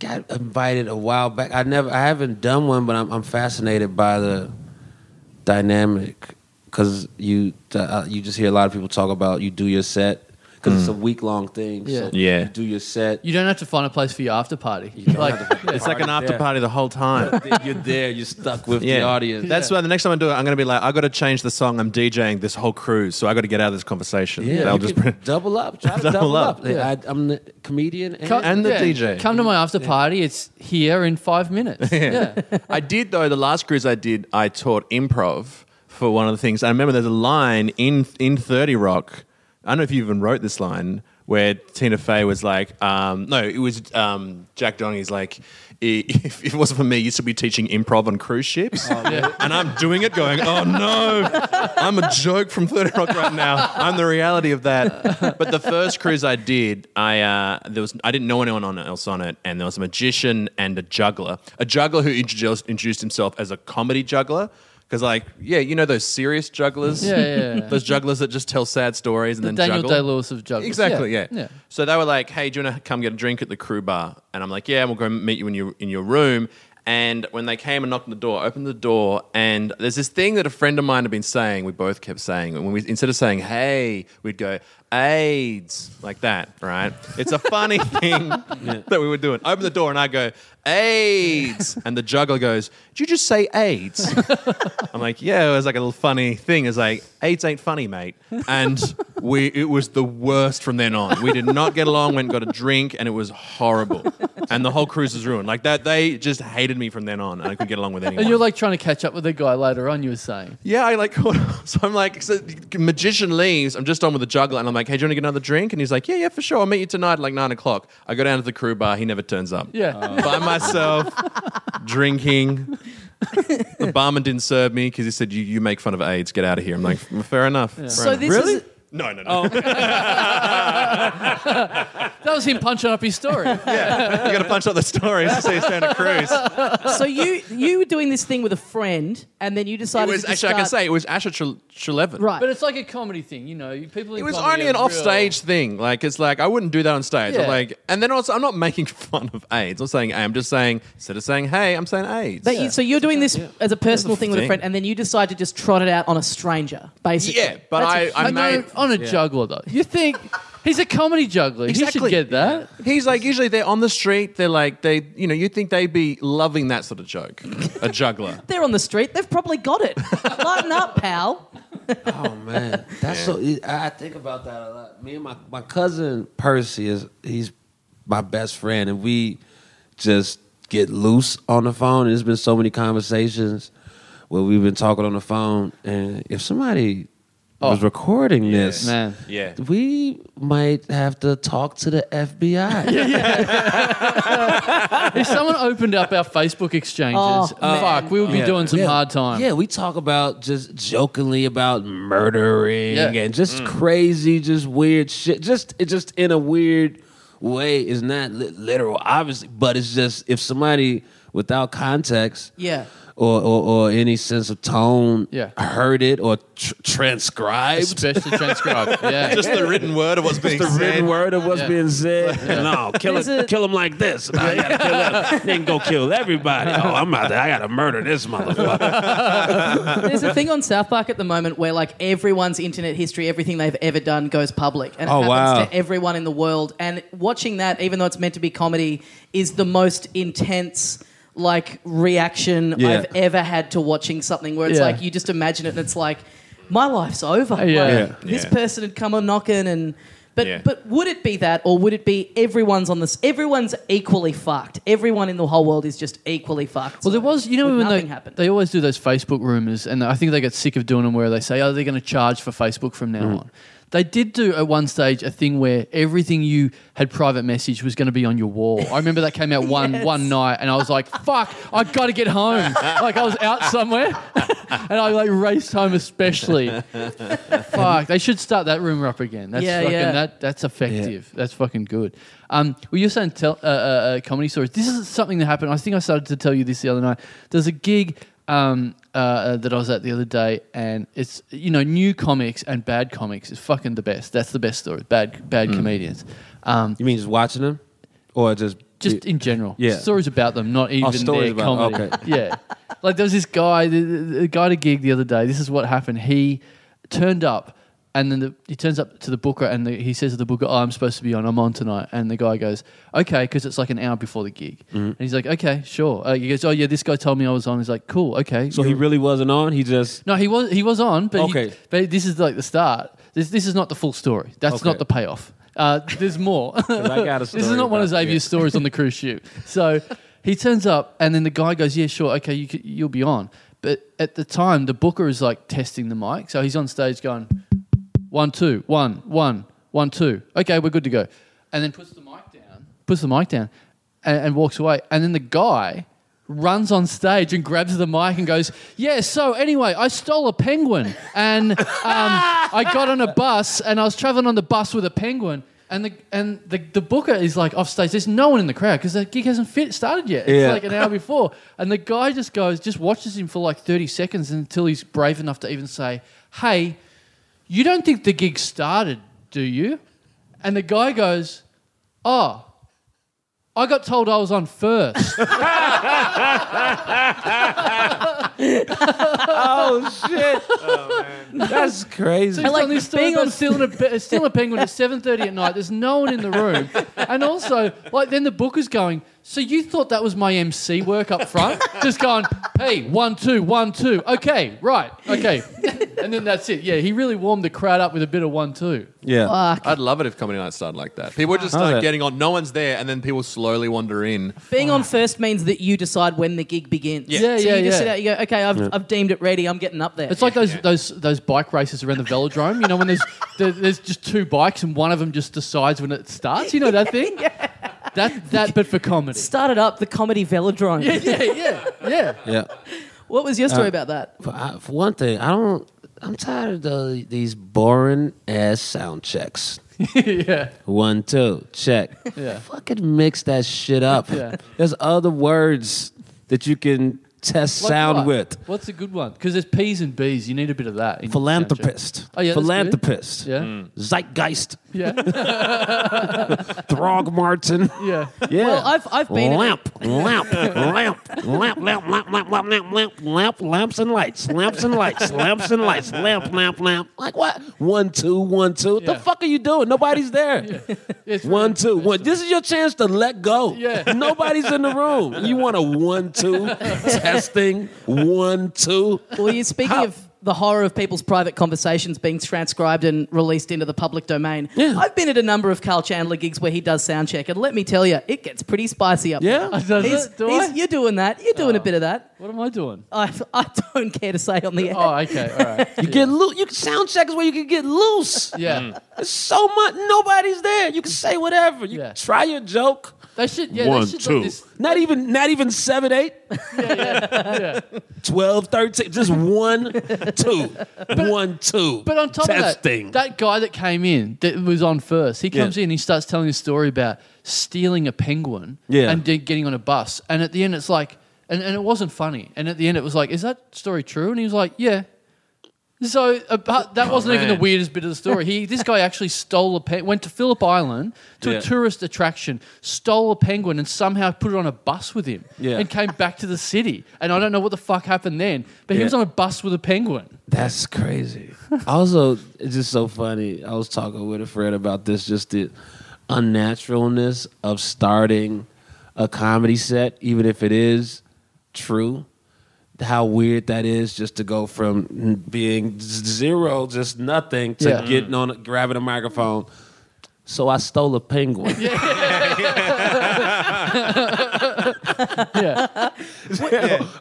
[SPEAKER 3] got invited a while back. I never, I haven't done one, but I'm I'm fascinated by the dynamic because you uh, you just hear a lot of people talk about you do your set because it's a week long thing.
[SPEAKER 2] Yeah.
[SPEAKER 3] so
[SPEAKER 4] Mm. Yeah.
[SPEAKER 3] You do your set.
[SPEAKER 2] You don't have to find a place for your after party.
[SPEAKER 3] You don't
[SPEAKER 2] like,
[SPEAKER 3] have to-
[SPEAKER 4] it's like an after party the whole time.
[SPEAKER 3] You're there. You're stuck with
[SPEAKER 4] Yeah,
[SPEAKER 3] the audience.
[SPEAKER 4] That's why the next time I do it, I'm going to be like, I got to change the song. I'm DJing this whole cruise, so I got to get out of this conversation.
[SPEAKER 3] yeah.
[SPEAKER 4] They'll
[SPEAKER 3] you
[SPEAKER 4] just
[SPEAKER 3] can double up. Try to double,
[SPEAKER 4] Double
[SPEAKER 3] up.
[SPEAKER 4] up.
[SPEAKER 2] Yeah.
[SPEAKER 3] I, I'm the comedian. And,
[SPEAKER 2] come-
[SPEAKER 4] and the DJ.
[SPEAKER 2] Come to my after party. It's here in five minutes. Yeah.
[SPEAKER 4] I did though. The last cruise I did, I taught improv for one of the things. I remember there's a line in in Thirty Rock. I don't know if you even wrote this line where Tina Fey was like, um, no, it was um, Jack Donaghy's like, "I- if if it wasn't for me, you still be teaching improv on cruise ships.
[SPEAKER 2] yeah.
[SPEAKER 4] And I'm doing it going, oh no, I'm a joke from 30 Rock right now. I'm the reality of that. But the first cruise I did, I uh, there was I didn't know anyone on- else on it, and there was a magician and a juggler. A juggler who introduced, introduced himself as a comedy juggler. Because, like, yeah, you know those serious jugglers?
[SPEAKER 2] Yeah, yeah, yeah.
[SPEAKER 4] those jugglers that just tell sad stories and then
[SPEAKER 2] Daniel
[SPEAKER 4] juggle.
[SPEAKER 2] Day Lewis of Juggles.
[SPEAKER 4] Exactly. Yeah.
[SPEAKER 2] Yeah.
[SPEAKER 4] So they were like, "Hey, do you want to come get a drink at the crew bar?" And I'm like, "Yeah, we'll go meet you in your in your room." And when they came and knocked on the door, I opened the door, and there's this thing that a friend of mine had been saying. We both kept saying, and when we instead of saying "Hey," we'd go "AIDS" like that, right? It's a funny thing that we were doing. I open the door, and I go "AIDS," and the juggler goes, "Did you just say AIDS?" I'm like, yeah, it was like a little funny thing. It's like, AIDS ain't funny, mate. And we, it was the worst from then on. We did not get along, went and got a drink, and it was horrible. And the whole cruise was ruined. Like that, they just hated me from then on, and I couldn't get along with anyone.
[SPEAKER 2] And you're like trying to catch up with the guy later on. You were saying,
[SPEAKER 4] yeah, I like, so I'm like, so magician leaves. I'm just on with the juggler, and I'm like, hey, do you want to get another drink? And he's like, yeah, yeah, for sure. I'll meet you tonight at like nine o'clock. I go down to the crew bar. He never turns up.
[SPEAKER 2] yeah,
[SPEAKER 4] By myself, drinking. the barman didn't serve me because he said, you, you make fun of AIDS, get out of here. I'm like, fair enough. Fair
[SPEAKER 1] So
[SPEAKER 4] enough.
[SPEAKER 1] this Really? is-
[SPEAKER 4] No, no, no.
[SPEAKER 2] that was him punching up his story.
[SPEAKER 4] Yeah. you got to punch up the stories to see Santa Cruz.
[SPEAKER 1] so you you were doing this thing with a friend, and then you
[SPEAKER 4] It
[SPEAKER 1] decided
[SPEAKER 4] was,
[SPEAKER 1] to
[SPEAKER 4] actually, I can
[SPEAKER 1] start-
[SPEAKER 4] say it was Asher Chul- Chulevin.
[SPEAKER 1] right.
[SPEAKER 2] But it's like a comedy thing, you know. you- People. in
[SPEAKER 4] It was
[SPEAKER 2] comedy
[SPEAKER 4] only
[SPEAKER 2] are
[SPEAKER 4] an
[SPEAKER 2] real-
[SPEAKER 4] offstage thing. Like it's like I wouldn't do that on stage. I'm
[SPEAKER 2] Yeah.
[SPEAKER 4] like, and then also I'm not making fun of AIDS. I'm saying hey, I'm just saying instead of saying hey, I'm saying AIDS.
[SPEAKER 1] But you, so you're doing this as a personal
[SPEAKER 4] That's a
[SPEAKER 1] thing with a
[SPEAKER 4] thing.
[SPEAKER 1] friend, and then you decide to just trot it out on a stranger, basically.
[SPEAKER 4] yeah, but I,
[SPEAKER 2] I
[SPEAKER 4] I
[SPEAKER 2] know,
[SPEAKER 4] made
[SPEAKER 2] on a juggler though. You think he's a comedy juggler? He should
[SPEAKER 4] Exactly.
[SPEAKER 2] get that.
[SPEAKER 4] He's like usually they're on the street. They're like they, you know, you would think they'd be loving that sort of joke, a juggler.
[SPEAKER 1] They're on the street. They've probably got it. Lighten up, pal.
[SPEAKER 3] Oh man, that's so. e, I I think about that a lot. Me and my my cousin Percy is he's my best friend, and we just get loose on the phone. There's been so many conversations where we've been talking on the phone, and if somebody was recording this,
[SPEAKER 2] Man.
[SPEAKER 4] Yeah.
[SPEAKER 3] we might have to talk to the FBI.
[SPEAKER 2] If someone opened up our Facebook exchanges,
[SPEAKER 1] Oh,
[SPEAKER 2] fuck, we would be
[SPEAKER 4] Yeah.
[SPEAKER 2] doing some
[SPEAKER 3] Yeah.
[SPEAKER 2] hard time.
[SPEAKER 3] Yeah, we talk about just jokingly about murdering
[SPEAKER 2] Yeah. Mm.
[SPEAKER 3] and just crazy, just weird shit. Just it just in a weird way is not li- literal, obviously, but it's just if somebody without context,
[SPEAKER 1] Yeah.
[SPEAKER 3] or or, or any sense of tone,
[SPEAKER 2] Yeah.
[SPEAKER 3] heard it or tr- transcribed.
[SPEAKER 2] Especially transcribed. Yeah.
[SPEAKER 4] Just the written word of what's being
[SPEAKER 3] The written
[SPEAKER 4] said.
[SPEAKER 3] word of what's
[SPEAKER 2] Yeah.
[SPEAKER 3] being said. No, kill
[SPEAKER 1] There's
[SPEAKER 3] him,
[SPEAKER 1] a-
[SPEAKER 3] kill him like this. No, you gotta kill him. then go kill everybody. Oh, I'm out there. I gotta murder this motherfucker.
[SPEAKER 1] There's a thing on South Park at the moment where like everyone's internet history, everything they've ever done goes public, and it
[SPEAKER 3] Oh,
[SPEAKER 1] happens
[SPEAKER 3] wow.
[SPEAKER 1] to everyone in the world. And watching that, even though it's meant to be comedy, is the most intense like reaction
[SPEAKER 3] Yeah.
[SPEAKER 1] I've ever had to watching something where it's
[SPEAKER 2] Yeah.
[SPEAKER 1] like you just imagine it and it's like my life's over. Like,
[SPEAKER 2] Yeah.
[SPEAKER 1] This
[SPEAKER 4] Yeah.
[SPEAKER 1] person had come a knocking and. But,
[SPEAKER 4] Yeah.
[SPEAKER 1] but would it be that, or would it be everyone's on this? Everyone's equally fucked. Everyone in the whole world is just equally fucked.
[SPEAKER 2] Well, there
[SPEAKER 1] So
[SPEAKER 2] was, you know,
[SPEAKER 1] would
[SPEAKER 2] when they,
[SPEAKER 1] nothing happened.
[SPEAKER 2] they always do those Facebook rumors, and I think they get sick of doing them where they say, oh, they're going to charge for Facebook from now on. They did do at one stage a thing where everything you had private message was going to be on your wall. I remember that came out one
[SPEAKER 1] Yes.
[SPEAKER 2] one night, and I was like, "Fuck, I got to get home!" like I was out somewhere, and I like raced home. Especially, fuck, they should start that rumor up again. That's
[SPEAKER 1] Yeah,
[SPEAKER 2] fucking
[SPEAKER 1] yeah.
[SPEAKER 2] that that's effective. That's fucking good. Um, well, you're saying tell, uh, uh, uh, comedy stories. This is something that happened. I think I started to tell you this the other night. There's a gig um, uh, uh, that I was at the other day, and it's you know new comics and bad comics is fucking the best. That's the best story. Bad bad comedians. Um,
[SPEAKER 3] You mean just watching them, or just
[SPEAKER 2] just in general.
[SPEAKER 3] Yeah. Oh,
[SPEAKER 2] Stories about them, not even
[SPEAKER 3] stories
[SPEAKER 2] their
[SPEAKER 3] about-
[SPEAKER 2] comedy.
[SPEAKER 3] okay.
[SPEAKER 2] yeah. Like there was this guy, the, the the guy at a gig the other day. This is what happened. He turned up, and then the, he turns up to the booker, and the, he says to the booker, "Oh, I'm supposed to be on. I'm on tonight." And the guy goes, "Okay," because it's like an hour before the gig,
[SPEAKER 3] Mm-hmm.
[SPEAKER 2] and he's like, "Okay, sure." Uh, he goes, "Oh yeah, this guy told me I was on." He's like, "Cool, okay."
[SPEAKER 3] So
[SPEAKER 2] you're-
[SPEAKER 3] he really wasn't on. He just
[SPEAKER 2] no, he was he was on, but he-
[SPEAKER 3] Okay.
[SPEAKER 2] but this is like the start. This this is not the full story. That's
[SPEAKER 3] Okay.
[SPEAKER 2] not the payoff. Uh, there's more.
[SPEAKER 3] I got a
[SPEAKER 2] this is
[SPEAKER 3] story
[SPEAKER 2] not one of
[SPEAKER 3] about-
[SPEAKER 2] Xavier's stories on the cruise ship. So he turns up, and then the guy goes, "Yeah, sure, okay, you, c- you'll be on." But at the time, the booker is like testing the mic, so he's on stage going, one, two, one, one, one, two. Okay, we're good to go. And then puts the mic down, puts the mic down, and, and walks away. And then the guy runs on stage and grabs the mic and goes, "Yeah, so anyway, I stole a penguin, and um, I got on a bus, and I was traveling on the bus with a penguin." And the and the, the booker is like off stage. There's no one in the crowd because the gig hasn't fit started yet. It's
[SPEAKER 3] Yeah.
[SPEAKER 2] like an hour before, and the guy just goes, just watches him for like 30 seconds until he's brave enough to even say, "Hey, you don't think the gig started, do you? And the guy goes, Oh, I got told I was on first.
[SPEAKER 3] Oh shit!
[SPEAKER 2] Oh,
[SPEAKER 3] That's crazy.
[SPEAKER 2] He's
[SPEAKER 1] like
[SPEAKER 2] done this
[SPEAKER 1] being
[SPEAKER 2] being
[SPEAKER 1] on-
[SPEAKER 2] on still, in a, Pe- still a penguin at seven thirty at night. There's no one in the room, and also like then the booker's going. So you thought that was my MC work up front? Just going, hey, one two, one two. Okay, right, okay, and then that's it. Yeah, he really warmed the crowd up with a bit of one two.
[SPEAKER 3] Yeah.
[SPEAKER 2] uh,
[SPEAKER 4] I'd love it if comedy nights started like that. People would just
[SPEAKER 3] How's
[SPEAKER 4] start
[SPEAKER 3] that?
[SPEAKER 4] getting on. No one's there, and then people slowly wander in.
[SPEAKER 1] Being on first means that you decide when the gig begins.
[SPEAKER 2] Yeah. Yeah,
[SPEAKER 1] so
[SPEAKER 2] yeah,
[SPEAKER 1] you just
[SPEAKER 2] yeah.
[SPEAKER 1] sit out. You go, okay, I've, I've deemed it ready. I'm getting up there.
[SPEAKER 2] It's like those those those bike races around the velodrome. You know when there's there, there's just two bikes and one of them just decides when it starts. You know that thing? That that but for comedy.
[SPEAKER 1] started up the comedy velodrome.
[SPEAKER 2] Yeah, yeah, yeah, yeah.
[SPEAKER 3] yeah.
[SPEAKER 1] What was your story about that?
[SPEAKER 3] For, I, for one thing, I don't. I'm tired of the, these boring ass sound checks.
[SPEAKER 2] yeah.
[SPEAKER 3] One, two, check.
[SPEAKER 2] Yeah.
[SPEAKER 3] Fucking mix that shit up.
[SPEAKER 2] Yeah.
[SPEAKER 3] There's other words that you can test
[SPEAKER 2] Like
[SPEAKER 3] sound
[SPEAKER 2] what?
[SPEAKER 3] with.
[SPEAKER 2] What's a good one? Because there's P's and B's. You need a bit of that. in your
[SPEAKER 3] Philanthropist.
[SPEAKER 2] Oh, yeah, that's good.
[SPEAKER 3] Philanthropist.
[SPEAKER 2] sound check.
[SPEAKER 3] Zeitgeist.
[SPEAKER 2] Yeah. Yeah.
[SPEAKER 3] Throgmorton.
[SPEAKER 2] yeah.
[SPEAKER 3] Yeah.
[SPEAKER 1] Well, I've, I've been.
[SPEAKER 3] lamp, lamp, lamp, lamp, lamp, lamp, lamp, lamp, lamp, lamp, lamp, lamps and lights, lamps and lights, lamps and lights, lamp, lamp, lamp. Like what? One, two, one, two.
[SPEAKER 2] Yeah.
[SPEAKER 3] The fuck are you doing? Nobody's there.
[SPEAKER 2] It's
[SPEAKER 3] One, two, one. This is your chance to let go.
[SPEAKER 2] Yeah.
[SPEAKER 3] Nobody's in the room. You want a one, two testing? One, two.
[SPEAKER 1] Well, you speaking of the horror of people's private conversations being transcribed and released into the public domain.
[SPEAKER 3] Yeah.
[SPEAKER 1] I've been at a number of Carl Chandler gigs where he does sound check, and let me tell you, it gets pretty spicy up
[SPEAKER 3] Yeah.
[SPEAKER 1] there.
[SPEAKER 2] Does
[SPEAKER 1] He's-
[SPEAKER 2] it? Do
[SPEAKER 1] he's-
[SPEAKER 2] I? Oh.
[SPEAKER 1] You're doing that. You're doing a bit of that.
[SPEAKER 2] What am I doing?
[SPEAKER 1] I, I don't care to say on the air.
[SPEAKER 2] Oh, okay. All right.
[SPEAKER 3] You get Mm. loose. You can sound check is where you can get loose.
[SPEAKER 2] Yeah.
[SPEAKER 3] There's so much. Nobody's there. You can say whatever. You
[SPEAKER 2] Yeah.
[SPEAKER 3] try your joke.
[SPEAKER 2] They should. Yeah.
[SPEAKER 4] One,
[SPEAKER 2] they should
[SPEAKER 4] two.
[SPEAKER 2] Let this,
[SPEAKER 3] Not even not even seven, eight.
[SPEAKER 2] yeah.
[SPEAKER 3] 12, 13, just one, two, one, two.
[SPEAKER 2] But on top
[SPEAKER 3] testing.
[SPEAKER 2] of that, that guy that came in that was on first, he
[SPEAKER 3] Yeah.
[SPEAKER 2] comes in, he starts telling his story about stealing a penguin
[SPEAKER 3] Yeah.
[SPEAKER 2] and de- getting on a bus. And at the end, it's like, and, and it wasn't funny. And at the end, it was like, is that story true? And he was like, yeah. So uh, but
[SPEAKER 3] Oh,
[SPEAKER 2] that wasn't even the
[SPEAKER 4] man.
[SPEAKER 2] weirdest bit of the story. He, this guy actually stole a pen, went to Phillip Island to
[SPEAKER 3] Yeah.
[SPEAKER 2] a tourist attraction, stole a penguin, and somehow put it on a bus with him,
[SPEAKER 3] Yeah.
[SPEAKER 2] and came back to the city. And I don't know what the fuck happened then, but he
[SPEAKER 3] Yeah.
[SPEAKER 2] was on a bus with a penguin.
[SPEAKER 3] That's crazy. also, it's just so funny. I was talking with a friend about this, just the unnaturalness of starting a comedy set, even if it is true. How weird that is just to go from being z- zero, just nothing, to
[SPEAKER 2] Yeah.
[SPEAKER 3] getting on, grabbing a microphone. So I stole a penguin.
[SPEAKER 2] Yeah.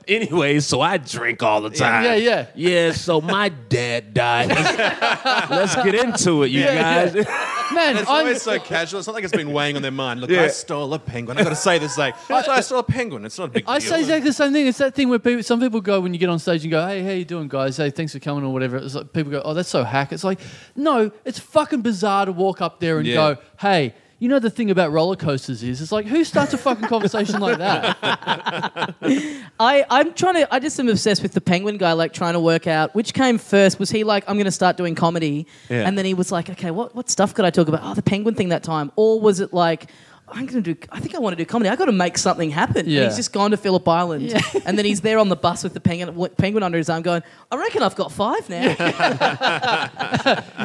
[SPEAKER 3] Anyway, so I drink all the time.
[SPEAKER 2] Yeah, yeah.
[SPEAKER 3] Yeah, so my dad died. Let's, let's get into it, you
[SPEAKER 2] Yeah,
[SPEAKER 3] guys.
[SPEAKER 2] Man,
[SPEAKER 4] It's
[SPEAKER 2] I'm,
[SPEAKER 4] always so casual. It's not like it's been weighing on their mind. Look,
[SPEAKER 3] Yeah.
[SPEAKER 4] I stole a penguin. I got to say this like, "Oh, so I stole a penguin. It's not a big deal.
[SPEAKER 2] I say exactly the same thing. It's that thing where people, some people go when you get on stage and go, "Hey, how you doing, guys? Hey, thanks for coming or whatever." It's like people go, "Oh, that's so hack." It's like, no, it's fucking bizarre to walk up there and
[SPEAKER 4] Yeah.
[SPEAKER 2] go, "Hey." You know the thing about roller coasters is it's like who starts a fucking conversation like that?
[SPEAKER 1] I, I'm trying to. I just am obsessed with the penguin guy, like trying to work out which came first. Was he like, I'm going to start doing comedy,
[SPEAKER 4] Yeah.
[SPEAKER 1] and then he was like, okay, what what stuff could I talk about? Oh, the penguin thing that time, or was it like? I'm gonna do. I think I want to do comedy. I got to make something happen. And
[SPEAKER 2] Yeah.
[SPEAKER 1] he's just gone to Phillip Island, and then he's there on the bus with the penguin, penguin under his arm, going, "I reckon I've got five now."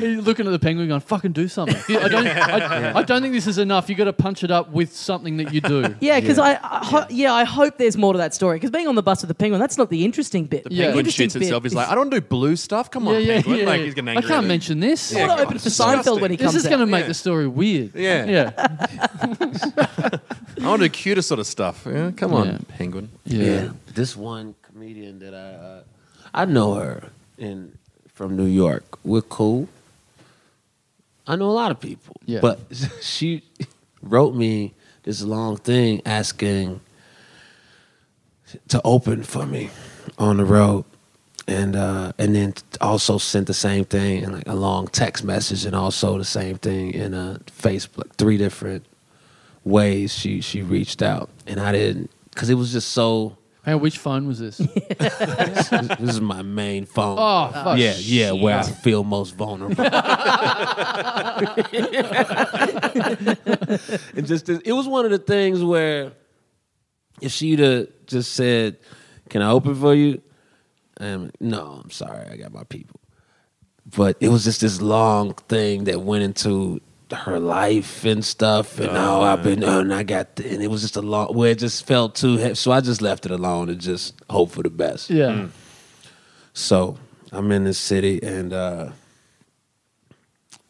[SPEAKER 2] You're looking at the penguin going, "Fucking do something." You- I don't, I, I don't think this is enough. You got to punch it up with something that you do.
[SPEAKER 1] Yeah, because I, I ho- yeah. I hope there's more to that story. Because being on the bus with the penguin, that's not the interesting bit.
[SPEAKER 2] Yeah.
[SPEAKER 4] Penguin
[SPEAKER 1] Interesting
[SPEAKER 4] shits himself.
[SPEAKER 1] bit
[SPEAKER 4] He's like, I don't do blue stuff. Come on,
[SPEAKER 2] yeah, yeah,
[SPEAKER 4] penguin.
[SPEAKER 2] yeah.
[SPEAKER 4] Like he's getting
[SPEAKER 2] I
[SPEAKER 4] angry.
[SPEAKER 2] can't
[SPEAKER 4] at it.
[SPEAKER 2] mention this.
[SPEAKER 1] I
[SPEAKER 4] Yeah,
[SPEAKER 1] want to
[SPEAKER 4] come
[SPEAKER 1] open
[SPEAKER 4] on,
[SPEAKER 1] for
[SPEAKER 4] it's
[SPEAKER 1] Seinfeld when
[SPEAKER 4] disgusting.
[SPEAKER 1] he
[SPEAKER 2] This
[SPEAKER 1] comes
[SPEAKER 2] is going to
[SPEAKER 1] out.
[SPEAKER 2] make
[SPEAKER 4] Yeah.
[SPEAKER 2] the story weird.
[SPEAKER 4] Yeah.
[SPEAKER 2] yeah.
[SPEAKER 4] I want to do cuter sort of stuff. Yeah, come on,
[SPEAKER 2] Yeah.
[SPEAKER 4] penguin.
[SPEAKER 2] Yeah.
[SPEAKER 3] This one comedian that I uh, I know her in from New York. We're cool. I know a lot of people.
[SPEAKER 2] Yeah.
[SPEAKER 3] But she wrote me this long thing asking to open for me on the road. And uh, and then also sent the same thing in like a long text message and also the same thing in a Facebook, three different ways she she reached out. And I didn't because it was just so
[SPEAKER 2] Hey, which phone was this?
[SPEAKER 3] this is my main phone.
[SPEAKER 2] oh, fuck.
[SPEAKER 3] yeah, yeah, where I feel most vulnerable. and just it was one of the things where if she'd have just said, "Can I open for you?" Um, no, I'm sorry, I got my people. But it was just this long thing that went into her life and stuff, and oh, I've been, oh, and I got, the, and it was just a long where it just felt too. heavy. So I just left it alone and just hope for the best.
[SPEAKER 2] Yeah.
[SPEAKER 3] So I'm in this city, and uh,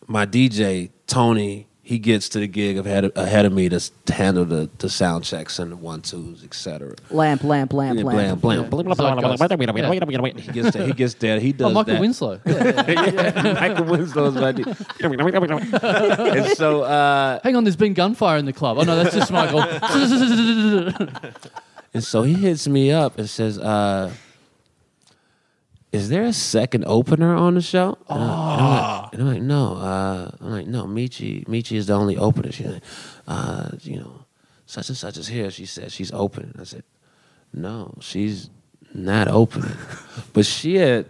[SPEAKER 3] my DJ Tony, he gets to the gig ahead ahead of me to s- handle the the sound checks and the one twos, etc.
[SPEAKER 1] Lamp, lamp, lamp,
[SPEAKER 3] Yeah,
[SPEAKER 1] lamp.
[SPEAKER 3] blam, blam, blam, blam, blam, blam, blam, blam, blam, blam, blam, blam. He gets there. He gets there. He
[SPEAKER 2] Oh,
[SPEAKER 3] does
[SPEAKER 2] Michael
[SPEAKER 3] that.
[SPEAKER 2] Winslow.
[SPEAKER 3] Yeah, Michael Winslow's my DJ. and so uh,
[SPEAKER 2] Hang on, there's been gunfire in the club. Oh, no, that's just Michael.
[SPEAKER 3] and so he hits me up and says, uh, "Is there a second opener on the show?" And I- And I'm like, and I'm like, no. Uh, I'm like, no. Michi, Michi is the only opener. She's like, uh, you know, such and such is here. She said she's open. I said, no, she's not opening. but she had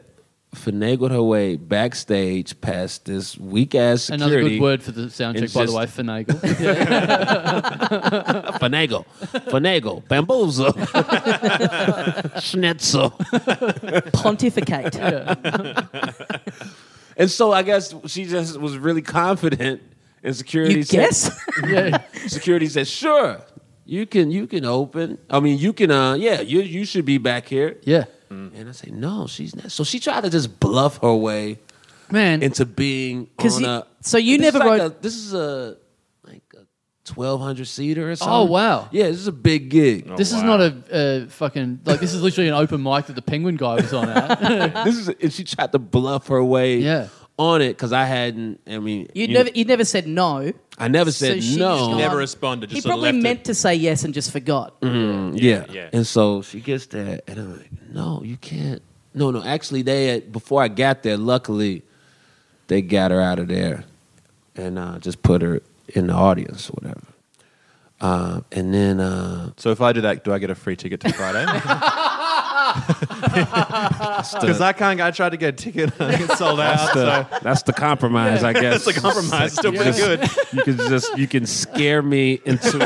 [SPEAKER 3] finagled her way backstage past this weak ass security.
[SPEAKER 2] Another good word for the sound check,
[SPEAKER 3] It's
[SPEAKER 2] by the
[SPEAKER 3] just-
[SPEAKER 2] way, finagle. Yeah.
[SPEAKER 3] finagle, finagle, bamboozle, schnitzel.
[SPEAKER 1] Pontificate.
[SPEAKER 3] And so I guess she just was really confident. And security
[SPEAKER 1] You
[SPEAKER 3] said-
[SPEAKER 1] guess?
[SPEAKER 2] yeah.
[SPEAKER 3] security said, "Sure, you can, you can open. I mean, you can. Uh, yeah, you you should be back here."
[SPEAKER 2] Yeah.
[SPEAKER 1] Mm.
[SPEAKER 3] And I say, "No, she's not." So she tried to just bluff her way
[SPEAKER 2] Man.
[SPEAKER 3] into being
[SPEAKER 1] 'Cause
[SPEAKER 3] on
[SPEAKER 1] you-
[SPEAKER 3] a.
[SPEAKER 1] so you
[SPEAKER 3] this
[SPEAKER 1] never
[SPEAKER 3] is like
[SPEAKER 1] wrote-
[SPEAKER 3] a- this is a like a twelve hundred seater or something.
[SPEAKER 2] oh, wow.
[SPEAKER 3] Yeah, this is a big gig.
[SPEAKER 2] This is
[SPEAKER 4] wow.
[SPEAKER 2] not a uh, fucking like. This is literally an open mic that the Penguin guy was on. At.
[SPEAKER 3] this is, and she tried to bluff her way.
[SPEAKER 2] Yeah.
[SPEAKER 3] On it because I hadn't. I mean,
[SPEAKER 1] You
[SPEAKER 3] you
[SPEAKER 1] never, you never said no.
[SPEAKER 3] I never
[SPEAKER 1] So
[SPEAKER 3] said
[SPEAKER 1] she just
[SPEAKER 3] no.
[SPEAKER 1] gone-
[SPEAKER 4] Never responded,
[SPEAKER 1] he
[SPEAKER 4] just sorta
[SPEAKER 1] probably
[SPEAKER 4] left
[SPEAKER 1] meant
[SPEAKER 4] it.
[SPEAKER 1] to say yes and just forgot.
[SPEAKER 3] Yeah.
[SPEAKER 4] yeah.
[SPEAKER 3] And so she gets there, and I'm like, no, you can't. No, no. Actually, they had, before I got there, luckily, they got her out of there, and uh, just put her in the audience or whatever. Uh, and then uh,
[SPEAKER 4] So if I do that, do I get a free ticket to Friday? Because I can't. I tried to get a ticket, and I get sold out. So
[SPEAKER 3] that's the compromise, I guess.
[SPEAKER 4] that's a compromise. Still pretty good.
[SPEAKER 3] You can just you can scare me into.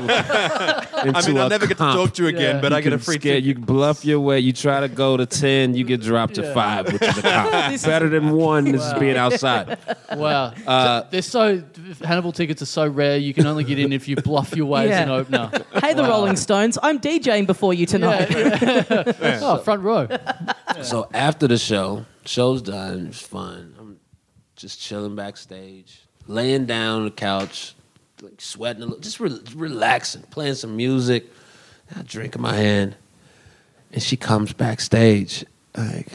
[SPEAKER 4] I mean, I'll never get to talk to you again,
[SPEAKER 2] Yeah.
[SPEAKER 4] but I get a free ticket.
[SPEAKER 3] You bluff your way. You try to go to ten, you get dropped to five, which is a comp. Better than one. This is being outside.
[SPEAKER 2] Wow,
[SPEAKER 3] Uh,
[SPEAKER 2] So they're so Hannibal tickets are so rare. You can only get in if you bluff your way
[SPEAKER 1] Yeah.
[SPEAKER 2] as an opener.
[SPEAKER 1] Hey, the
[SPEAKER 2] Wow.
[SPEAKER 1] Rolling Stones. I'm DJing before you tonight.
[SPEAKER 2] Yeah, yeah. Oh, front row.
[SPEAKER 3] So after the show, show's done, it's fun. I'm just chilling backstage, laying down on the couch, like sweating a little, just re- relaxing, playing some music. I got a drink in my hand, and she comes backstage, like,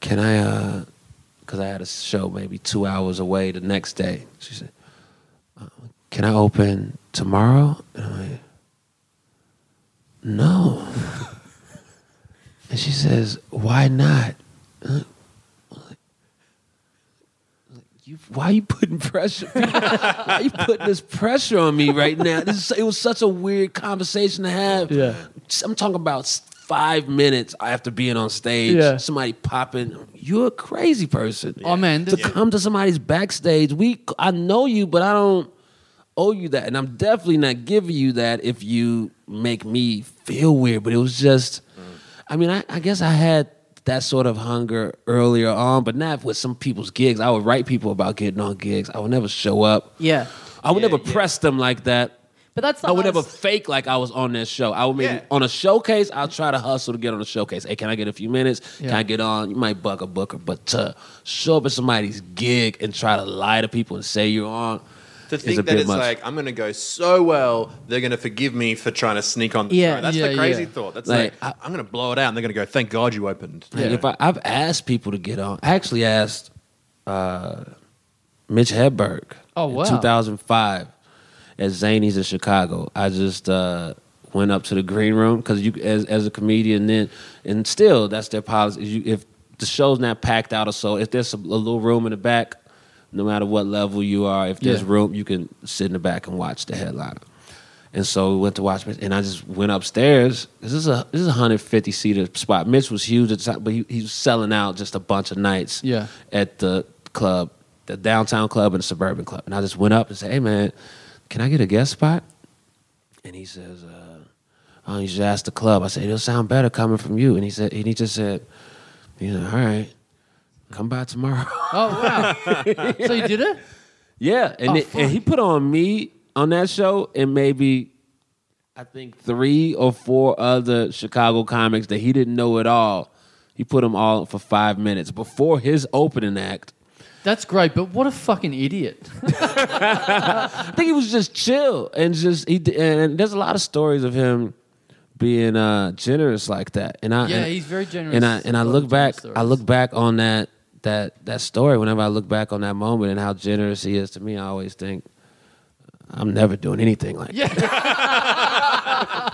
[SPEAKER 3] "Can I?" uh Because I had a show maybe two hours away the next day. She said, uh, "Can I open tomorrow?" And I'm like, "No." And she says, "Why not?" Uh, like- like, You, why are you putting pressure? why are you putting this pressure on me right now? This is, it was such a weird conversation to have.
[SPEAKER 2] Yeah.
[SPEAKER 3] I'm talking about s- five minutes after being on stage.
[SPEAKER 2] Yeah.
[SPEAKER 3] Somebody popping. You're a crazy person.
[SPEAKER 2] Oh man,
[SPEAKER 3] to
[SPEAKER 2] this,
[SPEAKER 3] come to somebody's backstage, we I know you, but I don't owe you that, and I'm definitely not giving you that if you make me feel weird. But it was just, I mean, I, I guess I had that sort of hunger earlier on, but not with some people's gigs. I would write people about getting on gigs. I would never show up.
[SPEAKER 1] yeah.
[SPEAKER 3] I would never press them like that.
[SPEAKER 1] But that's the
[SPEAKER 3] I would never
[SPEAKER 1] hardest-
[SPEAKER 3] fake like I was on that show. I would maybe
[SPEAKER 4] Yeah.
[SPEAKER 3] on a showcase. I'll try to hustle to get on a showcase. Hey, can I get a few minutes? Can
[SPEAKER 2] Yeah.
[SPEAKER 3] I get on? You might buck a booker, but to show up at somebody's gig and try to lie to people and say you're on
[SPEAKER 4] To
[SPEAKER 3] is a
[SPEAKER 4] think that
[SPEAKER 3] bit
[SPEAKER 4] it's
[SPEAKER 3] much.
[SPEAKER 4] like I'm going to go so well, they're going to forgive me for trying to sneak on the
[SPEAKER 1] Yeah.
[SPEAKER 4] show. That's
[SPEAKER 2] Yeah,
[SPEAKER 4] the crazy
[SPEAKER 2] yeah.
[SPEAKER 4] thought. That's
[SPEAKER 3] Like,
[SPEAKER 4] like, I, am going to blow it out, and they're going to go, "Thank God you opened."
[SPEAKER 3] Like, if I, I've asked people to get on, I actually asked uh, Mitch Hedberg.
[SPEAKER 2] Oh, wow.
[SPEAKER 3] In 2005 at Zanies in Chicago. I just uh, went up to the green room because you, as, as a comedian, then and still that's their policy. You, if the show's not packed out or so, if there's a, a little room in the back, no matter what level you are, if there's
[SPEAKER 2] Yeah.
[SPEAKER 3] room, you can sit in the back and watch the headliner. And so we went to watch Mitch, and I just went upstairs. This is a this is a hundred fifty seater spot. Mitch was huge at the time, but he, he was selling out just a bunch of nights.
[SPEAKER 2] Yeah.
[SPEAKER 3] at the club, the downtown club and the suburban club. And I just went up and said, "Hey man, can I get a guest spot?" And he says, uh, "Oh, you should ask the club." I said, "It'll sound better coming from you." And he said, and he just said, "He's like, all right, come by tomorrow."
[SPEAKER 2] Oh wow! so you did it?
[SPEAKER 3] Yeah,
[SPEAKER 2] Oh,
[SPEAKER 3] and, it- and he put on me on that show and maybe I think three or four other Chicago comics that he didn't know at all. He put them all for five minutes before his opening act.
[SPEAKER 2] That's great, but what a fucking idiot!
[SPEAKER 3] I think he was just chill and just he. d- And there's a lot of stories of him being uh, generous like that. And I
[SPEAKER 2] Yeah,
[SPEAKER 3] and-
[SPEAKER 2] he's very generous.
[SPEAKER 3] And I and I
[SPEAKER 2] Love
[SPEAKER 3] look back.
[SPEAKER 2] generous
[SPEAKER 3] I
[SPEAKER 2] stories.
[SPEAKER 3] look back on that that that story. Whenever I look back on that moment and how generous he is to me, I always think I'm never doing anything like. that.
[SPEAKER 2] Yeah.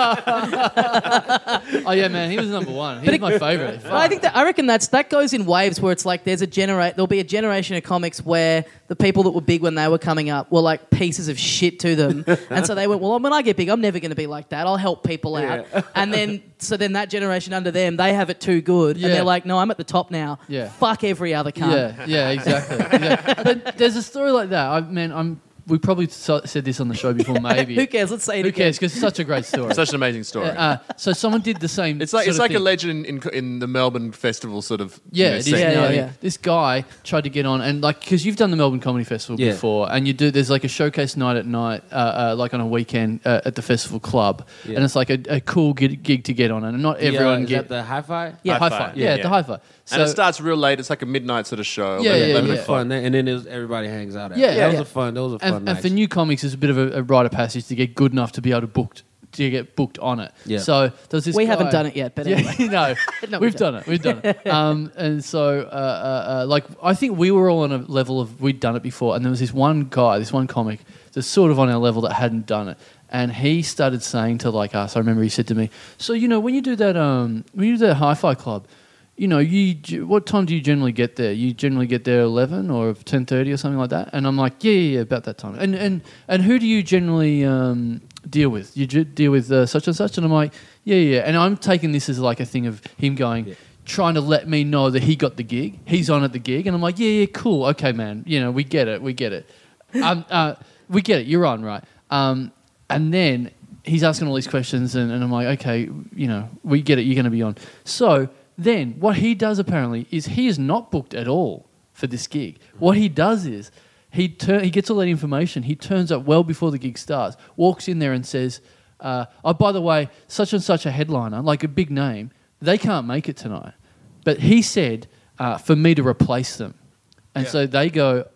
[SPEAKER 2] oh yeah, man, he was number one. He was my favorite.
[SPEAKER 1] But I think that I reckon that's that goes in waves where it's like there's a generate there'll be a generation of comics where the people that were big when they were coming up were like pieces of shit to them, and so they went, well, when I get big, I'm never going to be like that. I'll help people out, and then so then that generation under them, they have it too good,
[SPEAKER 2] Yeah.
[SPEAKER 1] and they're like, no, I'm at the top now.
[SPEAKER 2] Yeah.
[SPEAKER 1] fuck every other cunt.
[SPEAKER 2] Yeah, yeah, exactly. exactly. But there's a story like that. I man, I'm. We probably so- said this on the show before, maybe.
[SPEAKER 1] Who cares? Let's say it
[SPEAKER 2] Who
[SPEAKER 1] again.
[SPEAKER 2] cares? Because it's such a great story.
[SPEAKER 4] Such an amazing story.
[SPEAKER 2] uh, so someone did the same.
[SPEAKER 4] it's like
[SPEAKER 2] sort
[SPEAKER 4] it's
[SPEAKER 2] of
[SPEAKER 4] like a
[SPEAKER 2] thing.
[SPEAKER 4] legend in in the Melbourne festival sort of
[SPEAKER 2] Yeah,
[SPEAKER 4] you know,
[SPEAKER 2] it is.
[SPEAKER 4] scene.
[SPEAKER 1] Yeah,
[SPEAKER 2] Yeah,
[SPEAKER 1] yeah.
[SPEAKER 2] This guy tried to get on, and like, because you've done the Melbourne Comedy Festival
[SPEAKER 3] Yeah.
[SPEAKER 2] before, and you do there's like a showcase night at night, uh, uh, like on a weekend uh, at the festival club,
[SPEAKER 3] Yeah.
[SPEAKER 2] and it's like a, a cool gig, gig to get on, and not everyone
[SPEAKER 3] yeah,
[SPEAKER 2] get
[SPEAKER 3] the hi-fi.
[SPEAKER 2] yeah,
[SPEAKER 4] Hi-Fi.
[SPEAKER 2] high five,
[SPEAKER 4] Yeah,
[SPEAKER 2] yeah,
[SPEAKER 4] yeah.
[SPEAKER 2] the high five. So
[SPEAKER 4] and it starts real late. It's like a midnight sort of show.
[SPEAKER 2] Yeah, yeah,
[SPEAKER 4] 11,
[SPEAKER 3] It
[SPEAKER 4] 11
[SPEAKER 3] was
[SPEAKER 2] yeah.
[SPEAKER 4] o'clock.
[SPEAKER 3] fun, and then it was, everybody hangs out. After.
[SPEAKER 2] Yeah,
[SPEAKER 3] that
[SPEAKER 2] yeah.
[SPEAKER 3] was a fun. Those were fun
[SPEAKER 2] and, and
[SPEAKER 3] nights.
[SPEAKER 2] for new comics, it's a bit of a, a rite of passage to get good enough to be able to booked to get booked on it.
[SPEAKER 3] Yeah.
[SPEAKER 2] So there's this.
[SPEAKER 1] We haven't
[SPEAKER 2] guy-
[SPEAKER 1] done it yet, but anyway.
[SPEAKER 2] yeah, no,
[SPEAKER 1] No, we
[SPEAKER 2] we've done it. We've done it. Um, and so, uh, uh, uh, like, I think we were all on a level of we'd done it before, and there was this one guy, this one comic, that's sort of on our level that hadn't done it, and he started saying to like us. I remember he said to me, "So you know, when you do that, um, when you do that hi-fi club." You know, you g- what time do you generally get there? You generally get there eleven or ten thirty or something like that. And I'm like, yeah, yeah, yeah about that time. And and and who do you generally um, deal with? You ju- deal with uh, such and such. And I'm like, yeah, yeah. And I'm taking this as like a thing of him going, trying to let me know that he got the gig. He's on at the gig. And I'm like, yeah, yeah, cool. Okay, man. You know, we get it. We get it. Um, uh, we get it. You're on, right? Um, and then he's asking all these questions. And, and I'm like, okay, you know, we get it. You're going to be on. So then what he does apparently is he is not booked at all for this gig. What he does is he tur- he gets all that information. He turns up well before the gig starts, walks in there and says, uh, "Oh, by the way, such and such a headliner, like a big name, they can't make it tonight." But he said uh, for me to replace them, and so they go,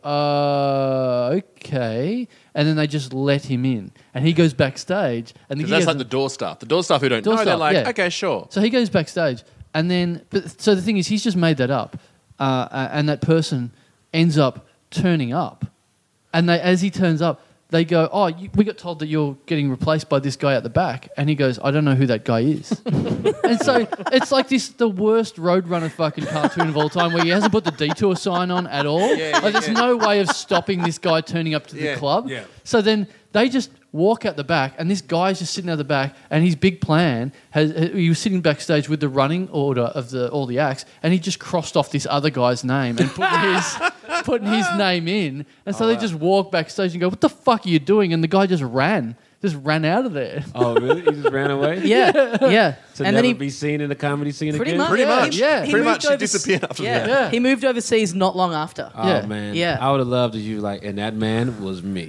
[SPEAKER 2] uh, "Okay," and then they just let him in, and he goes backstage, and the
[SPEAKER 4] 'Cause
[SPEAKER 2] gig
[SPEAKER 4] That's like
[SPEAKER 2] hasn't-
[SPEAKER 4] the door staff. The door staff who don't
[SPEAKER 2] Door
[SPEAKER 4] know, they're
[SPEAKER 2] staff,
[SPEAKER 4] like,
[SPEAKER 2] yeah.
[SPEAKER 4] okay, sure.
[SPEAKER 2] so he goes backstage, and then but so the thing is, he's just made that up, uh, uh, and that person ends up turning up, and they as he turns up, they go, "Oh, you, we got told that you're getting replaced by this guy at the back," and he goes, "I don't know who that guy is," and so it's like this the worst Roadrunner fucking cartoon of all time, where he hasn't put the detour sign on at all.
[SPEAKER 4] Yeah,
[SPEAKER 2] like
[SPEAKER 4] yeah,
[SPEAKER 2] there's
[SPEAKER 4] yeah.
[SPEAKER 2] no way of stopping this guy turning up to the
[SPEAKER 4] Yeah,
[SPEAKER 2] club.
[SPEAKER 4] yeah.
[SPEAKER 2] So then they just walk out the back, and this guy's just sitting out the back, and his big plan has he was sitting backstage with the running order of the all the acts, and he just crossed off this other guy's name and put his putting his name in, and so they just walk backstage and go, "What the fuck are you doing?" And the guy just ran, just ran out of there.
[SPEAKER 3] oh, really? He just ran away.
[SPEAKER 1] yeah, yeah.
[SPEAKER 3] To never be seen in the comedy scene
[SPEAKER 1] pretty
[SPEAKER 3] again.
[SPEAKER 1] much,
[SPEAKER 4] Pretty
[SPEAKER 1] yeah,
[SPEAKER 4] much.
[SPEAKER 1] he-
[SPEAKER 2] Yeah.
[SPEAKER 1] he
[SPEAKER 4] Pretty
[SPEAKER 1] moved
[SPEAKER 4] much he
[SPEAKER 1] overse-
[SPEAKER 4] disappeared after
[SPEAKER 1] yeah.
[SPEAKER 4] that. Ah.
[SPEAKER 2] Yeah.
[SPEAKER 1] he moved overseas not long after.
[SPEAKER 3] Oh
[SPEAKER 2] Yeah.
[SPEAKER 3] man,
[SPEAKER 1] Yeah.
[SPEAKER 3] I would have loved if you like, and that man was me.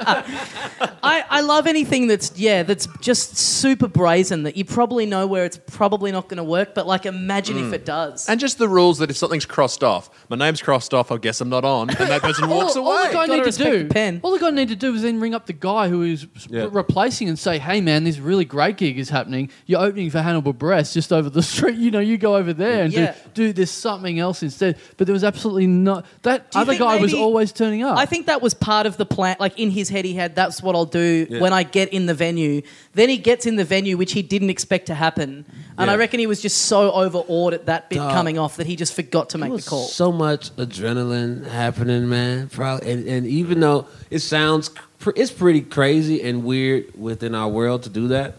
[SPEAKER 1] I, I love anything that's yeah that's just super brazen that you probably know where it's probably not going to work, but like imagine if it does.
[SPEAKER 4] Mm. And just the rules that if something's crossed off, my name's crossed off, I guess I'm not on, then that person walks
[SPEAKER 2] all,
[SPEAKER 4] away.
[SPEAKER 2] All the guy
[SPEAKER 1] Gotta
[SPEAKER 2] need to
[SPEAKER 1] respect
[SPEAKER 2] do,
[SPEAKER 1] the pen.
[SPEAKER 2] all the guy need to do is then ring up the guy who is
[SPEAKER 4] Yeah.
[SPEAKER 2] re- replacing and say, "Hey, man, this really great gig is happening. You're opening for Hannibal Breast just over the street. You know, you go over there and
[SPEAKER 1] Yeah.
[SPEAKER 2] do, do this something else instead." But there was absolutely no that
[SPEAKER 1] Do you
[SPEAKER 2] other
[SPEAKER 1] think
[SPEAKER 2] guy was
[SPEAKER 1] maybe-
[SPEAKER 2] always turning up.
[SPEAKER 1] I think that was part of the plan. Like in his head, he had that's what I'll do when I get in the venue. Then he gets in the venue, which he didn't expect to happen. And I
[SPEAKER 3] Yeah.
[SPEAKER 1] reckon he was just so overawed at that bit
[SPEAKER 3] Dog.
[SPEAKER 1] coming off that he just forgot to
[SPEAKER 3] There
[SPEAKER 1] make the
[SPEAKER 3] was
[SPEAKER 1] call.
[SPEAKER 3] So much adrenaline happening, man. Probably, and, and even though it sounds, pr- it's pretty crazy and weird within our world to do that,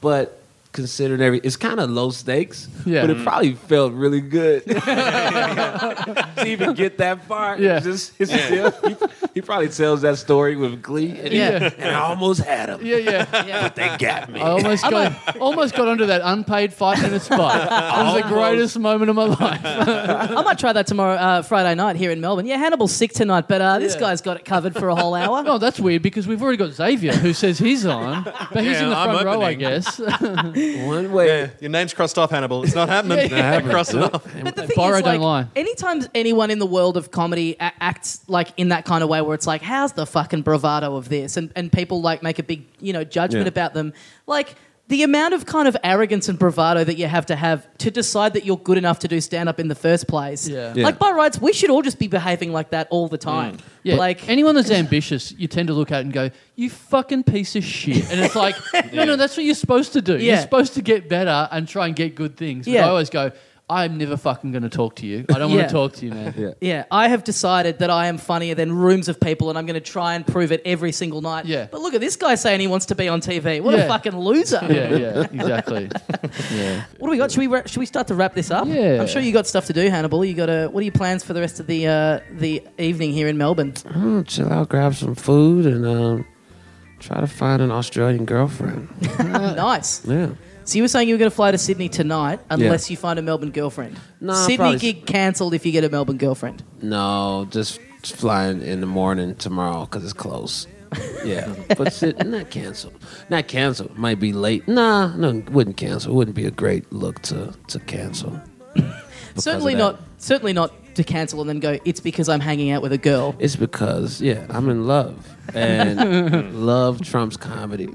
[SPEAKER 3] but considering every, it's kind of low stakes.
[SPEAKER 2] Yeah.
[SPEAKER 3] But it probably felt really good to even get that far. it's
[SPEAKER 2] Yeah.
[SPEAKER 3] just- it's still- he, he probably tells that story with glee. And, he-
[SPEAKER 2] Yeah.
[SPEAKER 3] and I almost had him.
[SPEAKER 2] Yeah, yeah.
[SPEAKER 1] yeah.
[SPEAKER 3] They got me.
[SPEAKER 2] I almost got almost got onto that unpaid five minute spot. It was the greatest moment of my life.
[SPEAKER 1] I might try that tomorrow, uh, Friday night here in Melbourne. Yeah, Hannibal's sick tonight, but uh, this
[SPEAKER 2] Yeah.
[SPEAKER 1] guy's got it covered for a whole hour.
[SPEAKER 2] Oh, that's weird because we've already got Xavier who says he's on, but he's
[SPEAKER 4] Yeah,
[SPEAKER 2] in the
[SPEAKER 4] I'm
[SPEAKER 2] front row, I
[SPEAKER 4] opening.
[SPEAKER 2] guess.
[SPEAKER 3] One way.
[SPEAKER 4] Yeah, your name's crossed off, Hannibal. It's not happening.
[SPEAKER 2] Yeah, yeah.
[SPEAKER 4] Cross it off.
[SPEAKER 1] But the thing
[SPEAKER 2] Borrow,
[SPEAKER 1] is, like,
[SPEAKER 2] don't lie.
[SPEAKER 1] anytime anyone in the world of comedy a- acts like in that kind of way, where it's like, "How's the fucking bravado of this?" and and people like make a big you know judgment
[SPEAKER 3] Yeah.
[SPEAKER 1] about them, like. The amount of kind of arrogance and bravado that you have to have to decide that you're good enough to do stand up in the first place.
[SPEAKER 2] Yeah. Mm.
[SPEAKER 3] Yeah.
[SPEAKER 1] Like, by rights, we should all just be behaving like that all the time.
[SPEAKER 2] Yeah,
[SPEAKER 1] Like,
[SPEAKER 2] anyone that's ambitious, you tend to look at it and go, "You fucking piece of shit," and it's like, "No, no, that's what you're supposed to do. You're
[SPEAKER 1] Yeah.
[SPEAKER 2] supposed to get better and try and get good things." But
[SPEAKER 1] Yeah.
[SPEAKER 2] I always go, "I'm never fucking going to talk to you. I don't
[SPEAKER 1] Yeah.
[SPEAKER 2] want to talk to you, man."
[SPEAKER 3] Yeah.
[SPEAKER 1] Yeah, I have decided that I am funnier than rooms of people, and I'm going to try and prove it every single night.
[SPEAKER 2] Yeah.
[SPEAKER 1] But look at this guy saying he wants to be on TV. What
[SPEAKER 2] Yeah.
[SPEAKER 1] a fucking loser!
[SPEAKER 2] yeah, yeah, exactly. Yeah.
[SPEAKER 1] What do we got? Should we ra- should we start to wrap this up?
[SPEAKER 2] Yeah.
[SPEAKER 1] I'm sure you got stuff to do, Hannibal. You got a. What are your plans for the rest of the uh, the evening here in Melbourne?
[SPEAKER 3] Oh, chill out, grab some food, and um, try to find an Australian girlfriend.
[SPEAKER 2] Uh,
[SPEAKER 1] nice.
[SPEAKER 3] Yeah.
[SPEAKER 1] So you were saying you were going to fly to Sydney tonight, unless you find a Melbourne girlfriend.
[SPEAKER 3] Nah,
[SPEAKER 1] Sydney
[SPEAKER 3] probably-
[SPEAKER 1] gig cancelled if you get a Melbourne girlfriend.
[SPEAKER 3] No, just flying in the morning tomorrow because it's close. Yeah, but sit, not canceled. Not canceled. Might be late. Nah, no, wouldn't cancel. Wouldn't be a great look to to cancel. Because
[SPEAKER 1] certainly
[SPEAKER 3] of that.
[SPEAKER 1] not. Certainly not to cancel and then go. It's because I'm hanging out with a girl.
[SPEAKER 3] It's because yeah, I'm in love and love trumps comedy.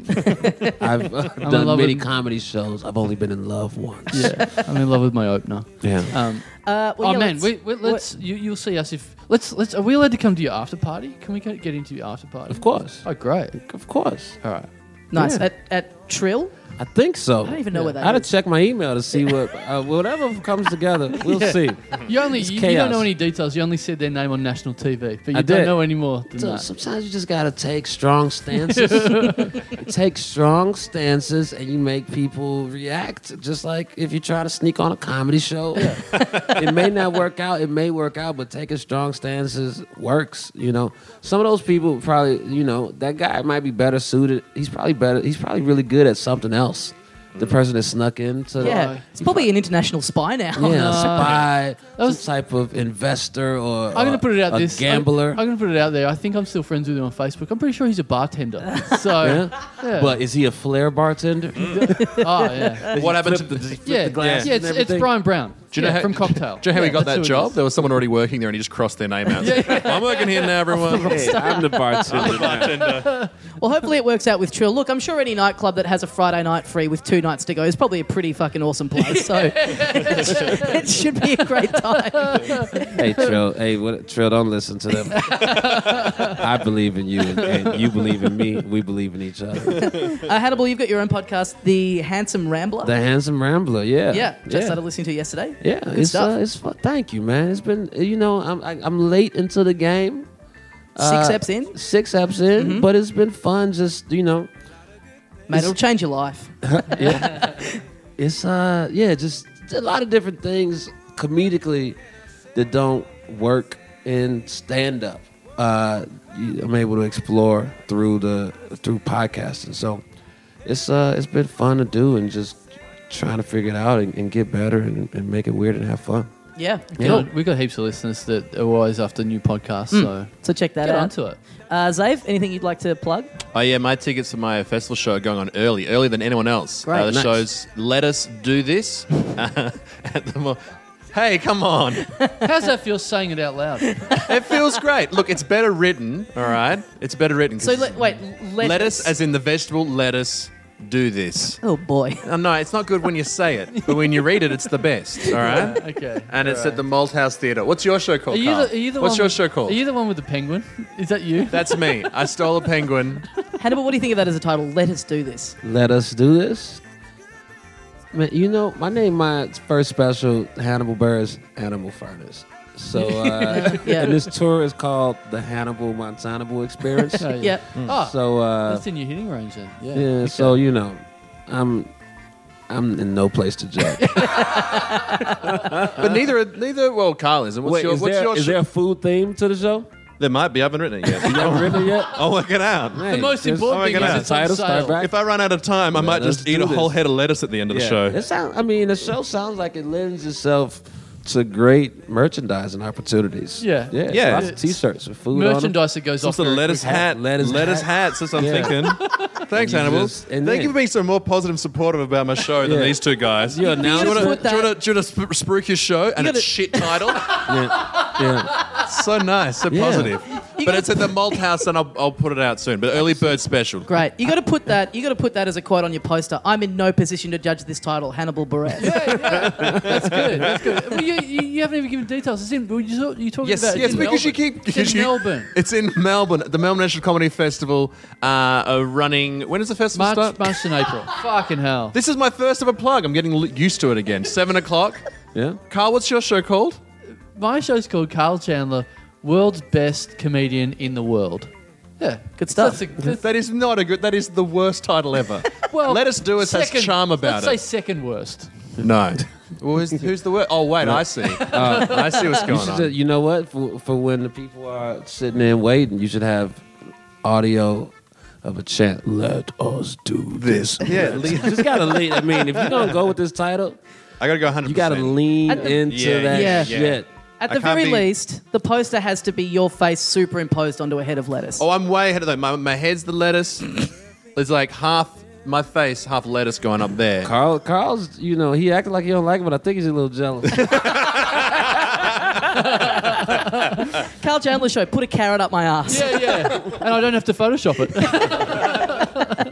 [SPEAKER 3] I've uh,
[SPEAKER 2] in
[SPEAKER 3] done
[SPEAKER 2] love
[SPEAKER 3] many
[SPEAKER 2] with-
[SPEAKER 3] comedy shows. I've only been in love once.
[SPEAKER 2] Yeah, I'm in love with my opener.
[SPEAKER 3] Yeah.
[SPEAKER 2] Um,
[SPEAKER 1] Uh, well,
[SPEAKER 2] oh
[SPEAKER 1] yeah,
[SPEAKER 2] man,
[SPEAKER 1] let's-
[SPEAKER 2] we, we, let's you, you'll see us if let's let's are we allowed to come to your after party? Can we get get into your after party?
[SPEAKER 3] Of course.
[SPEAKER 2] Oh great!
[SPEAKER 3] Of course.
[SPEAKER 2] All right.
[SPEAKER 1] nice
[SPEAKER 3] yeah.
[SPEAKER 1] at at Trill.
[SPEAKER 3] I think so. I
[SPEAKER 1] don't even know what that
[SPEAKER 3] I would
[SPEAKER 1] is.
[SPEAKER 3] check my email to see what uh, whatever comes together. We'll see.
[SPEAKER 1] Hmm.
[SPEAKER 2] You only you, you don't
[SPEAKER 3] chaos.
[SPEAKER 2] know any details. You only said their name on national TV, but you
[SPEAKER 3] I
[SPEAKER 2] don't
[SPEAKER 3] did.
[SPEAKER 2] know any more than
[SPEAKER 3] So
[SPEAKER 2] that.
[SPEAKER 3] sometimes you just gotta take strong stances. take strong stances, and you make people react. Just like if you try to sneak on a comedy show, it may not work out. It may work out, but taking strong stances works. You know, some of those people probably, you know, that guy might be better suited. He's probably better. He's probably really good at something else.
[SPEAKER 2] Mm.
[SPEAKER 3] The person that snuck into the-
[SPEAKER 1] Yeah, it's probably an international spy now.
[SPEAKER 3] Yeah,
[SPEAKER 2] Uh,
[SPEAKER 3] a spy,
[SPEAKER 2] That was-
[SPEAKER 3] some type of investor or
[SPEAKER 2] I'm gonna put it out
[SPEAKER 3] a
[SPEAKER 2] this
[SPEAKER 3] gambler.
[SPEAKER 2] I'm, I'm gonna put it out there. I think I'm still friends with him on Facebook. I'm pretty sure he's a bartender. So,
[SPEAKER 3] yeah? Mm.
[SPEAKER 2] yeah.
[SPEAKER 3] But is he a flair bartender?
[SPEAKER 2] oh yeah,
[SPEAKER 4] What happened to the?
[SPEAKER 2] yeah,
[SPEAKER 3] glass
[SPEAKER 2] yeah.
[SPEAKER 3] and
[SPEAKER 2] It's, it's
[SPEAKER 3] everything.
[SPEAKER 2] Brian Brown.
[SPEAKER 4] Do you know
[SPEAKER 2] yeah,
[SPEAKER 4] how-
[SPEAKER 2] from Cocktail?
[SPEAKER 4] Do you know how he
[SPEAKER 2] Yeah,
[SPEAKER 4] got
[SPEAKER 2] that's who it
[SPEAKER 4] that job?
[SPEAKER 2] is.
[SPEAKER 4] There was someone already working there, and he just crossed their name out. I'm working here now, everyone.
[SPEAKER 3] Hey, I'm the bartender.
[SPEAKER 1] Well, hopefully it works out with Trill. Look, I'm sure any nightclub that has a Friday night free with two nights to go is probably a pretty fucking awesome place. So it should be a great time.
[SPEAKER 3] hey, Trill. Hey, what, Trill, don't listen to them. I believe in you, and, and you believe in me. We believe in each other.
[SPEAKER 1] Uh, Hannibal, you've got your own podcast, The Handsome Rambler.
[SPEAKER 3] The Handsome Rambler, yeah.
[SPEAKER 1] yeah, just started listening to it yesterday.
[SPEAKER 3] Yeah, it's
[SPEAKER 1] stuff.
[SPEAKER 3] Uh, it's fun. Thank you, man. It's been you know I'm I, I'm late into the game.
[SPEAKER 1] Six
[SPEAKER 3] Uh,
[SPEAKER 1] eps in,
[SPEAKER 3] Six eps in, but it's been fun. Just you know,
[SPEAKER 1] mate, it'll change your life.
[SPEAKER 3] it's uh yeah just a lot of different things comedically that don't work in stand up uh you- i'm able to explore through the through podcasting so it's uh it's been fun to do and just trying to figure it out and, and get better and, and make it weird and have fun
[SPEAKER 1] Yeah,
[SPEAKER 2] We
[SPEAKER 1] cool.
[SPEAKER 2] got, we got heaps of listeners that are always after new podcasts.
[SPEAKER 4] Hmm.
[SPEAKER 2] So
[SPEAKER 1] So check that
[SPEAKER 2] get
[SPEAKER 1] out.
[SPEAKER 2] onto it.
[SPEAKER 1] Uh, Zave, anything you'd like to plug?
[SPEAKER 4] Oh yeah, my tickets for my festival show are going on early, earlier than anyone else.
[SPEAKER 1] Great.
[SPEAKER 4] Uh, the
[SPEAKER 1] Nice.
[SPEAKER 4] show's "Let Us Do This." uh, at the mo- hey, come on!
[SPEAKER 2] How's that feel saying it out loud?
[SPEAKER 4] It feels great. Look, it's better written. All right, it's better written.
[SPEAKER 1] So le- wait, let
[SPEAKER 4] lettuce, as in the vegetable lettuce, do this.
[SPEAKER 1] oh boy,
[SPEAKER 4] Oh, no, it's not good when you say it, but when you read it, it's the best. All right.
[SPEAKER 2] Okay.
[SPEAKER 4] And it's
[SPEAKER 2] alright.
[SPEAKER 4] at the Malthouse Theatre. What's your show called?
[SPEAKER 2] Are you the,
[SPEAKER 4] Carl?
[SPEAKER 2] are you the
[SPEAKER 4] What's
[SPEAKER 2] one
[SPEAKER 4] your
[SPEAKER 2] with-
[SPEAKER 4] show called?
[SPEAKER 2] Are you the one with the penguin? Is that you?
[SPEAKER 4] That's me. I stole a penguin.
[SPEAKER 1] Hannibal, what do you think of that as a title? Let us do this.
[SPEAKER 3] Let us do this. Man, you know, my name, my first special, Hannibal Burris Animal Furnace. So, uh,
[SPEAKER 1] Yeah.
[SPEAKER 3] and this tour is called the Hannibal Montanable Experience.
[SPEAKER 2] Oh,
[SPEAKER 1] Yeah.
[SPEAKER 2] Oh,
[SPEAKER 4] Hmm.
[SPEAKER 3] So, uh,
[SPEAKER 2] that's in your hitting range then. Yeah.
[SPEAKER 3] yeah, so you know, I'm, I'm in no place to judge.
[SPEAKER 4] But neither, neither. Well, Carl isn't. What's
[SPEAKER 3] Wait,
[SPEAKER 4] your?
[SPEAKER 3] is,
[SPEAKER 4] What's
[SPEAKER 3] there,
[SPEAKER 4] your?
[SPEAKER 3] is
[SPEAKER 4] sh-
[SPEAKER 3] there a food theme to the show?
[SPEAKER 4] there might be. I haven't written it yet.
[SPEAKER 3] Y'all written yet?
[SPEAKER 4] I'll work it out.
[SPEAKER 2] The most
[SPEAKER 4] Oh my
[SPEAKER 2] important
[SPEAKER 4] God.
[SPEAKER 2] thing is it's on
[SPEAKER 3] Title,
[SPEAKER 2] sale.
[SPEAKER 3] Starbucks.
[SPEAKER 4] If I run out of time, I might
[SPEAKER 3] let's
[SPEAKER 4] just eat
[SPEAKER 3] do
[SPEAKER 4] a whole
[SPEAKER 3] this.
[SPEAKER 4] head of lettuce at the end of the show.
[SPEAKER 3] It sound, I mean, the show sounds like it lends itself to great merchandising opportunities.
[SPEAKER 2] Yeah.
[SPEAKER 3] yeah,
[SPEAKER 4] Yeah.
[SPEAKER 3] Lots of T-shirts with food on them.
[SPEAKER 2] Merchandise that goes
[SPEAKER 4] Some
[SPEAKER 2] off.
[SPEAKER 4] sort of
[SPEAKER 2] very
[SPEAKER 4] lettuce
[SPEAKER 2] quickly.
[SPEAKER 4] hat,
[SPEAKER 3] Lettuce
[SPEAKER 4] lettuce,
[SPEAKER 3] hat.
[SPEAKER 4] hats. That's what I'm
[SPEAKER 3] Yeah.
[SPEAKER 4] thinking. Thanks,
[SPEAKER 3] you
[SPEAKER 4] Hannibal.
[SPEAKER 3] just- and
[SPEAKER 4] Thank
[SPEAKER 3] then-
[SPEAKER 4] you for being so more positive and supportive about my show than
[SPEAKER 3] Yeah.
[SPEAKER 4] these two guys.
[SPEAKER 3] You
[SPEAKER 4] do you
[SPEAKER 3] announce
[SPEAKER 4] want
[SPEAKER 1] it.
[SPEAKER 4] to
[SPEAKER 1] Put that-
[SPEAKER 4] do you wanna- do you wanna sp- spruik your show and
[SPEAKER 1] gotta-
[SPEAKER 4] it's shit title?
[SPEAKER 3] Yeah.
[SPEAKER 4] so nice, so
[SPEAKER 3] Yeah.
[SPEAKER 4] positive. But it's at the Malt House, and I'll, I'll put it out soon. But early bird special.
[SPEAKER 1] Great. You got to put that. You got to put that as a quote on your poster. I'm in no position to judge this title, Hannibal Buress.
[SPEAKER 2] That's good. That's good. Well, you, you, you haven't even given details. It's in. well, You talk- you talking
[SPEAKER 4] Yes,
[SPEAKER 2] about?
[SPEAKER 4] yes,
[SPEAKER 2] it's in
[SPEAKER 4] because you
[SPEAKER 2] Melbourne.
[SPEAKER 4] keep.
[SPEAKER 2] It's in
[SPEAKER 4] you-
[SPEAKER 2] Melbourne.
[SPEAKER 4] It's in Melbourne. The Melbourne National Comedy Festival uh, are running. When does the festival
[SPEAKER 2] March,
[SPEAKER 4] start?
[SPEAKER 2] March and April. Fucking hell.
[SPEAKER 4] This is my first ever plug. I'm getting l- used to it again. Seven o'clock.
[SPEAKER 3] Yeah.
[SPEAKER 4] Carl, what's your show called?
[SPEAKER 2] My show's called Carl Chandler, world's best comedian in the world. Yeah,
[SPEAKER 1] Good stuff.
[SPEAKER 2] That's a, that's,
[SPEAKER 4] That is not a good. That is the worst title ever.
[SPEAKER 2] well,
[SPEAKER 4] Let us do it. Has
[SPEAKER 2] second-
[SPEAKER 4] charm about
[SPEAKER 2] let's
[SPEAKER 4] it.
[SPEAKER 2] say second worst.
[SPEAKER 4] no. Well, who's, who's the worst? Oh wait, I see. I see what's
[SPEAKER 3] You
[SPEAKER 4] going
[SPEAKER 3] should.
[SPEAKER 4] on.
[SPEAKER 3] Just, you know what? For, for when the people are sitting there waiting, you should have audio of a chant. Let us do this.
[SPEAKER 4] Yeah,
[SPEAKER 3] Let-
[SPEAKER 4] lean-
[SPEAKER 3] you just gotta lean. I mean, if you don't go with this title,
[SPEAKER 4] I gotta go 100.
[SPEAKER 3] you gotta lean
[SPEAKER 1] At the-
[SPEAKER 3] into
[SPEAKER 4] Yeah,
[SPEAKER 3] that
[SPEAKER 1] yeah,
[SPEAKER 3] shit.
[SPEAKER 1] At
[SPEAKER 4] I
[SPEAKER 1] the
[SPEAKER 4] can't
[SPEAKER 1] very
[SPEAKER 4] be-
[SPEAKER 1] least, the poster has to be your face superimposed onto a head of lettuce.
[SPEAKER 4] Oh, I'm way ahead of that. My, my head's the lettuce. There's like half my face, half lettuce going up there.
[SPEAKER 3] Carl, Carl's, you know, he acted like he don't like it, but I think he's a little jealous.
[SPEAKER 1] Carl Chandler show. Put a carrot up my ass.
[SPEAKER 2] Yeah, yeah, and I don't have to Photoshop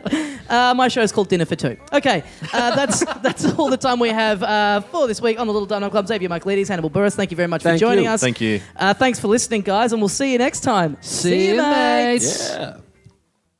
[SPEAKER 2] it.
[SPEAKER 1] Uh, my show is called Dinner for Two. Okay, uh, that's that's all the time we have uh, for this week on the Little Dino Club. Xavier Mike Leadys, Hannibal Burris, thank you very much
[SPEAKER 3] Thank
[SPEAKER 1] for joining
[SPEAKER 3] you.
[SPEAKER 1] us.
[SPEAKER 4] Thank you.
[SPEAKER 1] Uh, thanks for listening, guys, and we'll see you next time.
[SPEAKER 2] See you, mates.
[SPEAKER 3] yeah.